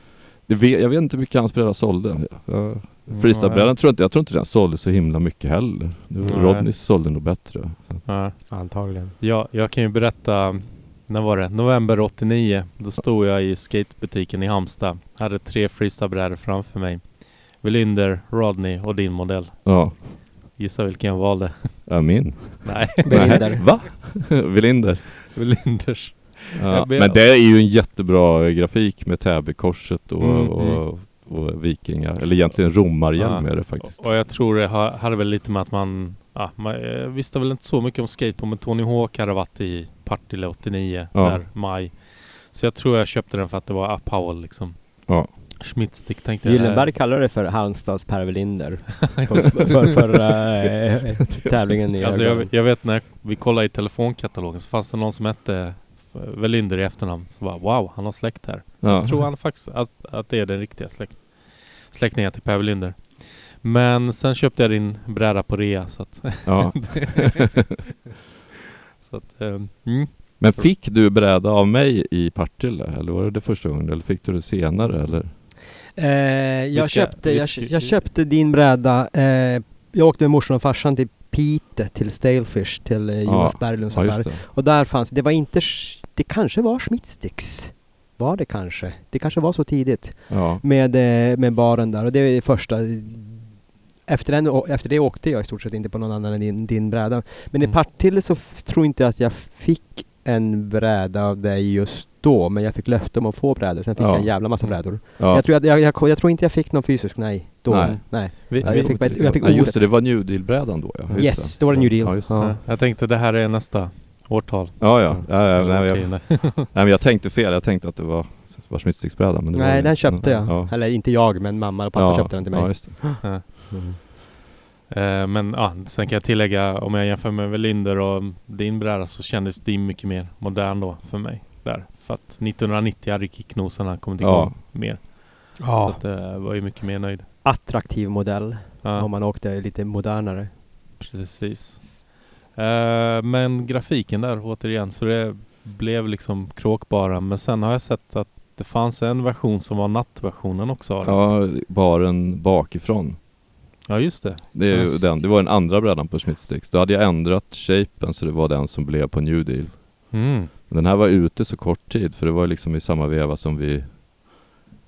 Speaker 2: Det vet, jag vet inte hur mycket hans bräda sålde. Jag, freestylebrädan tror jag inte, jag tror inte den sålde så himla mycket heller. Det var-
Speaker 1: Nej.
Speaker 2: Rodneys sålde nog bättre.
Speaker 1: Ja.
Speaker 4: Antagligen.
Speaker 1: Ja, jag kan ju berätta. När var det? November 89. Då stod jag i skatebutiken i Halmstad. Hade tre freestylebrädor framför mig. Velinder, Rodney och din modell.
Speaker 2: Ja,
Speaker 1: Gissa vilken jag valde? (laughs)
Speaker 2: ja min.
Speaker 1: Nej, (laughs)
Speaker 2: (laughs) Nej. Va? Velinder.
Speaker 1: Velinders.
Speaker 2: Ja,
Speaker 1: Jag ber-
Speaker 2: men det är ju en jättebra eh, grafik med Täbykorset och,
Speaker 1: Mm,
Speaker 2: och, och vikingar. Eller egentligen romarhjälm
Speaker 1: Ja.
Speaker 2: är det faktiskt.
Speaker 1: Och jag tror det har, hade väl lite med att man, ja, man eh, visste väl inte så mycket om skateboard men Tony Hawk hade varit i Partille 89
Speaker 2: Ja.
Speaker 1: där maj. Så jag tror jag köpte den för att det var Apowell liksom.
Speaker 2: Ja.
Speaker 1: Schmittstick tänkte jag. Eh,
Speaker 3: Gyllenberg kallar det för Halmstads Per
Speaker 1: (laughs)
Speaker 3: Welinder. för för, för eh, tävlingen i
Speaker 1: Alltså
Speaker 3: Örebro.
Speaker 1: jag, jag vet när vi kollade i telefonkatalogen så fanns det någon som hette eh, Velinder i efternamn. Så bara wow, han har släkt här.
Speaker 2: Ja.
Speaker 1: tror han faktiskt att, att det är den riktiga släkt, släktingen till Per Welinder. Men sen köpte jag din bräda på rea så att... (laughs)
Speaker 2: Ja.
Speaker 1: så att ehm, mm.
Speaker 2: Men fick du bräda av mig i Partille? Eller var det, det första gången? Eller fick du det senare? Eller?
Speaker 4: Eh, jag,
Speaker 1: ska-
Speaker 4: köpte,
Speaker 1: vi
Speaker 4: jag,
Speaker 1: ska-
Speaker 4: jag köpte din bräda. Eh, jag åkte med morsan och farsan till Pite till Stalefish, till eh,
Speaker 2: Ja.
Speaker 4: Jonas Berglunds
Speaker 2: Ja
Speaker 4: affär.
Speaker 2: just det.
Speaker 4: Och där fanns, det var inte, sch- det kanske var Schmittsticks. Var det kanske? Det kanske var så tidigt.
Speaker 2: Ja.
Speaker 4: Med, eh, med baren där och det är det första. Efter, den, å- efter det åkte jag i stort sett inte på någon annan än din, din bräda. Men i
Speaker 1: Mm.
Speaker 4: Partille så f- tror inte jag att jag fick en bräda av dig just då. Men jag fick löfte om att få brädor. Sen fick
Speaker 2: Ja.
Speaker 4: jag en jävla massa brädor.
Speaker 2: ja.
Speaker 4: Jag, tror att, jag, jag, jag tror inte jag fick någon fysisk, nej. Då.
Speaker 2: Nej.
Speaker 4: Nej.
Speaker 1: Vi,
Speaker 4: Ja,
Speaker 1: vi,
Speaker 4: jag fick bara ett- jag fick
Speaker 2: ja, just
Speaker 4: ordet.
Speaker 2: det, det var New Deal-brädan då ja. Just
Speaker 4: Yes, då var det New Deal.
Speaker 2: Ja, just det.
Speaker 4: Ja.
Speaker 1: ja. Jag tänkte det här är nästa årtal.
Speaker 2: ja. ja. ja, ja, Eh, nej, jag,
Speaker 1: Okej,
Speaker 2: nej
Speaker 1: nej.
Speaker 2: men jag tänkte fel. Jag tänkte att det var, var smittsticksbrädan. men det var
Speaker 4: Nej,
Speaker 2: det
Speaker 4: den
Speaker 2: inte.
Speaker 4: köpte jag.
Speaker 2: Ja.
Speaker 4: Eller inte jag, men mamma och pappa
Speaker 2: Ja.
Speaker 4: köpte den till mig.
Speaker 2: Ja, just det.
Speaker 1: Eh, men ja, sen kan jag tillägga om jag jämför med Velinder och din bräda så kändes din mycket mer modern då för mig. Där. För att 1990 hade kicknosarna kommit igång
Speaker 2: Ja.
Speaker 1: mer. Så
Speaker 4: Ja.
Speaker 1: att, eh, var ju mycket mer nöjd.
Speaker 4: Attraktiv modell.
Speaker 1: Ja.
Speaker 4: Om man åkte lite modernare.
Speaker 1: Precis. Eh, men grafiken där återigen, så det blev liksom kråkbara. Men sen har jag sett att det fanns en version som var nattversionen också. av den.
Speaker 2: Ja, baren bakifrån.
Speaker 1: ja just det.
Speaker 2: Det är ju
Speaker 1: Just.
Speaker 2: den, det var den andra brädan på Schmittsticks. Då hade jag ändrat shapen så det var den som blev på New Deal.
Speaker 1: Mm.
Speaker 2: Men den här var ute så kort tid för det var ju liksom i samma veva som vi,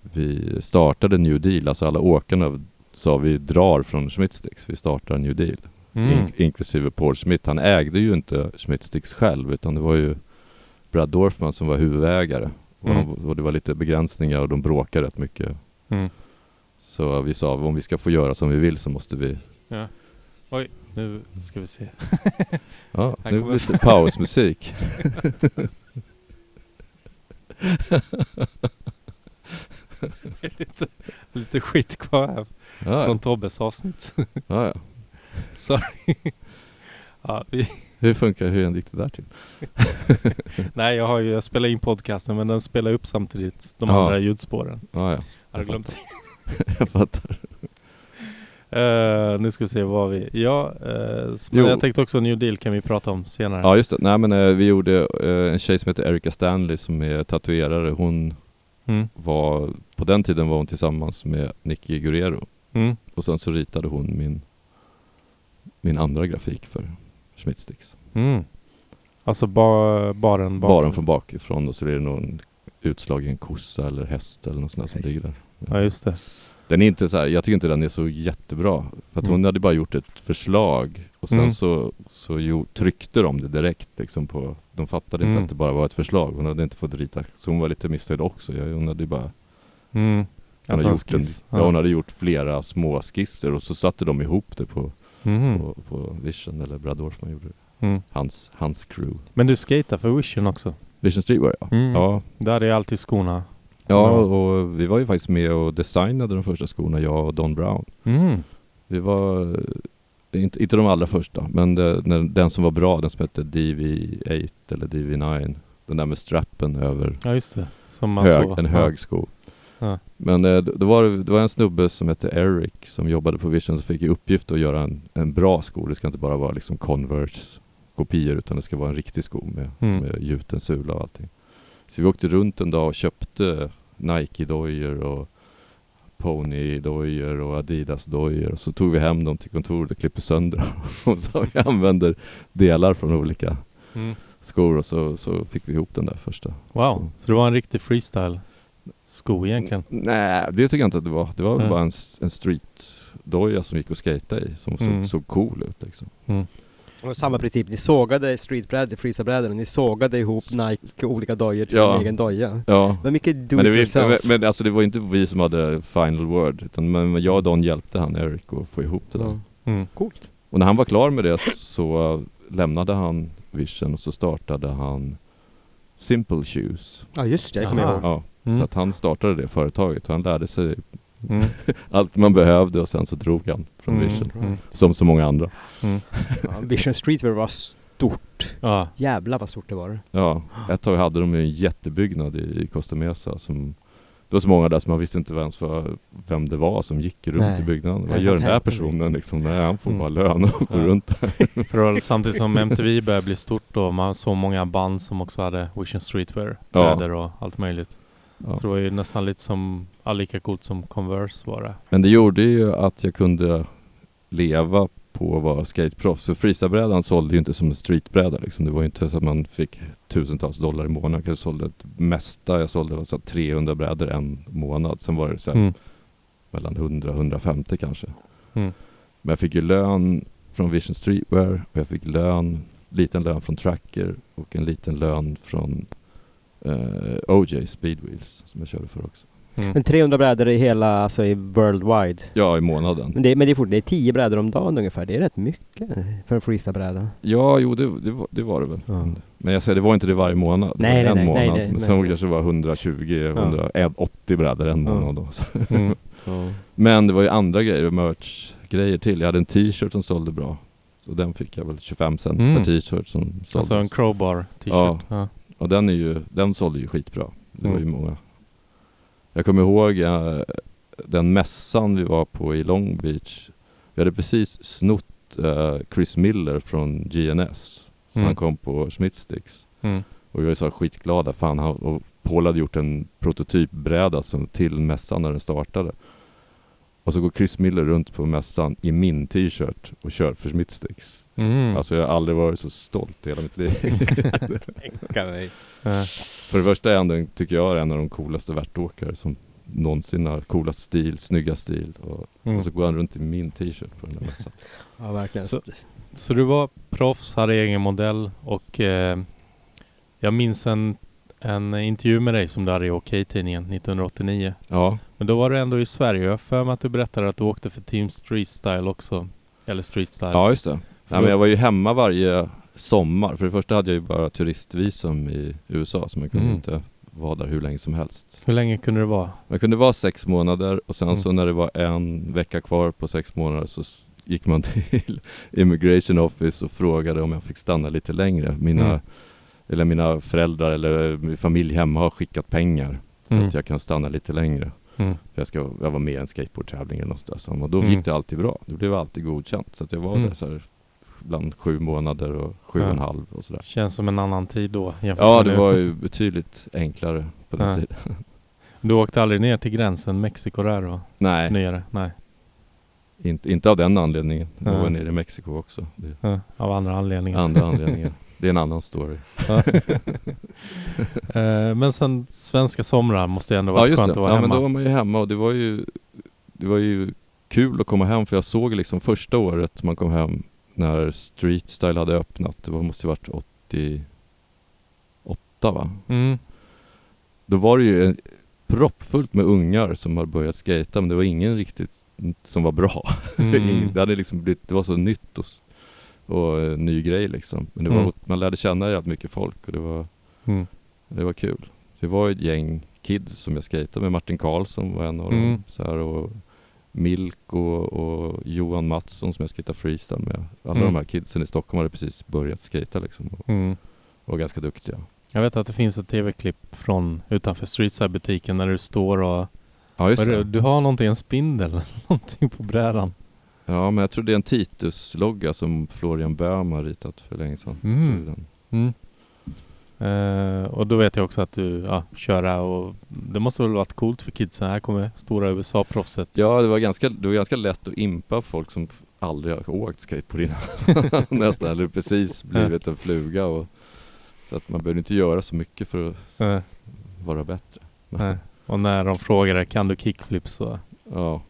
Speaker 2: vi startade New Deal. Alltså alla åkarna sa vi drar från Schmittsticks, vi startar New Deal.
Speaker 1: Mm.
Speaker 2: In, inklusive Paul Schmidt. Han ägde ju inte Schmittsticks själv utan det var ju Brad Dorfman som var huvudägare. Och,
Speaker 1: Mm.
Speaker 2: de, och det var lite begränsningar och de bråkade rätt mycket.
Speaker 1: Mm.
Speaker 2: Så vi sa om vi ska få göra som vi vill så måste vi...
Speaker 1: Nu ska vi se. (laughs)
Speaker 2: Ja,
Speaker 1: Här
Speaker 2: nu
Speaker 1: kommer-
Speaker 2: lite pausmusik.
Speaker 1: lite, lite skit kvar här
Speaker 2: Ja,
Speaker 1: från
Speaker 2: ja,
Speaker 1: Tobbes avsnitt. (laughs)
Speaker 2: ja.
Speaker 1: Sorry. ja, vi,
Speaker 2: Hur funkar, hur gick det där till?
Speaker 1: nej, jag har ju, jag spelar in podcasten men den spelar upp samtidigt de
Speaker 2: Ja.
Speaker 1: andra ljudspåren.
Speaker 2: Ja, ja.
Speaker 1: Har du glömt det?
Speaker 2: (laughs) Jag fattar.
Speaker 1: Eh, nu ska vi se vad vi... Ja, eh, s- men
Speaker 2: Jo.
Speaker 1: jag tänkte också New Deal kan vi prata om senare.
Speaker 2: Ja just det, nej men eh, vi gjorde eh, en tjej som heter Erika Stanley som är tatuerare. Hon
Speaker 1: Mm.
Speaker 2: var, på den tiden var hon tillsammans med Nicky Guerrero.
Speaker 1: Mm.
Speaker 2: Och sen så ritade hon min, min andra grafik för Schmittsticks.
Speaker 1: Mm. Alltså ba, baren bakom.
Speaker 2: Baren från bakifrån och så är det någon utslagen kossa eller häst eller något sånt där som
Speaker 4: Häst.
Speaker 2: ligger där.
Speaker 1: Ja just det.
Speaker 2: Den är inte så här, jag tycker inte den är så jättebra. För att
Speaker 1: Mm.
Speaker 2: hon hade bara gjort ett förslag och sen
Speaker 1: Mm.
Speaker 2: så, så jo, tryckte de det direkt liksom på, de fattade inte
Speaker 1: Mm.
Speaker 2: att det bara var ett förslag. Hon hade inte fått rita, så hon var lite missnöjd också. Jag, hon hade ju bara
Speaker 1: Mm.
Speaker 2: hon
Speaker 1: Alltså
Speaker 2: hade
Speaker 1: en
Speaker 2: gjort en,
Speaker 1: skiss.
Speaker 2: ja. hon hade gjort flera små skisser och så satte de ihop det på,
Speaker 1: Mhm.
Speaker 2: på, på Vision eller Brad Dorfman gjorde det.
Speaker 1: Mm.
Speaker 2: Hans, hans crew.
Speaker 1: Men du skejtar för Vision också?
Speaker 2: Vision Street var det, ja.
Speaker 1: Mm.
Speaker 2: ja.
Speaker 1: Där är alltid skorna.
Speaker 2: Ja,
Speaker 1: Ja.
Speaker 2: och vi var ju faktiskt med och designade de första skorna, jag och Don Brown.
Speaker 1: Mm.
Speaker 2: Vi var, eh, inte, inte de allra första, men det, när, den som var bra, den som hette DV8 eller DV9. Den där med strappen över
Speaker 1: Ja just det. Som man
Speaker 2: hög,
Speaker 1: såg.
Speaker 2: en hög sko.
Speaker 1: Ja.
Speaker 2: Men eh, då då var det, det var en snubbe som hette Eric som jobbade på Vision som fick i uppgift att göra en, en bra sko. Det ska inte bara vara liksom Converse-kopior utan det ska vara en riktig sko med,
Speaker 1: Mm.
Speaker 2: med gjuten sula och allting. Så vi åkte runt en dag och köpte Nike-dojor och Pony-dojor och Adidas-dojor och så tog vi hem dem till kontoret och klippte sönder dem. (laughs) och så vi använder delar från olika
Speaker 1: Ja. Mm.
Speaker 2: skor och så, så fick vi ihop den där första.
Speaker 1: Wow,
Speaker 2: skon.
Speaker 1: så det var en riktig freestyle
Speaker 2: Mm.
Speaker 1: sko egentligen?
Speaker 2: Nej, det tycker jag inte att det var. Det var väl
Speaker 1: Nej.
Speaker 2: bara en, s- en street-doja som gick och skejta i som såg,
Speaker 1: Mm.
Speaker 2: såg cool ut liksom.
Speaker 4: Och samma princip, ni sågade streetbrädor, freestylebrädorna, ni sågade ihop Nike och olika dojor till
Speaker 2: Ja.
Speaker 4: en egen doja.
Speaker 2: Ja.
Speaker 4: Men mycket do
Speaker 2: Men,
Speaker 4: it
Speaker 2: det var, men,
Speaker 4: yourself.
Speaker 2: men alltså det var inte vi som hade final word utan men men jag och Don hjälpte han Eric att få ihop det där.
Speaker 4: Ja.
Speaker 1: Mm.
Speaker 4: Coolt.
Speaker 2: Och när han var klar med det så lämnade han Vision och så startade han Simple Shoes.
Speaker 4: Ja just det, jag kommer
Speaker 1: Aha.
Speaker 4: ihåg.
Speaker 2: Ja,
Speaker 1: Mm.
Speaker 2: Så att han startade det företaget och han lärde sig
Speaker 1: Mm.
Speaker 2: allt man behövde och sen så drog han från
Speaker 1: Mm.
Speaker 2: Vision.
Speaker 1: Mm.
Speaker 2: Som så många andra.
Speaker 4: Ja, Vision Streetwear var stort.
Speaker 1: Ja.
Speaker 4: Jävlar vad stort det var.
Speaker 2: Ja, ett tag hade de ju en jättebyggnad i, i Costa Mesa som det var så många där som man visste inte ens vad, vem det var som gick runt
Speaker 4: Nej.
Speaker 2: i byggnaden. Vad
Speaker 4: Nej,
Speaker 2: gör
Speaker 4: vad
Speaker 2: den här
Speaker 4: tänkte vi?
Speaker 2: personen liksom? Nej, han får
Speaker 1: Mm.
Speaker 2: bara lön och går
Speaker 1: Ja.
Speaker 2: runt där.
Speaker 1: För då, samtidigt som MTV började bli stort då, man såg många band som också hade Vision Streetwear,
Speaker 2: Ja.
Speaker 1: kläder och allt möjligt.
Speaker 2: Ja.
Speaker 1: Så det var ju nästan lite som, ja, lika coolt som Converse var det.
Speaker 2: Men det gjorde ju att jag kunde leva på att vara skateproffs. För freestylebrädan sålde ju inte som en streetbräda liksom. Det var ju inte så att man fick tusentals dollar i månaden. Jag kanske sålde det mesta jag sålde var så här 300 brädor en månad. Sen var det så här
Speaker 1: Mm.
Speaker 2: mellan 100 och 150 kanske.
Speaker 1: Mm.
Speaker 2: Men jag fick ju lön från Vision Streetwear och jag fick lön, liten lön från Tracker och en liten lön från eh, OJ Speedwheels som jag körde för också.
Speaker 1: Mm.
Speaker 4: Men 300 brädor i hela, alltså i worldwide.
Speaker 2: Ja, i månaden.
Speaker 4: Men det, men det är fortfarande 10 brädor om dagen ungefär, det är rätt mycket för en freestylebräda.
Speaker 2: Ja, jo det, det, var, det var det väl.
Speaker 4: Ja.
Speaker 2: Men jag säger, det var inte det varje månad. Det
Speaker 4: Nej,
Speaker 2: var en
Speaker 4: nej, nej,
Speaker 2: månad.
Speaker 4: nej, nej,
Speaker 2: men sen
Speaker 4: nej.
Speaker 2: kanske det var 120, 180 brädor en
Speaker 4: Ja.
Speaker 2: månad. Då. Så-
Speaker 1: Mm.
Speaker 2: Men det var ju andra grejer, merch-grejer till. Jag hade en t-shirt som sålde bra. Så den fick jag väl 25 cent
Speaker 1: Mm.
Speaker 2: per t-shirt som såldes.
Speaker 1: Alltså en crowbar t-shirt. Ja.
Speaker 2: Och den, är ju, den sålde ju skitbra. Det var ju
Speaker 1: Mm.
Speaker 2: många. Jag kommer ihåg eh, den mässan vi var på i Long Beach. Vi hade precis snott eh, Chris Miller från GNS. Så
Speaker 1: Mm.
Speaker 2: han kom på Schmittsticks.
Speaker 1: Mm.
Speaker 2: Och vi var ju så här skitglada. Fan, han, och Paul hade gjort en prototypbräda som, till mässan när den startade. Och så går Chris Miller runt på mässan i min t-shirt och kör för Schmittsticks.
Speaker 1: Mm.
Speaker 2: Alltså jag har aldrig varit så stolt i hela mitt liv.
Speaker 1: Ja.
Speaker 2: För det första är han, den, tycker jag, är en av de coolaste värtåkare som, någonsin har. Coolast stil, snyggast stil och,
Speaker 1: Mm.
Speaker 2: och så går han runt i min t-shirt på den
Speaker 1: (laughs)
Speaker 2: där mässan.
Speaker 4: Ja, verkligen.
Speaker 1: Så- Så du var proffs, hade egen modell och eh, jag minns en, en intervju med dig som du hade i OK-tidningen 1989.
Speaker 2: Ja,
Speaker 1: Men då var du ändå i Sverige jag har för mig att du berättade att du åkte för Team Street Style också. Eller Street Style.
Speaker 2: ja just det. Nej, men jag var ju hemma varje sommar. För det första hade jag ju bara turistvisum i USA så man kunde
Speaker 1: Mm.
Speaker 2: inte vara där hur länge som helst.
Speaker 1: Hur länge kunde det vara?
Speaker 2: Man kunde vara sex månader och sen
Speaker 1: Mm.
Speaker 2: så när det var en vecka kvar på sex månader så s- gick man (laughs) till Immigration Office och frågade om jag fick stanna lite längre. Mina,
Speaker 1: Mm.
Speaker 2: eller mina föräldrar eller eh, min familj hemma har skickat pengar så
Speaker 1: Mm.
Speaker 2: att jag kan stanna lite längre.
Speaker 1: Mm.
Speaker 2: För jag, ska, jag var med i en skateboardtävling eller något sådär. Så, och då
Speaker 1: Mm.
Speaker 2: gick det alltid bra. Det blev alltid godkänt. Så att jag var
Speaker 1: Mm.
Speaker 2: där så här bland sju månader och sju och en
Speaker 1: Ja.
Speaker 2: halv och sådär.
Speaker 1: Känns som en annan tid då jämfört
Speaker 2: Ja,
Speaker 1: med
Speaker 2: det
Speaker 1: nu.
Speaker 2: var ju betydligt enklare på den
Speaker 1: Ja.
Speaker 2: tiden.
Speaker 1: Du åkte aldrig ner till gränsen Mexiko där då?
Speaker 2: Nej,
Speaker 1: Nyare? Nej.
Speaker 2: inte, inte av den anledningen. Jag
Speaker 1: Ja.
Speaker 2: var nere i Mexiko också. Det,
Speaker 1: Ja, av andra anledningar.
Speaker 2: Andra
Speaker 1: (laughs)
Speaker 2: anledningar. Det är en annan story. (laughs)
Speaker 1: Eh, men sen svenska somrar måste ju ändå
Speaker 2: Ja
Speaker 1: varit
Speaker 2: just
Speaker 1: skönt
Speaker 2: det.
Speaker 1: att vara
Speaker 2: Ja,
Speaker 1: hemma.
Speaker 2: men då var man ju hemma och det var ju, det var ju kul att komma hem för jag såg liksom första året man kom hem när Street Style hade öppnat. Det var, måste ju varit 88 va?
Speaker 1: Mm.
Speaker 2: Då var det ju en, proppfullt med ungar som hade börjat skata men det var ingen riktigt som var bra.
Speaker 1: Mm.
Speaker 2: Ingen- (laughs) det, hade liksom blivit, det var så nytt och, s- och eh, ny grej liksom. Men det var,
Speaker 1: Mm.
Speaker 2: man lärde känna jävligt mycket folk och det var
Speaker 1: Mm.
Speaker 2: Det var kul. Det var ett gäng kids som jag skejtade med. Martin Karlsson var en av
Speaker 1: Mm.
Speaker 2: dem. Så här, och Milk och, och Johan Mattsson som jag skejtade freestyle med. Alla
Speaker 1: Mm.
Speaker 2: de här kidsen i Stockholm hade precis börjat skejta liksom och
Speaker 1: Mm.
Speaker 2: var ganska duktiga.
Speaker 1: Jag vet att det finns ett tv-klipp från utanför Streetside-butiken när du står och...
Speaker 2: Ja just
Speaker 1: Vad är det?
Speaker 2: det.
Speaker 1: Du har någonting, en spindel, (laughs) någonting på brädan.
Speaker 2: Ja men jag tror det är en Titus-logga som Florian Böhm har ritat för länge sedan. Jag
Speaker 1: Mm.
Speaker 2: tror det är den.
Speaker 1: Mm. Eh, och då vet jag också att du, ja, köra och det måste väl varit coolt för kidsen. Här kommer stora USA-proffset.
Speaker 2: Ja det var, ganska, det var ganska lätt att impa folk som aldrig har åkt skateboard innan. (laughs) Nästan, eller precis blivit en fluga. Och, så att man behöver inte göra så mycket för att
Speaker 1: Eh,
Speaker 2: vara bättre.
Speaker 1: eh. Och när de frågade, kan du kickflip? Så
Speaker 2: Ja.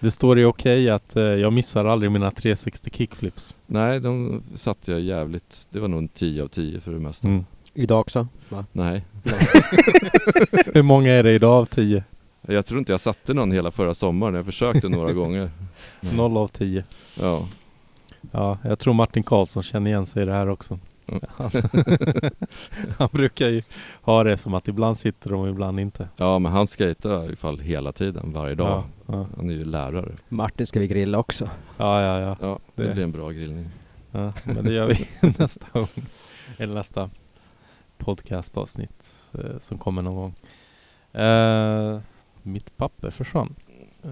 Speaker 1: det står i okej att eh, jag missar aldrig mina 360 kickflips.
Speaker 2: Nej, de satte jag jävligt. Det var nog en 10 av 10 för det mesta.
Speaker 1: Mm.
Speaker 4: Idag också. Va?
Speaker 2: Nej,
Speaker 1: Hur många är det idag av 10?
Speaker 2: jag tror inte jag satte någon hela förra sommaren. Jag försökte
Speaker 1: (laughs)
Speaker 2: några gånger. Mm.
Speaker 1: 0 av 10.
Speaker 2: Ja.
Speaker 1: Ja, jag tror Martin Karlsson känner igen sig i det här också.
Speaker 2: Mm.
Speaker 1: (laughs) Han, han brukar ju ha det som att ibland sitter de och ibland inte.
Speaker 2: ja, men han skejtar i fall hela tiden, varje dag.
Speaker 1: Ja,
Speaker 2: Han är ju lärare.
Speaker 4: Martin ska vi grilla också.
Speaker 1: ja, ja, ja,
Speaker 2: Ja, det,
Speaker 1: Det-
Speaker 2: blir en bra grillning.
Speaker 1: ja. Men det gör vi (laughs) nästa gång. Eller nästa podcastavsnitt eh, som kommer någon gång. Eh, mitt papper försvann. Eh,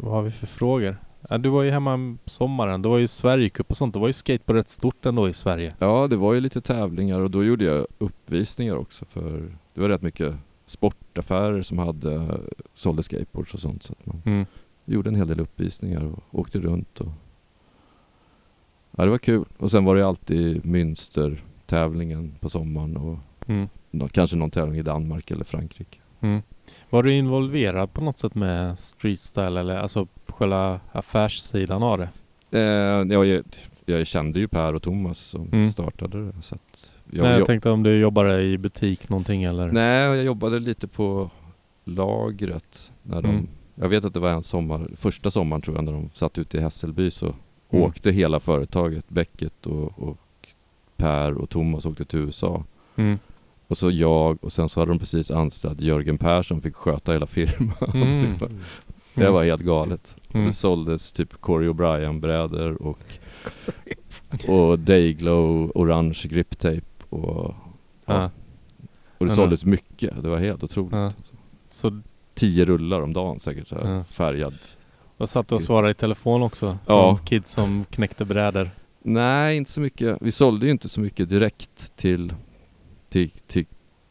Speaker 1: vad har vi för frågor? Ja, du var ju hemma om sommaren. Det var ju Sverigecup och sånt. Det var ju skateboard rätt stort ändå i Sverige.
Speaker 2: Ja, det var ju lite tävlingar och då gjorde jag uppvisningar också för det var rätt mycket sportaffärer som hade sålde skateboards och sånt. Så att man
Speaker 1: Mm.
Speaker 2: gjorde en hel del uppvisningar och åkte runt och Ja det var kul. Och sen var det alltid Münster-tävlingen på sommaren och
Speaker 1: Mm.
Speaker 2: nå- kanske någon tävling i Danmark eller Frankrike.
Speaker 1: Mm. Var du involverad på något sätt med streetstyle eller alltså själva affärssidan av det?
Speaker 2: Eh, jag, jag, jag kände ju Per och Thomas som
Speaker 1: Mm.
Speaker 2: startade det. Så att jag,
Speaker 1: Nej, jag
Speaker 2: jag-
Speaker 1: tänkte om du jobbade i butik någonting eller?
Speaker 2: nej, jag jobbade lite på lagret när de
Speaker 1: Mm.
Speaker 2: Jag vet att det var en sommar, första sommaren tror jag när de satt ute i Hässelby så
Speaker 1: Mm.
Speaker 2: åkte hela företaget, Becket och, och Per och Thomas åkte till USA.
Speaker 1: Mm.
Speaker 2: Och så jag och sen så hade de precis anställt Jörgen Persson fick sköta hela firman.
Speaker 1: Mm.
Speaker 2: (laughs) Det var- (laughs) det var helt galet.
Speaker 1: Mm.
Speaker 2: Det såldes typ Corey O'Brien brädor och, och Dayglow orange griptape och,
Speaker 1: Ja.
Speaker 2: och det
Speaker 1: Ja.
Speaker 2: såldes mycket. Det var helt otroligt.
Speaker 1: Mm. Ja. Så
Speaker 2: Tio rullar om dagen säkert så här,
Speaker 1: Ja.
Speaker 2: färgad.
Speaker 1: jag satt du och svarade i telefon också?
Speaker 2: Ja.
Speaker 1: Från Kids som knäckte brädor.
Speaker 2: Nej, inte så mycket. Vi sålde ju inte så mycket direkt till, till, till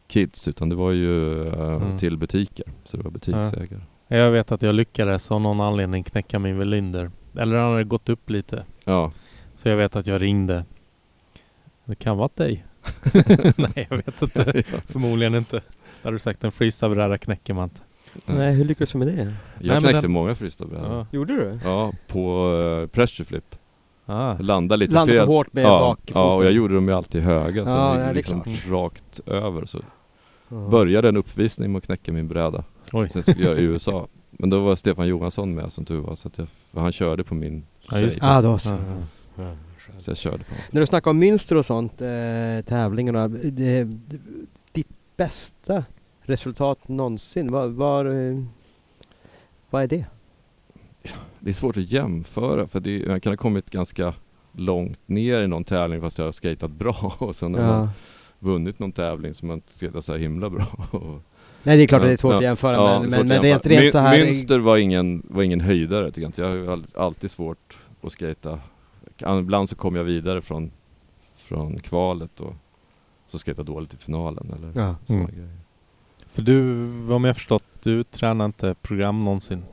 Speaker 2: kids utan det var ju eh,
Speaker 1: Mm.
Speaker 2: till butiker. Så det var butiksägare.
Speaker 1: Jag vet att jag lyckades av någon anledning knäcka min Velinder. Eller han hade gått upp lite.
Speaker 2: Ja.
Speaker 1: Så jag vet att jag ringde. Det kan vara dig. (laughs)
Speaker 2: (laughs)
Speaker 1: Nej, jag vet inte. Förmodligen inte. Hade du sagt en freestylebräda knäcker man inte.
Speaker 4: Nej, hur lyckades du med det?
Speaker 1: Nej, men
Speaker 2: Jag knäckte
Speaker 1: den-
Speaker 2: många frysta brädor.
Speaker 1: Ja.
Speaker 2: Ja.
Speaker 4: Gjorde du?
Speaker 2: på uh, pressure flip.
Speaker 1: Ah.
Speaker 2: Landa lite
Speaker 4: Landade
Speaker 2: fel.
Speaker 4: för hårt med
Speaker 2: ja,
Speaker 4: bakfoten.
Speaker 2: ja, och jag gjorde dem ju alltid höga så
Speaker 4: Ja,
Speaker 2: de
Speaker 4: ja, det är
Speaker 2: gick liksom
Speaker 4: klart.
Speaker 2: rakt över. Så
Speaker 4: Ja.
Speaker 2: började en uppvisning med att knäcka min bräda.
Speaker 1: Oj.
Speaker 2: Sen skulle
Speaker 4: (laughs)
Speaker 2: jag i USA. Men då var Stefan Johansson med som tur var, så att jag, han körde på min
Speaker 1: Ja, just
Speaker 2: tjej.
Speaker 4: Ah, då så.
Speaker 1: Ah, ah.
Speaker 2: Så jag körde på hans.
Speaker 4: När du snackar om mönster och sånt, eh, tävlingarna. Det, ditt bästa resultat någonsin, var, var, eh, vad är det?
Speaker 2: Det är svårt att jämföra för det, jag kan ha kommit ganska långt ner i någon tävling fast jag har skatat bra (laughs) och sen har man vunnit någon tävling som jag inte skatat så här himla bra. (laughs) Och-
Speaker 4: Nej det är klart
Speaker 2: Ja,
Speaker 4: att det är svårt
Speaker 2: ja.
Speaker 4: att jämföra
Speaker 2: Ja, svårt
Speaker 4: men, men,
Speaker 2: att
Speaker 4: men rent,
Speaker 2: jämföra.
Speaker 4: rent
Speaker 2: My-
Speaker 4: så här.
Speaker 2: Münster var ingen, var ingen höjdare tycker jag inte. Jag har ju all- alltid svårt att skata. Ibland så kom jag vidare från, från kvalet och så skejtade jag dåligt i finalen eller
Speaker 4: Ja.
Speaker 2: såna
Speaker 1: Mm.
Speaker 2: grejer.
Speaker 1: För du, om jag förstått, du tränar inte program någonsin?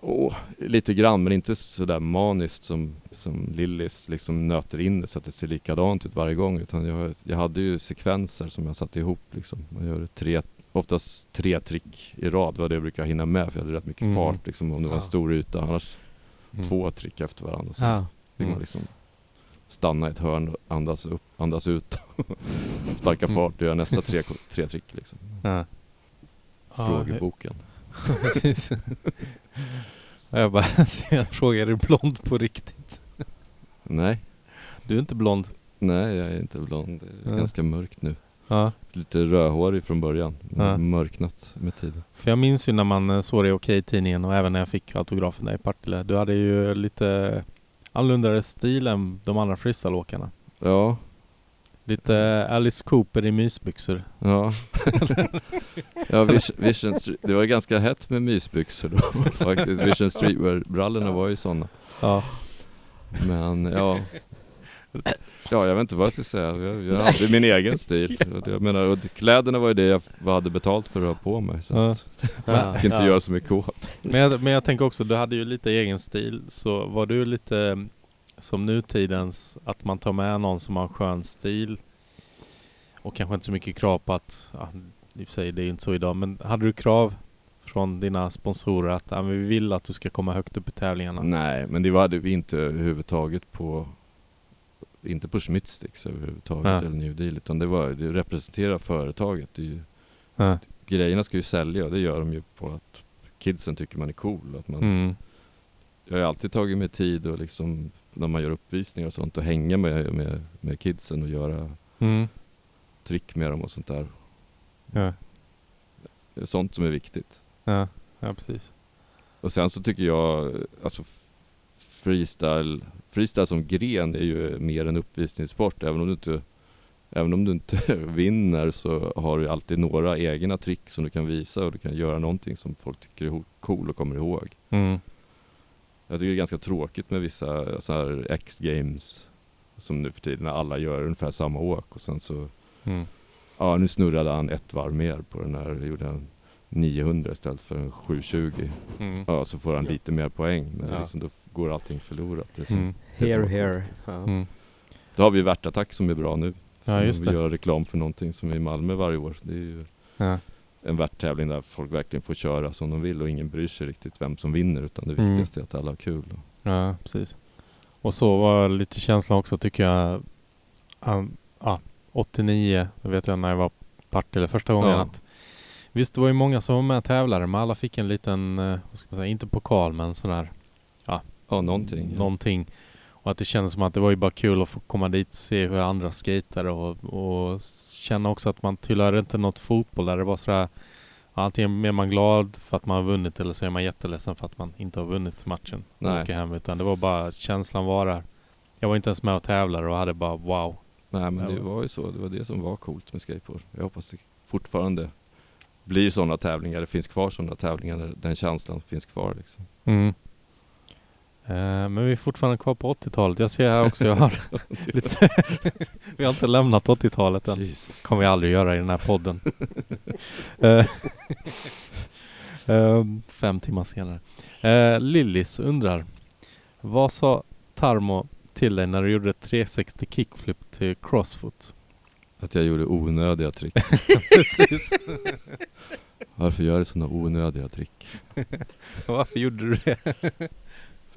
Speaker 2: Åh, lite grann men inte sådär maniskt som, som Lillis liksom nöter in det så att det ser likadant ut varje gång utan jag, jag hade ju sekvenser som jag satte ihop liksom. Man gör tre, oftast tre trick i rad var det jag brukade hinna med för jag hade rätt mycket
Speaker 1: Mm.
Speaker 2: fart liksom om det var en
Speaker 4: Ja.
Speaker 2: stor yta annars
Speaker 1: Mm.
Speaker 2: två trick efter varandra så
Speaker 4: Ja.
Speaker 2: fick man
Speaker 1: Mm.
Speaker 2: liksom stanna i ett hörn och andas upp, andas ut (laughs) sparka
Speaker 1: Mm.
Speaker 2: fart och göra nästa tre, tre trick liksom.
Speaker 1: Ja. Ja,
Speaker 2: Frågeboken.
Speaker 1: (laughs) Precis. jag bara (laughs) ser en fråga, är du blond på riktigt?
Speaker 2: Nej,
Speaker 1: Du är inte blond?
Speaker 2: nej jag är inte blond. Det är
Speaker 1: Nej.
Speaker 2: ganska mörkt nu.
Speaker 1: Ja.
Speaker 2: lite rödhårig från början, men
Speaker 1: Ja.
Speaker 2: mörknat med tiden.
Speaker 1: För jag minns ju när man eh, såg dig i Okej-tidningen och även när jag fick autografen där i Partille. Du hade ju lite annorlunda stil än de andra freestyleåkarna.
Speaker 2: Ja,
Speaker 1: Lite eh, Alice Cooper i mysbyxor.
Speaker 2: ja. (laughs) ja Vis- Vision Street, det var ju ganska hett med mysbyxor då (laughs) faktiskt. Vision Streetwear-brallorna var ju sådana.
Speaker 1: Ja.
Speaker 2: Men ja, ja jag vet inte vad jag ska säga. Jag, jag hade min egen stil. Jag menar, och kläderna var ju det jag f- hade betalt för att ha på mig. Så
Speaker 1: Ja.
Speaker 2: att
Speaker 1: Men-
Speaker 2: jag kan inte
Speaker 1: ja.
Speaker 2: göra så mycket åt.
Speaker 1: Men jag, men jag tänker också, du hade ju lite egen stil. Så var du lite eh, som nutidens, att man tar med någon som har en skön stil och kanske inte så mycket krav på att, ja, i och för sig det är ju inte så idag, men hade du krav från dina sponsorer att ja, men vi vill att du ska komma högt upp i tävlingarna?
Speaker 2: Nej, men det hade vi inte överhuvudtaget på inte på Schmittsticks överhuvudtaget
Speaker 1: Nej.
Speaker 2: eller New Deal utan det var det representerar företaget. Det är ju,
Speaker 1: Ja.
Speaker 2: grejerna ska ju sälja och det gör de ju på att kidsen tycker man är cool. Att man,
Speaker 1: Mm.
Speaker 2: Jag har ju alltid tagit mig tid och liksom när man gör uppvisningar och sånt och hänga med, med, med kidsen och göra
Speaker 1: Mm.
Speaker 2: trick med dem och sånt där.
Speaker 1: Ja.
Speaker 2: Det är Sånt som är viktigt.
Speaker 1: Ja. ja, precis.
Speaker 2: Och sen så tycker jag, alltså f- freestyle, freestyle som gren är ju mer en uppvisningssport. Även om du inte, även om du inte (laughs) vinner så har du alltid några egna trick som du kan visa och du kan göra någonting som folk tycker är ho- cool och kommer ihåg.
Speaker 1: Mm.
Speaker 2: Jag tycker det är ganska tråkigt med vissa så här X-games som nu för tiden när alla gör ungefär samma åk och sen så
Speaker 1: Mm.
Speaker 2: Ja, nu snurrade han ett varv mer på den här, gjorde en 900 istället för en 720.
Speaker 1: Mm.
Speaker 2: Ja, så får han lite mer poäng. Men
Speaker 1: Ja.
Speaker 2: liksom, då f- går allting förlorat. Det är så.
Speaker 1: Mm.
Speaker 2: Det är
Speaker 4: Here,
Speaker 2: så.
Speaker 4: here. Ja.
Speaker 1: Mm.
Speaker 2: Då har vi Värtattack som är bra nu.
Speaker 1: Ja,
Speaker 2: Som
Speaker 1: just
Speaker 2: vi
Speaker 1: det.
Speaker 2: gör reklam för någonting som är i Malmö varje år. Det är ju
Speaker 1: Ja.
Speaker 2: en värttävling där folk verkligen får köra som de vill och ingen bryr sig riktigt vem som vinner. Utan det
Speaker 1: Mm.
Speaker 2: viktigaste är att alla har kul. Och,
Speaker 1: Ja, precis. Och så var lite känslan också tycker jag. Um, ja, 89 det vet jag när jag var på Partille första gången.
Speaker 2: Ja.
Speaker 1: Att, visst, det var ju många som var med och tävlade, men alla fick en liten, eh, vad ska man säga, inte pokal, men sån här
Speaker 2: ja, någonting. ja.
Speaker 1: någonting. Och att det kändes som att det var ju bara kul att få komma dit och se hur andra skejtade och, och känna också att man tillhörde inte något fotboll där det var sådär Antingen är man glad för att man har vunnit eller så är man jätteledsen för att man inte har vunnit matchen. och
Speaker 2: Nej.
Speaker 1: Åker hem, utan det var bara känslan var där. Jag var inte ens med och tävlade och hade bara wow.
Speaker 2: Nej, men det
Speaker 1: Ja.
Speaker 2: var ju så. Det var det som var coolt med skateboard. Jag hoppas det fortfarande blir sådana tävlingar. Det finns kvar sådana tävlingar. där Den känslan finns kvar liksom.
Speaker 1: Eh, men vi är fortfarande kvar på 80-talet. Jag ser här också, jag har (laughs)
Speaker 2: (laughs)
Speaker 1: lite... vi har inte lämnat 80-talet än.
Speaker 2: Jesus.
Speaker 1: kommer vi aldrig göra i den här
Speaker 2: (laughs)
Speaker 1: podden. (laughs) Eh, ehm, Fem timmar senare. Eh, Lillis undrar. Vad
Speaker 2: (laughs)
Speaker 1: sa Tarmo till dig när du gjorde 360 kickflip till crossfoot?
Speaker 2: Att jag gjorde
Speaker 5: (laughs)
Speaker 2: onödiga trick.
Speaker 5: Precis.
Speaker 2: Varför gör du sådana onödiga trick?
Speaker 5: Varför gjorde du det?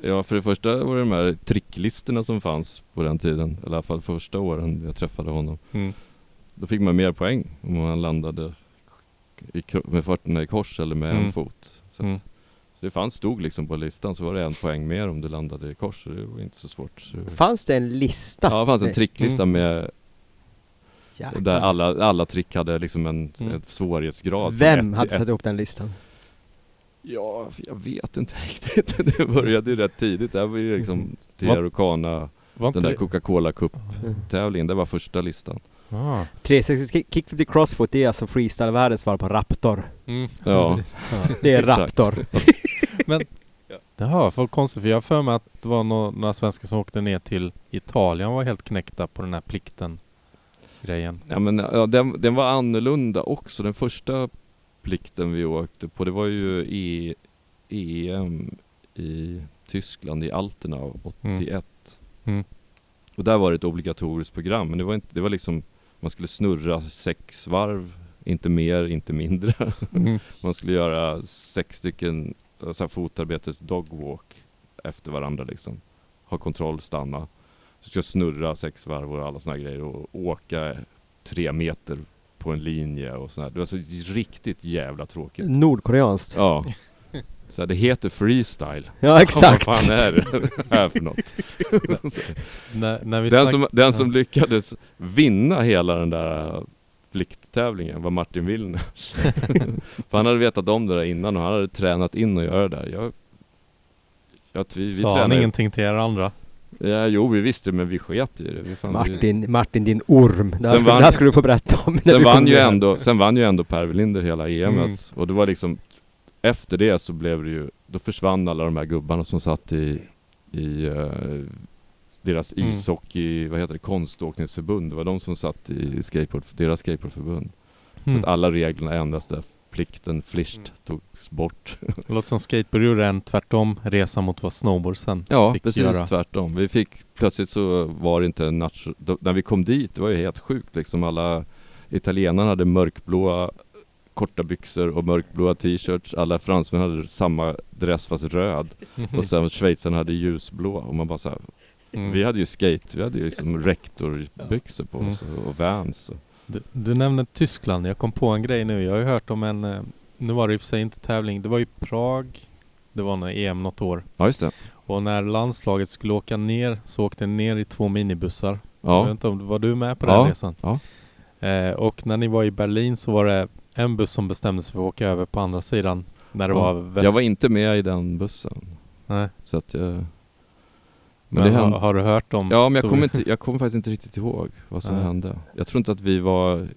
Speaker 2: Ja, för det första var det de här tricklistorna som fanns på den tiden. Eller i alla fall första åren jag träffade honom.
Speaker 5: Mm.
Speaker 2: Då fick man mer poäng om man landade i, kro- med fötterna i kors eller med
Speaker 5: Mm.
Speaker 2: en fot. Så, att,
Speaker 5: Mm.
Speaker 2: så det fanns, stod liksom på listan så var det en poäng mer om du landade i kors. Så det var inte så svårt. Så,
Speaker 4: Fanns det en lista?
Speaker 2: ja, det fanns en
Speaker 4: Nej.
Speaker 2: tricklista
Speaker 5: Mm.
Speaker 2: med
Speaker 4: Jäklar.
Speaker 2: Och där alla, alla trick hade liksom en,
Speaker 5: Mm.
Speaker 2: en svårighetsgrad från ett
Speaker 4: Vem
Speaker 2: till
Speaker 4: hade
Speaker 2: ett.
Speaker 4: satt ihop den listan?
Speaker 2: Ja, för jag vet inte riktigt. (laughs) Det började ju rätt tidigt. Det här var ju liksom
Speaker 1: Mm. Vad-
Speaker 2: Tierrocana,
Speaker 1: Var
Speaker 2: den
Speaker 1: inte
Speaker 2: där
Speaker 1: det-
Speaker 2: Coca-Cola Cup-tävlingen. Det var första listan.
Speaker 1: Ah.
Speaker 4: 360 kick- kickflip till crossfoot, det är alltså freestyle-världens svar på raptor.
Speaker 1: Mm.
Speaker 2: Ja.
Speaker 1: precis.
Speaker 4: Det är
Speaker 2: Exakt.
Speaker 4: raptor.
Speaker 2: (laughs)
Speaker 1: Jaha, vad konstigt. För jag har för mig att det var nå- några svenskar som åkte ner till Italien och var helt knäckta på den här plikten. Grejen.
Speaker 2: Ja, men, ja, den, den var annorlunda också. Den första plikten vi åkte på, det var ju e, EM i Tyskland i Altenau 81.
Speaker 1: Mm.
Speaker 2: Och där var det ett obligatoriskt program, men det var, inte, det var liksom man skulle snurra sex varv, inte mer, inte mindre. Man skulle göra sex stycken så här, fotarbetes dogwalk efter varandra liksom. Ha kontroll, stanna. Så ska jag snurra sex varv och alla såna här grejer och åka tre meter på en linje och sådär. Det var så riktigt jävla
Speaker 4: Mm.
Speaker 2: tråkigt.
Speaker 4: Nordkoreanskt. Ja,
Speaker 2: Ja. Så här, det heter freestyle. Vad
Speaker 4: exakt.
Speaker 2: fan är det här för något?
Speaker 1: När, när vi
Speaker 2: Den
Speaker 1: snack-
Speaker 2: som, den som
Speaker 1: ja.
Speaker 2: lyckades vinna hela den där flikttävlingen var
Speaker 1: (laughs)
Speaker 2: Martin Willners. För han hade vetat om det där innan och han hade tränat in att göra det där. Jag, jag, vi, vi
Speaker 1: Sa han
Speaker 2: tränade,
Speaker 1: ingenting till er andra?
Speaker 2: Ja, jo, vi visste men vi sket i det. Vi fan, Vi,
Speaker 4: Martin, Martin din orm. Det här,
Speaker 2: Sen
Speaker 4: ska,
Speaker 2: vann-
Speaker 4: det här ska du få berätta om. (laughs) när
Speaker 2: sen,
Speaker 4: vi
Speaker 2: vann
Speaker 4: kommer
Speaker 2: ju
Speaker 4: ner.
Speaker 2: ändå, sen vann ju ändå Per Welinder hela EMet.
Speaker 1: Mm.
Speaker 2: Och det var liksom, efter det så blev det ju, då försvann alla de här gubbarna som satt i, i eh, deras
Speaker 1: Mm.
Speaker 2: ishockey, vad heter det, konståkningsförbund. Det var de som satt i skateboard, deras skateboardförbund. Så
Speaker 1: Mm.
Speaker 2: att alla reglerna ändras där. Plikten, flisht, togs bort.
Speaker 1: Det låter som skateboard gjorde en tvärtom resa mot vad snowboardsen
Speaker 2: Ja,
Speaker 1: fick
Speaker 2: precis
Speaker 1: göra.
Speaker 2: tvärtom. Vi fick, plötsligt så var det inte en nation... då- När vi kom dit, det var ju helt sjukt liksom. Alla italienarna hade mörkblåa korta byxor och mörkblåa t-shirts. Alla fransmän hade samma dress fast röd.
Speaker 1: Mhm.
Speaker 2: Och sen schweizarna hade ljusblå. Och man bara så här,
Speaker 1: Mm.
Speaker 2: Vi hade ju skate, vi hade ju liksom rektorbyxor på oss
Speaker 1: Mm.
Speaker 2: och vans. Och,
Speaker 1: Du, du nämnde Tyskland. Jag kom på en grej nu. Jag har ju hört om en... eh, Nu var det i och för sig inte tävling. Det var ju Prag. Det var något EM något år.
Speaker 2: ja just det.
Speaker 1: Och när landslaget skulle åka ner så åkte det ner i två minibussar. Jag vet
Speaker 2: Ja,
Speaker 1: inte om, var du med på den
Speaker 2: Ja,
Speaker 1: resan?
Speaker 2: ja.
Speaker 1: Eh, och när ni var i Berlin så var det en buss som bestämde sig för att åka över på andra sidan. När det
Speaker 2: Ja.
Speaker 1: var väst.
Speaker 2: jag var inte med i den bussen.
Speaker 1: Nej.
Speaker 2: Så att jag...
Speaker 1: Men,
Speaker 2: det
Speaker 1: har,
Speaker 2: hände-
Speaker 1: har du hört om
Speaker 2: Ja men jag
Speaker 1: Mm, stor-
Speaker 2: kommer, inte, jag kommer faktiskt inte riktigt ihåg vad som
Speaker 1: Nej.
Speaker 2: hände. Jag tror inte att vi var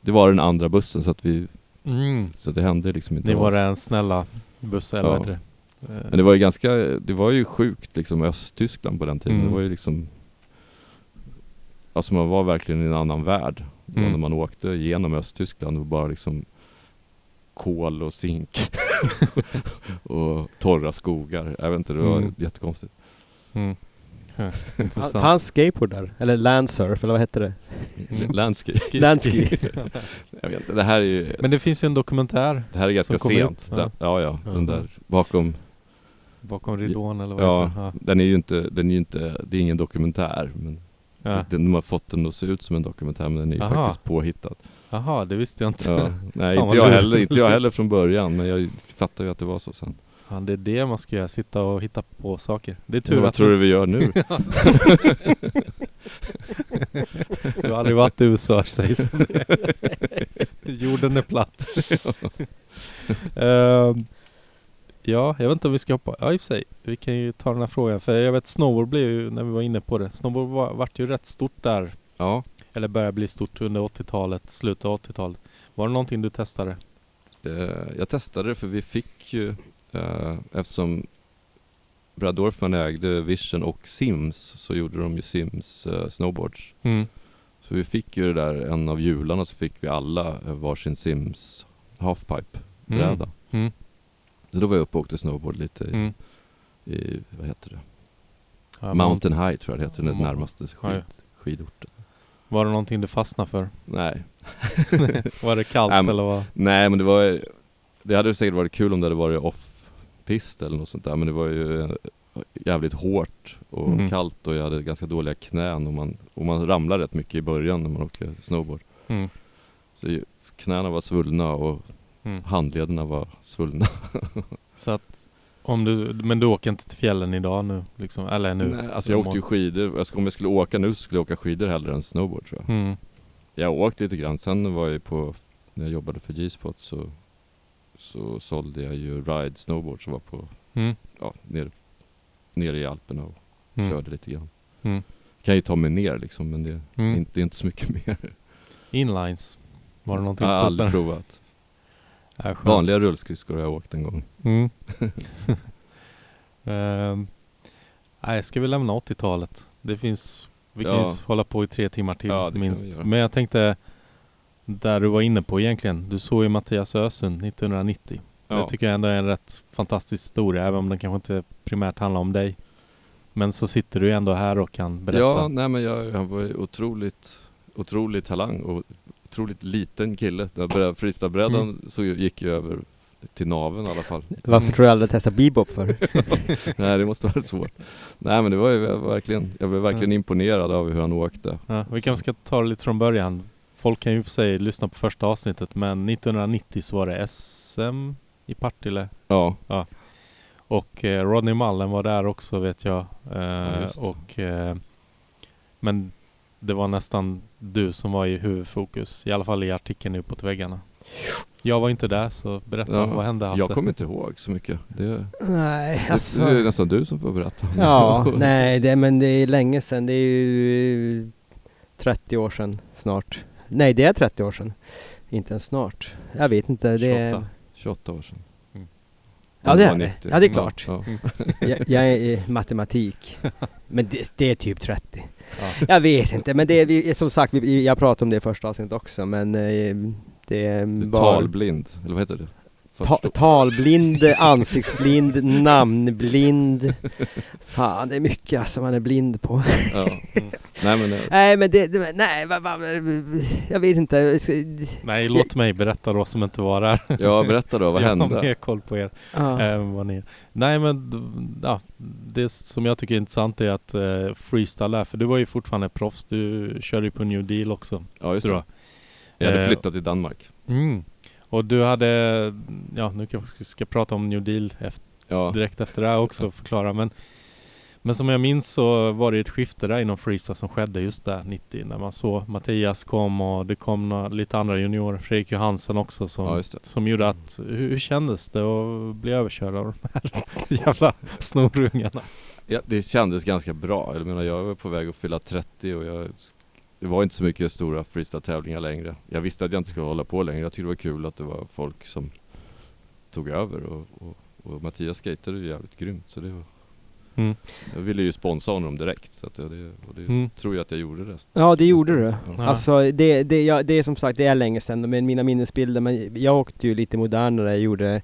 Speaker 2: Det var den andra bussen så att vi
Speaker 1: Mm.
Speaker 2: Så det hände liksom inte
Speaker 1: Ni var
Speaker 2: alls.
Speaker 1: den snälla bussen, eller
Speaker 2: Ja.
Speaker 1: vad heter det? Eh,
Speaker 2: Men det var ju ganska Det var ju sjukt liksom Östtyskland på den tiden.
Speaker 1: Mm.
Speaker 2: Det var ju liksom Alltså man var verkligen i en annan värld. Det var
Speaker 1: Mm.
Speaker 2: När man åkte genom Östtyskland och bara liksom Kol och zink
Speaker 1: (laughs)
Speaker 2: och torra skogar. Jag vet inte, det var
Speaker 1: Mm.
Speaker 2: jättekonstigt.
Speaker 1: Mm. Ja,
Speaker 4: Fan-
Speaker 2: Alltså.
Speaker 1: Intressant.
Speaker 4: Fanns skateboard där? Eller landsurf, eller vad hette det?
Speaker 1: Mm.
Speaker 2: Landscape.
Speaker 1: Ski-
Speaker 4: Landski.
Speaker 1: ski.
Speaker 2: Jag vet inte, det här är ju
Speaker 1: Men det finns ju en dokumentär
Speaker 2: Det här är ganska
Speaker 1: Som kommer
Speaker 2: sent.
Speaker 1: ut,
Speaker 2: Den, ja, ja,
Speaker 1: Ja.
Speaker 2: den där bakom.
Speaker 1: bakom ridån eller vad
Speaker 2: Ja,
Speaker 1: heter det?
Speaker 2: den är ju inte, den är ju inte, det är ingen dokumentär. Men
Speaker 1: Ja.
Speaker 2: den, de har fått den att se ut som en dokumentär men den är ju
Speaker 1: Aha.
Speaker 2: faktiskt påhittad.
Speaker 1: (laughs) Jaha, det visste jag inte.
Speaker 2: Ja. Nej,
Speaker 1: Fan, vad
Speaker 2: inte jag,
Speaker 1: lur.
Speaker 2: heller,
Speaker 1: (laughs)
Speaker 2: inte jag heller från början men jag fattar ju att det var så sen.
Speaker 1: Fan, det är det man ska göra, sitta och hitta på saker. Det är tur
Speaker 2: Men vad
Speaker 1: att
Speaker 2: tror du vi
Speaker 1: (laughs)
Speaker 2: gör nu?
Speaker 1: Du har aldrig varit i USA sägs det. (laughs) Jorden är
Speaker 2: (laughs)
Speaker 1: platt. Ehm, ja, jag vet inte om vi ska hoppa. Ja i och för sig, vi kan ju ta den här frågan. För jag vet snowboard blev ju, när vi var inne på det, snowboard var, vart ju rätt stort där.
Speaker 2: Ja,
Speaker 1: Eller började bli stort under 80-talet, slutet av 80-talet. Var det någonting du testade?
Speaker 2: eh, jag testade det för vi fick ju eh, eftersom Brad Dorfman ägde Vision och Sims så gjorde de ju Sims eh, snowboards. Så vi fick ju det där, en av jularna så fick vi alla eh, varsin Sims halfpipe-bräda.
Speaker 1: Mm.
Speaker 2: Så då var jag uppe och åkte snowboard lite i,
Speaker 1: Mm.
Speaker 2: i vad heter det?
Speaker 1: Ja,
Speaker 2: Mountain High tror jag det heter, den
Speaker 1: Mount-
Speaker 2: närmaste skid,
Speaker 1: Ja, ja.
Speaker 2: skidorten.
Speaker 1: Var det någonting du fastnade för?
Speaker 2: Nej.
Speaker 1: Var det kallt
Speaker 2: Nej, men-
Speaker 1: eller vad?
Speaker 2: Nej men det var Det hade säkert varit kul om det hade varit off-pist eller något sånt där Men det var ju eh, jävligt hårt och
Speaker 1: Mm.
Speaker 2: kallt och jag hade ganska dåliga knän och man, och man ramlade rätt mycket i början när man åkte snowboard
Speaker 1: Mm.
Speaker 2: Så ju- knäna var svullna och
Speaker 1: Mm.
Speaker 2: handlederna var svullna
Speaker 1: Så att om du, men du åker inte till fjällen idag nu liksom? Eller nu?
Speaker 2: Nej, Alltså jag åkte ju skidor, jag skulle, om jag skulle åka nu så skulle jag åka skidor hellre än snowboard tror jag
Speaker 1: Mm.
Speaker 2: Jag har åkt lite grann, sen var jag ju på, när jag jobbade för G-spot så Så sålde jag ju ride snowboard som var på
Speaker 1: Mm.
Speaker 2: ja, ner, ner i Alperna och
Speaker 1: Mm.
Speaker 2: körde lite grann.
Speaker 1: Mm.
Speaker 2: Kan ju ta mig ner liksom men det är
Speaker 1: Mm.
Speaker 2: inte, det är inte så mycket (laughs) mer.
Speaker 1: Inlines? Var det
Speaker 2: Jag
Speaker 1: någonting
Speaker 2: har
Speaker 1: du
Speaker 2: aldrig
Speaker 1: testade?
Speaker 2: provat.
Speaker 1: Ja, skönt.
Speaker 2: Vanliga rullskridskor har jag åkt en gång.
Speaker 1: Mm. (laughs) Ehm, nej, ska vi lämna 80-talet? Det finns, vi kan ju
Speaker 2: Ja.
Speaker 1: s- hålla på i tre timmar till
Speaker 2: Ja, det kan vi
Speaker 1: minst.
Speaker 2: göra.
Speaker 1: Men jag tänkte, där du var inne på egentligen. Du såg ju Mattias Ösund 1990. Det
Speaker 2: Ja,
Speaker 1: tycker jag ändå är en rätt fantastisk historia, även om den kanske inte primärt handlar om dig. Men så sitter du ju ändå här och kan berätta.
Speaker 2: ja nej men jag, han var ju otroligt, otrolig talang och otroligt liten kille. Den här freestylebrädan
Speaker 4: Mm.
Speaker 2: så gick ju över till naveln i alla fall. (laughs)
Speaker 4: Varför tror jag aldrig testa bebop för?
Speaker 2: nej det måste vara svårt. Nej men det var ju verkligen, jag blev verkligen imponerad av hur han åkte.
Speaker 1: Ja, vi kanske ska ta det lite från början. Folk kan ju i och för sig lyssna på första avsnittet, men 1990 så var det SM i Partille.
Speaker 2: Ja,
Speaker 1: Och eh, Rodney Mullen var där också vet jag. Eh,
Speaker 2: just det.
Speaker 1: och, eh, men det var nästan du som var i huvudfokus. I alla fall i artikeln uppåt väggarna. Jag var inte där så berätta
Speaker 2: Ja,
Speaker 1: vad hände Hasse?
Speaker 2: jag
Speaker 4: alltså-
Speaker 2: kommer inte ihåg så mycket. Det,
Speaker 4: (laughs) Nej,
Speaker 2: det, det är nästan du som får berätta. (laughs)
Speaker 4: Alltså- Ja, nej det, men det är länge sedan. Det är ju 30 år sedan snart. Nej, det är 30 år sedan. Inte ens snart. Jag vet inte. Det är,
Speaker 1: 28.
Speaker 2: 28 år sedan.
Speaker 1: Mm.
Speaker 4: Ja, det
Speaker 2: var
Speaker 4: är det.
Speaker 2: 90.
Speaker 4: Ja, det är klart. Mm.
Speaker 2: Ja.
Speaker 4: jag, jag är i matematik. Men det, det är typ 30.
Speaker 1: Ja.
Speaker 4: Jag vet inte, men det är vi, som sagt, vi, jag pratade om det i första avsnittet också, men eh, det
Speaker 2: Du är
Speaker 4: var...
Speaker 2: Talblind, eller vad heter det?
Speaker 4: Ta,
Speaker 2: Förstå-
Speaker 4: talblind, ansiktsblind, namnblind. Fan, det är mycket alltså man är blind på.
Speaker 2: ja. Nej men, eh,
Speaker 4: Nej, men det, det nej, va, va, jag vet inte. Jag ska-
Speaker 1: Nej låt mig berätta då som inte var där.
Speaker 2: ja berätta
Speaker 4: (laughs)
Speaker 2: då, (laughs) vad
Speaker 1: jag har
Speaker 2: hände?
Speaker 1: mer koll på er.
Speaker 4: Ja.
Speaker 1: Eh, vad ni... Nej men d- ja, det som jag tycker är intressant är att eh, freestyle är, för du var ju fortfarande proffs. Du körde ju på New Deal också.
Speaker 2: Ja just
Speaker 1: tror jag.
Speaker 2: det. Jag hade
Speaker 1: Eh,
Speaker 2: flyttat till Danmark.
Speaker 1: Mm. Och du hade, ja nu kanske vi ska prata om New Deal efter,
Speaker 2: Ja,
Speaker 1: direkt efter det här också och förklara men Men som jag minns så var det ett skifte där inom Freestyle som skedde just där 90 när man såg Mattias kom och det kom några, lite andra juniorer, Fredrik Johansen också som,
Speaker 2: ja just det.
Speaker 1: som gjorde att, hur, hur kändes det att bli överkörd av de här (laughs) jävla snorungarna?
Speaker 2: Ja, det kändes ganska bra. Jag menar jag var på väg att fylla 30 och jag det var inte så mycket stora freestyle-tävlingar längre. Jag visste att jag inte skulle hålla på längre. Jag tyckte det var kul att det var folk som tog över och, och, och Mattias skatade ju jävligt grymt så det var
Speaker 1: Mm.
Speaker 2: Jag ville ju sponsra honom direkt så att jag, det, och det
Speaker 1: Mm.
Speaker 2: tror jag att jag gjorde det.
Speaker 4: Ja, det gjorde du.
Speaker 1: Ja.
Speaker 4: Alltså det, det, jag, det är som sagt, det är länge sedan men mina minnesbilder, men jag åkte ju lite modernare, jag gjorde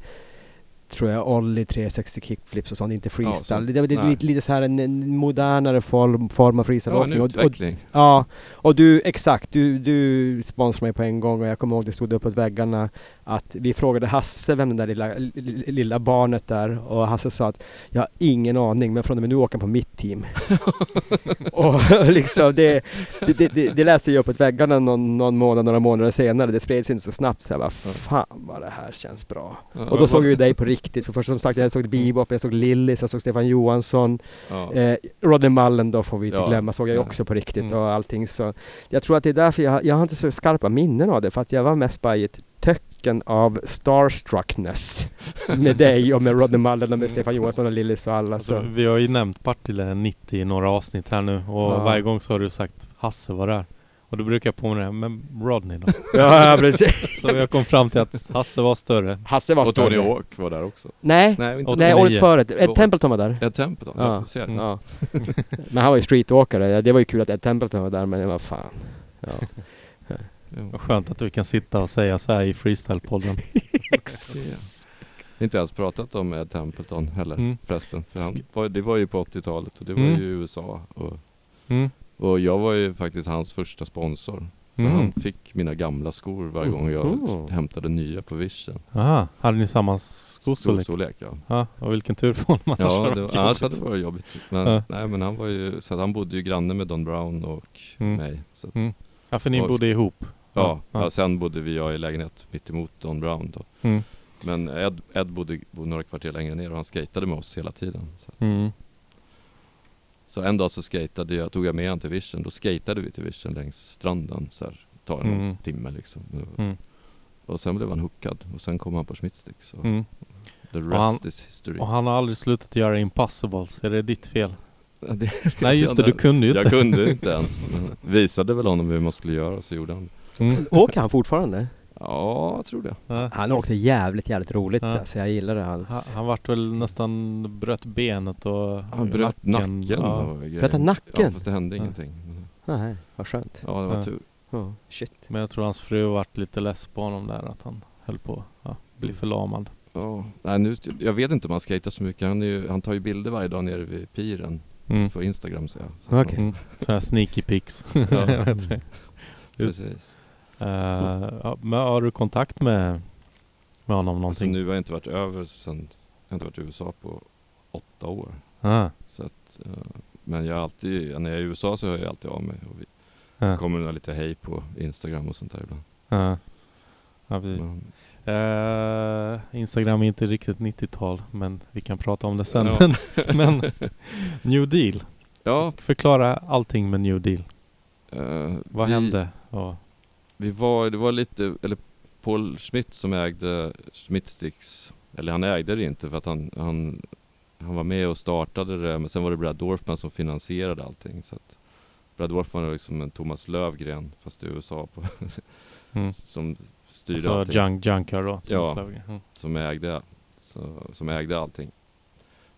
Speaker 4: tror jag ollie 360 kickflips och sånt, inte freestyle.
Speaker 2: Ja, så-
Speaker 4: det var det,
Speaker 2: nej.
Speaker 4: lite, lite så här en, en modernare form, form av
Speaker 2: Ja, en
Speaker 4: freestyleåkning. och, och,
Speaker 2: utveckling.
Speaker 4: ja, och du, exakt, du, du sponsrade mig på en gång och jag kommer ihåg det stod uppåt väggarna att vi frågade Hasse vem det där lilla, li- lilla barnet där och Hasse sa att jag har ingen aning men från och med nu åker han på mitt team. (laughs) och liksom det, det, det, det, det läste jag uppåt väggarna någon, någon månad, några månader senare. Det spreds inte så snabbt så jag bara fan vad det här känns bra.
Speaker 2: Ja,
Speaker 4: Och då såg vi dig på riktigt för först som sagt jag såg Bebop, jag såg Lillis, jag såg Stefan Johansson.
Speaker 2: ja.
Speaker 4: Eh, Rodney Mullen då får vi inte
Speaker 2: Ja.
Speaker 4: glömma, såg jag ju
Speaker 2: Ja.
Speaker 4: också på riktigt
Speaker 1: Mm.
Speaker 4: och allting så Jag tror att det är därför jag, jag har inte så skarpa minnen av det, för att jag var mest bara i ett töcken av starstruckness Med dig och med Rodney Mullen och med Stefan Johansson och Lillis och alla
Speaker 1: Alltså,
Speaker 4: så
Speaker 1: vi har ju nämnt Partille 90 i några avsnitt här nu och
Speaker 4: Ja.
Speaker 1: varje gång så har du sagt Hasse var där och då brukar jag påminna dig, men Rodney (laughs) då?
Speaker 4: Ja, ja,
Speaker 1: (laughs)
Speaker 4: precis!
Speaker 1: Så jag kom fram till att Hasse var större.
Speaker 4: Hasse var
Speaker 2: och Tony
Speaker 4: större
Speaker 2: Hawk var där också.
Speaker 4: Nej,
Speaker 2: Nej, inte
Speaker 1: Och-
Speaker 4: nej
Speaker 1: 89.
Speaker 4: året före, Ed
Speaker 2: Då-
Speaker 4: Templeton var där
Speaker 2: Ed Templeton,
Speaker 4: Ja.
Speaker 2: ja. du ser.
Speaker 1: Mm.
Speaker 4: Ja. Men han var ju streetåkare, Ja, det var ju kul att Ed Templeton var där men vad fan ja.
Speaker 2: Ja.
Speaker 1: Vad skönt att vi kan sitta och säga så här i freestylepodden.
Speaker 2: Inte ens pratat om Ed Templeton heller
Speaker 1: Mm.
Speaker 2: förresten. För han
Speaker 1: Sk-
Speaker 2: var, det var ju på 80-talet och det var
Speaker 1: Mm.
Speaker 2: ju i USA och
Speaker 1: Mm.
Speaker 2: Och jag var ju faktiskt hans första sponsor. För
Speaker 1: Mm.
Speaker 2: Han fick mina gamla skor varje gång jag
Speaker 1: Mhm.
Speaker 2: hämtade nya på Vision.
Speaker 1: Aha, hade ni samma skostorlek?
Speaker 2: Storlek,
Speaker 1: (laughs)
Speaker 2: ja.
Speaker 1: Ja, och vilken tur för honom annars
Speaker 2: Ja,
Speaker 1: hade
Speaker 2: det
Speaker 1: varit
Speaker 2: var, annars hade
Speaker 1: jobbigt.
Speaker 2: det varit jobbigt. Men,
Speaker 1: Ja.
Speaker 2: Nej men han var ju, så att han bodde ju granne med Don Brown och
Speaker 1: Mm.
Speaker 2: mig. Så att,
Speaker 1: Mm. Ja, för ni
Speaker 2: Och-
Speaker 1: bodde ihop.
Speaker 2: ja,
Speaker 1: Ja.
Speaker 2: ja. sen bodde vi jag i lägenhet mitt emot Don Brown då.
Speaker 1: Mm.
Speaker 2: Men Ed, Ed bodde, bodde några kvarter längre ner och han skatade med oss hela tiden. Så,
Speaker 1: Mm.
Speaker 2: så en dag så skatade jag, tog jag med han till Vision. Då skatade vi till Vision längs stranden så här. Tar en
Speaker 1: Mm.
Speaker 2: timme liksom.
Speaker 1: Mm.
Speaker 2: Och sen blev han hookad och sen kom han på Schmidsticks. Så
Speaker 1: Mm.
Speaker 2: the rest
Speaker 1: han-
Speaker 2: is history.
Speaker 1: Och han har aldrig slutat göra Impossibles. Är det ditt fel?
Speaker 2: (laughs) Ja, det-
Speaker 1: Nej just det, du kunde ju
Speaker 2: Jag
Speaker 1: inte. (laughs)
Speaker 2: kunde inte ens. men Visade väl honom hur man skulle göra så gjorde han det.
Speaker 1: Mm.
Speaker 4: Åker han fortfarande?
Speaker 2: Ja, jag tror det.
Speaker 1: Ja.
Speaker 3: Han åkte jävligt, jävligt roligt
Speaker 1: Ja.
Speaker 3: alltså. Jag gillade hans...
Speaker 1: Ha- Han vart väl nästan bröt benet och
Speaker 2: Han bröt nacken,
Speaker 1: Ja.
Speaker 2: och grejer.
Speaker 4: Bröt han nacken?
Speaker 2: Ja, fast det hände
Speaker 1: Ja.
Speaker 2: ingenting. Men,
Speaker 4: Nej, vad skönt.
Speaker 2: Ja, det var
Speaker 1: Ja.
Speaker 2: tur.
Speaker 4: Ja, shit.
Speaker 1: Men jag tror hans fru vart lite less på honom där att han höll på att ja, bli förlamad.
Speaker 2: Ja, nej, nu, jag vet inte om han skejtar så mycket. Han, är ju, han tar ju bilder varje dag nere vid piren
Speaker 1: Mm.
Speaker 2: på Instagram ser jag. Så
Speaker 4: Okej.
Speaker 1: Mm. Sådana här sneaky pics.
Speaker 2: Ja.
Speaker 1: (laughs) Jag tror det.
Speaker 2: Precis.
Speaker 1: Eh, ja, men har du kontakt med, med honom
Speaker 2: Alltså,
Speaker 1: någonting?
Speaker 2: nu har jag inte varit över sen, jag har inte varit i USA på åtta år.
Speaker 1: Ah,
Speaker 2: Så att, eh, men jag har alltid, när jag är i USA så hör jag alltid av mig. Och vi
Speaker 1: Ja.
Speaker 2: kommer några lite hej på Instagram och sånt där ibland.
Speaker 1: ah. Ja, vi,
Speaker 2: Men,
Speaker 1: Eh, Instagram är inte riktigt 90-tal, men vi kan prata om det sen.
Speaker 2: Ja. (laughs)
Speaker 1: Men, men New Deal.
Speaker 2: ja,
Speaker 1: Förklara allting med New Deal.
Speaker 2: eh,
Speaker 1: Vad
Speaker 2: vi,
Speaker 1: hände? Ja.
Speaker 2: Vi var, det var lite, eller Paul Schmidt som ägde Schmidtsticks Eller han ägde det inte för att han, han, han var med och startade det men sen var det Brad Dorfman som finansierade allting så att Brad Dorfman är liksom en Thomas Lövgren fast i USA på,
Speaker 1: Mm.
Speaker 2: som styrde
Speaker 1: Alltså
Speaker 2: allting,
Speaker 1: junk, Junker då.
Speaker 2: Ja.
Speaker 1: Mm.
Speaker 2: som ägde, så, som ägde allting.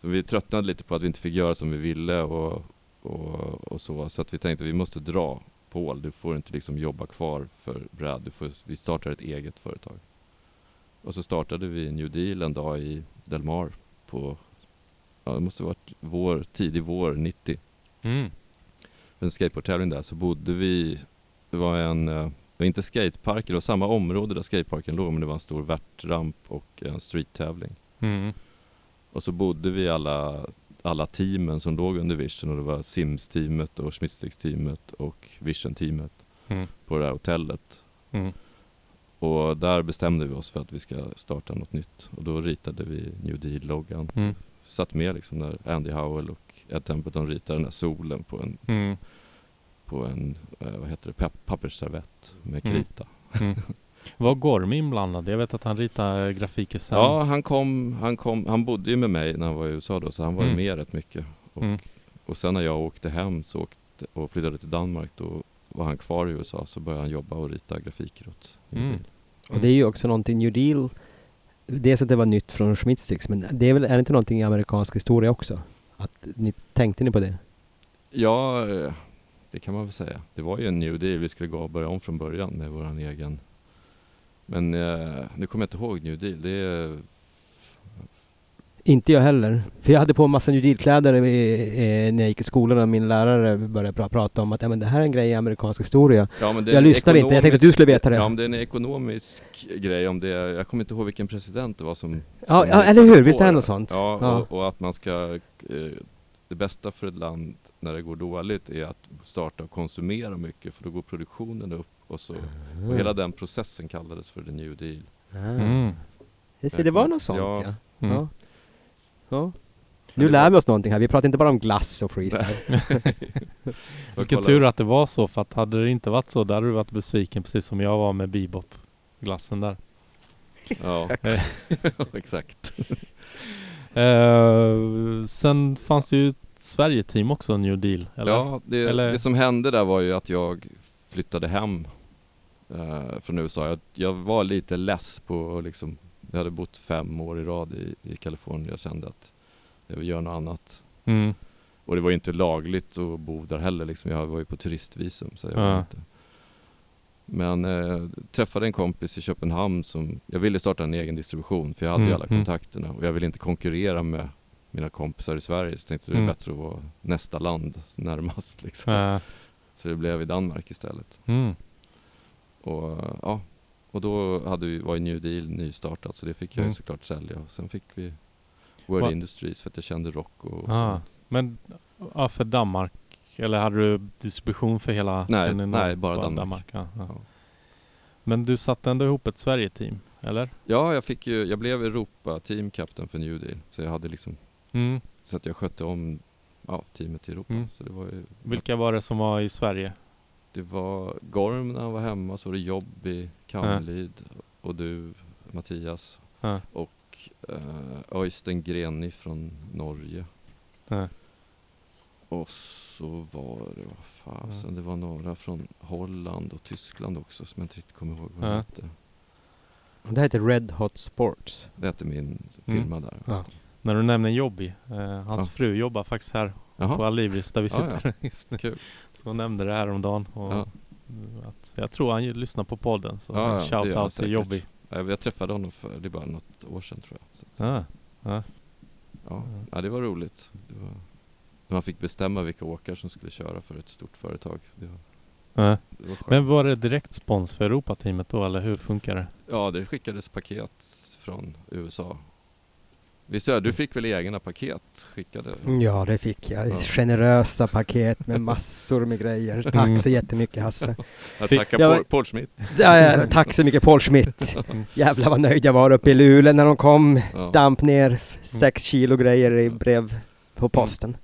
Speaker 2: Så vi tröttnade lite på att vi inte fick göra som vi ville och, och, och så så att vi tänkte vi måste dra Paul, du får inte liksom jobba kvar för Brad, du får, vi startar ett eget företag. Och så startade vi New Deal en dag i Del Mar på, ja det måste ha varit vår, tidig vår 90.
Speaker 1: Mm.
Speaker 2: För en skateboardtävling där så bodde vi, det var en, eh, det var inte skatepark, det var samma område där skateparken låg men det var en stor värtramp och en streettävling.
Speaker 1: Mm.
Speaker 2: Och så bodde vi alla, alla teamen som låg under Vision och det var Sims-teamet och Schmidsticks-teamet och Vision-teamet
Speaker 1: Mm.
Speaker 2: på det här hotellet.
Speaker 1: Mm.
Speaker 2: Och där bestämde vi oss för att vi ska starta något nytt och då ritade vi New Deal-loggan.
Speaker 1: Mm.
Speaker 2: Satt med liksom när Andy Howell och Ed Templeton ritade den här solen på en,
Speaker 1: Mm.
Speaker 2: på en eh, vad heter det, Pep- pappersservett med
Speaker 1: Mm.
Speaker 2: krita.
Speaker 1: (laughs) Var Gorm inblandad? Jag vet att han ritar grafiker sen.
Speaker 2: Ja, han kom, han kom, han bodde ju med mig när han var i USA då, så han var ju
Speaker 1: Mm.
Speaker 2: med rätt mycket. Och,
Speaker 1: Mm.
Speaker 2: och sen när jag åkte hem så åkte, och flyttade till Danmark, då var han kvar i USA, så började han jobba och rita grafiker åt New
Speaker 1: Mm.
Speaker 2: Deal.
Speaker 4: Och det är ju också någonting New Deal. Dels att det var nytt från Schmidsticks, men det är väl, är det inte någonting i amerikansk historia också? Att ni, tänkte ni på det?
Speaker 2: Ja, eh, det kan man väl säga. Det var ju en New Deal, vi skulle gå och börja om från början med våran egen. Men eh, nu kommer jag inte ihåg New Deal, det är...
Speaker 4: Inte jag heller. För jag hade på en massa New Deal-kläder eh, eh, när jag gick i skolan och min lärare började pra- prata om att ja, men det här är en grej i amerikansk historia.
Speaker 2: Ja, men det är
Speaker 4: Jag
Speaker 2: en
Speaker 4: lyssnade inte, jag tänkte att du
Speaker 2: ekonomisk-
Speaker 4: skulle veta det.
Speaker 2: Ja, men det är en ekonomisk grej om det. Jag kommer inte ihåg vilken president det var som...
Speaker 4: Ja,
Speaker 2: som
Speaker 4: ja eller hur? Visst är det
Speaker 2: på
Speaker 4: något sånt?
Speaker 2: Ja,
Speaker 4: Ja.
Speaker 2: Och, och att man ska... Eh, det bästa för ett land när det går dåligt är att starta och konsumera mycket för då går produktionen upp och så.
Speaker 1: Ah.
Speaker 2: Och hela den processen kallades för the new deal.
Speaker 4: Ah.
Speaker 1: Mm.
Speaker 4: Det, ser- det var något sånt
Speaker 2: Ja.
Speaker 4: ja. ja.
Speaker 1: Mm.
Speaker 4: ja.
Speaker 2: Ja,
Speaker 4: Nu
Speaker 2: det
Speaker 4: lär
Speaker 2: var-
Speaker 4: vi oss någonting här. Vi pratar inte bara om glass och freestyle.
Speaker 2: Och
Speaker 1: Vilken
Speaker 2: kolla-
Speaker 1: tur att det var så, för att hade det inte varit så, där hade du varit besviken precis som jag var med Bebop-glassen där. (laughs)
Speaker 2: Ja, (laughs) exakt.
Speaker 1: Eh, sen fanns det ju ett Sverige-team också, New Deal, eller?
Speaker 2: Ja, det,
Speaker 1: Eller-
Speaker 2: det som hände där var ju att jag flyttade hem eh, från USA. Jag, jag var lite less på att liksom, jag hade bott fem år i rad i, i Kalifornien. Jag kände att jag vill göra något annat.
Speaker 1: Mm.
Speaker 2: Och det var ju inte lagligt att bo där heller liksom. Jag var ju på turistvisum så jag var
Speaker 1: Ja.
Speaker 2: inte. Men eh, träffade en kompis i Köpenhamn som, jag ville starta en egen distribution för jag hade ju
Speaker 1: Mm,
Speaker 2: alla
Speaker 1: mm.
Speaker 2: kontakterna och jag ville inte konkurrera med mina kompisar i Sverige så tänkte jag det är
Speaker 1: Mm.
Speaker 2: bättre att vara nästa land närmast liksom.
Speaker 1: Eh,
Speaker 2: Så det blev i Danmark istället.
Speaker 1: Mm.
Speaker 2: Och, ja, och då hade vi, var ju New Deal nystartat så det fick jag ju
Speaker 1: Mm.
Speaker 2: såklart sälja. Och sen fick vi World
Speaker 1: Va-
Speaker 2: Industries för att jag kände rock och, och
Speaker 1: Ah,
Speaker 2: sånt.
Speaker 1: men ja, för Danmark? Eller hade du distribution för hela
Speaker 2: Nej,
Speaker 1: Skandinavien?
Speaker 2: nej, bara Danmark.
Speaker 1: ja, ja.
Speaker 2: Ja.
Speaker 1: Men du satte ändå ihop ett Sverige-team, eller?
Speaker 2: Ja, jag, fick ju, jag blev Europa teamkapten för New Deal. Så jag hade liksom,
Speaker 1: Mm.
Speaker 2: så att jag skötte om ja, teamet i Europa.
Speaker 1: Mm.
Speaker 2: Så det var ju,
Speaker 1: Vilka var det som var i Sverige?
Speaker 2: Det var Gorm när han var hemma, så var det Jobby, Kamlid och du Mattias
Speaker 1: Ja.
Speaker 2: och eh, Öystein Greni från Norge.
Speaker 1: Ja.
Speaker 2: Och så var det, vad fasen, det var några från Holland och Tyskland också som jag inte riktigt kommer ihåg vad de
Speaker 1: Ja.
Speaker 2: hette.
Speaker 4: (laughs) Det här heter Red Hot Sports.
Speaker 2: Det hette min
Speaker 1: Mm.
Speaker 2: firma där.
Speaker 4: Ja.
Speaker 2: alltså.
Speaker 1: När du nämner Jobby, eh, hans
Speaker 2: Ja.
Speaker 1: fru jobbar faktiskt här på
Speaker 2: Jaha,
Speaker 1: Alibris där vi
Speaker 2: Ja, ja.
Speaker 1: sitter (laughs) just nu.
Speaker 2: kul.
Speaker 1: Så hon nämnde det här om dagen och
Speaker 2: Ja.
Speaker 1: att jag tror han ju lyssnar på podden så
Speaker 2: Ja, ja, det
Speaker 1: shout
Speaker 2: gör han
Speaker 1: out till
Speaker 2: säkert.
Speaker 1: Jobby.
Speaker 2: Jag, jag träffade honom för, det är bara något år sedan tror jag. Så, att,
Speaker 1: Ja.
Speaker 2: ja.
Speaker 1: Ja.
Speaker 2: ja, det var roligt. Det var, när man fick bestämma vilka åkare som skulle köra för ett stort företag. Det var,
Speaker 1: Ja.
Speaker 2: det var skönt.
Speaker 1: Men var det direkt spons för Europateamet då eller hur funkar det?
Speaker 2: Ja, det skickades paket från USA. Visst är det?
Speaker 1: Mm.
Speaker 2: du fick väl egna paket skickade?
Speaker 4: Mm, Ja, det fick jag.
Speaker 2: Ja.
Speaker 4: Generösa paket med massor med grejer.
Speaker 1: Mm.
Speaker 4: Tack så jättemycket (laughs) Hasse.
Speaker 2: Jag
Speaker 1: Fick-
Speaker 2: tackar
Speaker 4: det var-
Speaker 2: Paul-
Speaker 1: (laughs)
Speaker 2: Paul Smith.
Speaker 4: Ja, ja, tack så mycket Paul Schmidt. Jävlar vad nöjd jag var uppe i Luleå när de kom.
Speaker 2: Ja.
Speaker 4: Damp ner sex kilo grejer i brev på posten.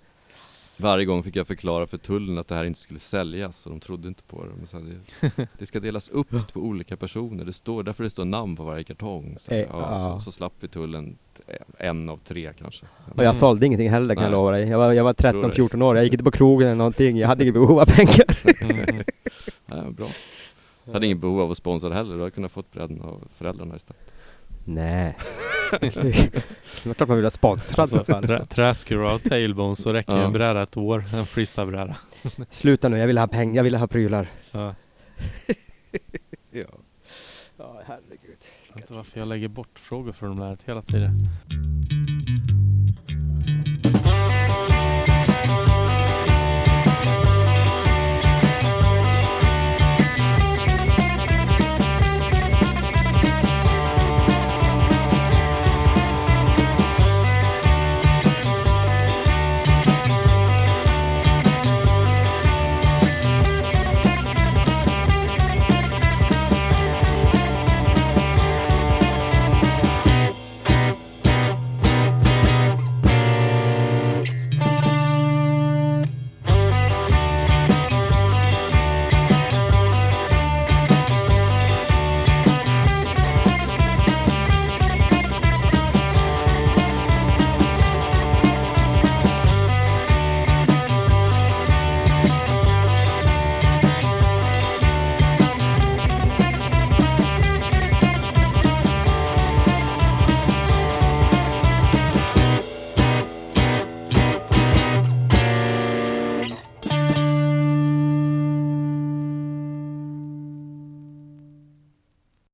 Speaker 2: Varje gång fick jag förklara för tullen att det här inte skulle säljas och de trodde inte på det. Men så här,
Speaker 4: (laughs)
Speaker 2: det, det ska delas upp på olika personer. Det står, därför det står namn på varje kartong. Så, här,
Speaker 4: Eh,
Speaker 2: ja,
Speaker 4: ja.
Speaker 2: så, så slapp vi tullen eh, en av tre kanske.
Speaker 4: Och jag sålde ingenting heller kan jag
Speaker 2: Nej.
Speaker 4: lova dig. Jag var, jag var
Speaker 2: Tror dig.
Speaker 4: 13-14 år, jag gick inte på krogen eller någonting. Jag hade inget behov av pengar.
Speaker 1: Mm.
Speaker 2: Ja, bra. Jag hade inget behov av att sponsra det heller. Då hade jag kunnat fått bredden av föräldrarna istället.
Speaker 4: Nej. (laughs) Alltså. det var klart man ville ha sponsrad i alla fall.
Speaker 1: Trä- Träskurar och tailbones så räcker ju
Speaker 2: Ja.
Speaker 1: en bräda ett år, en freestylebräda.
Speaker 4: Sluta nu, jag ville ha pengar, jag ville ha prylar.
Speaker 1: Ja.
Speaker 4: Ja. Ja, herregud.
Speaker 1: Jag vet inte varför jag lägger bort frågor från de här hela tiden.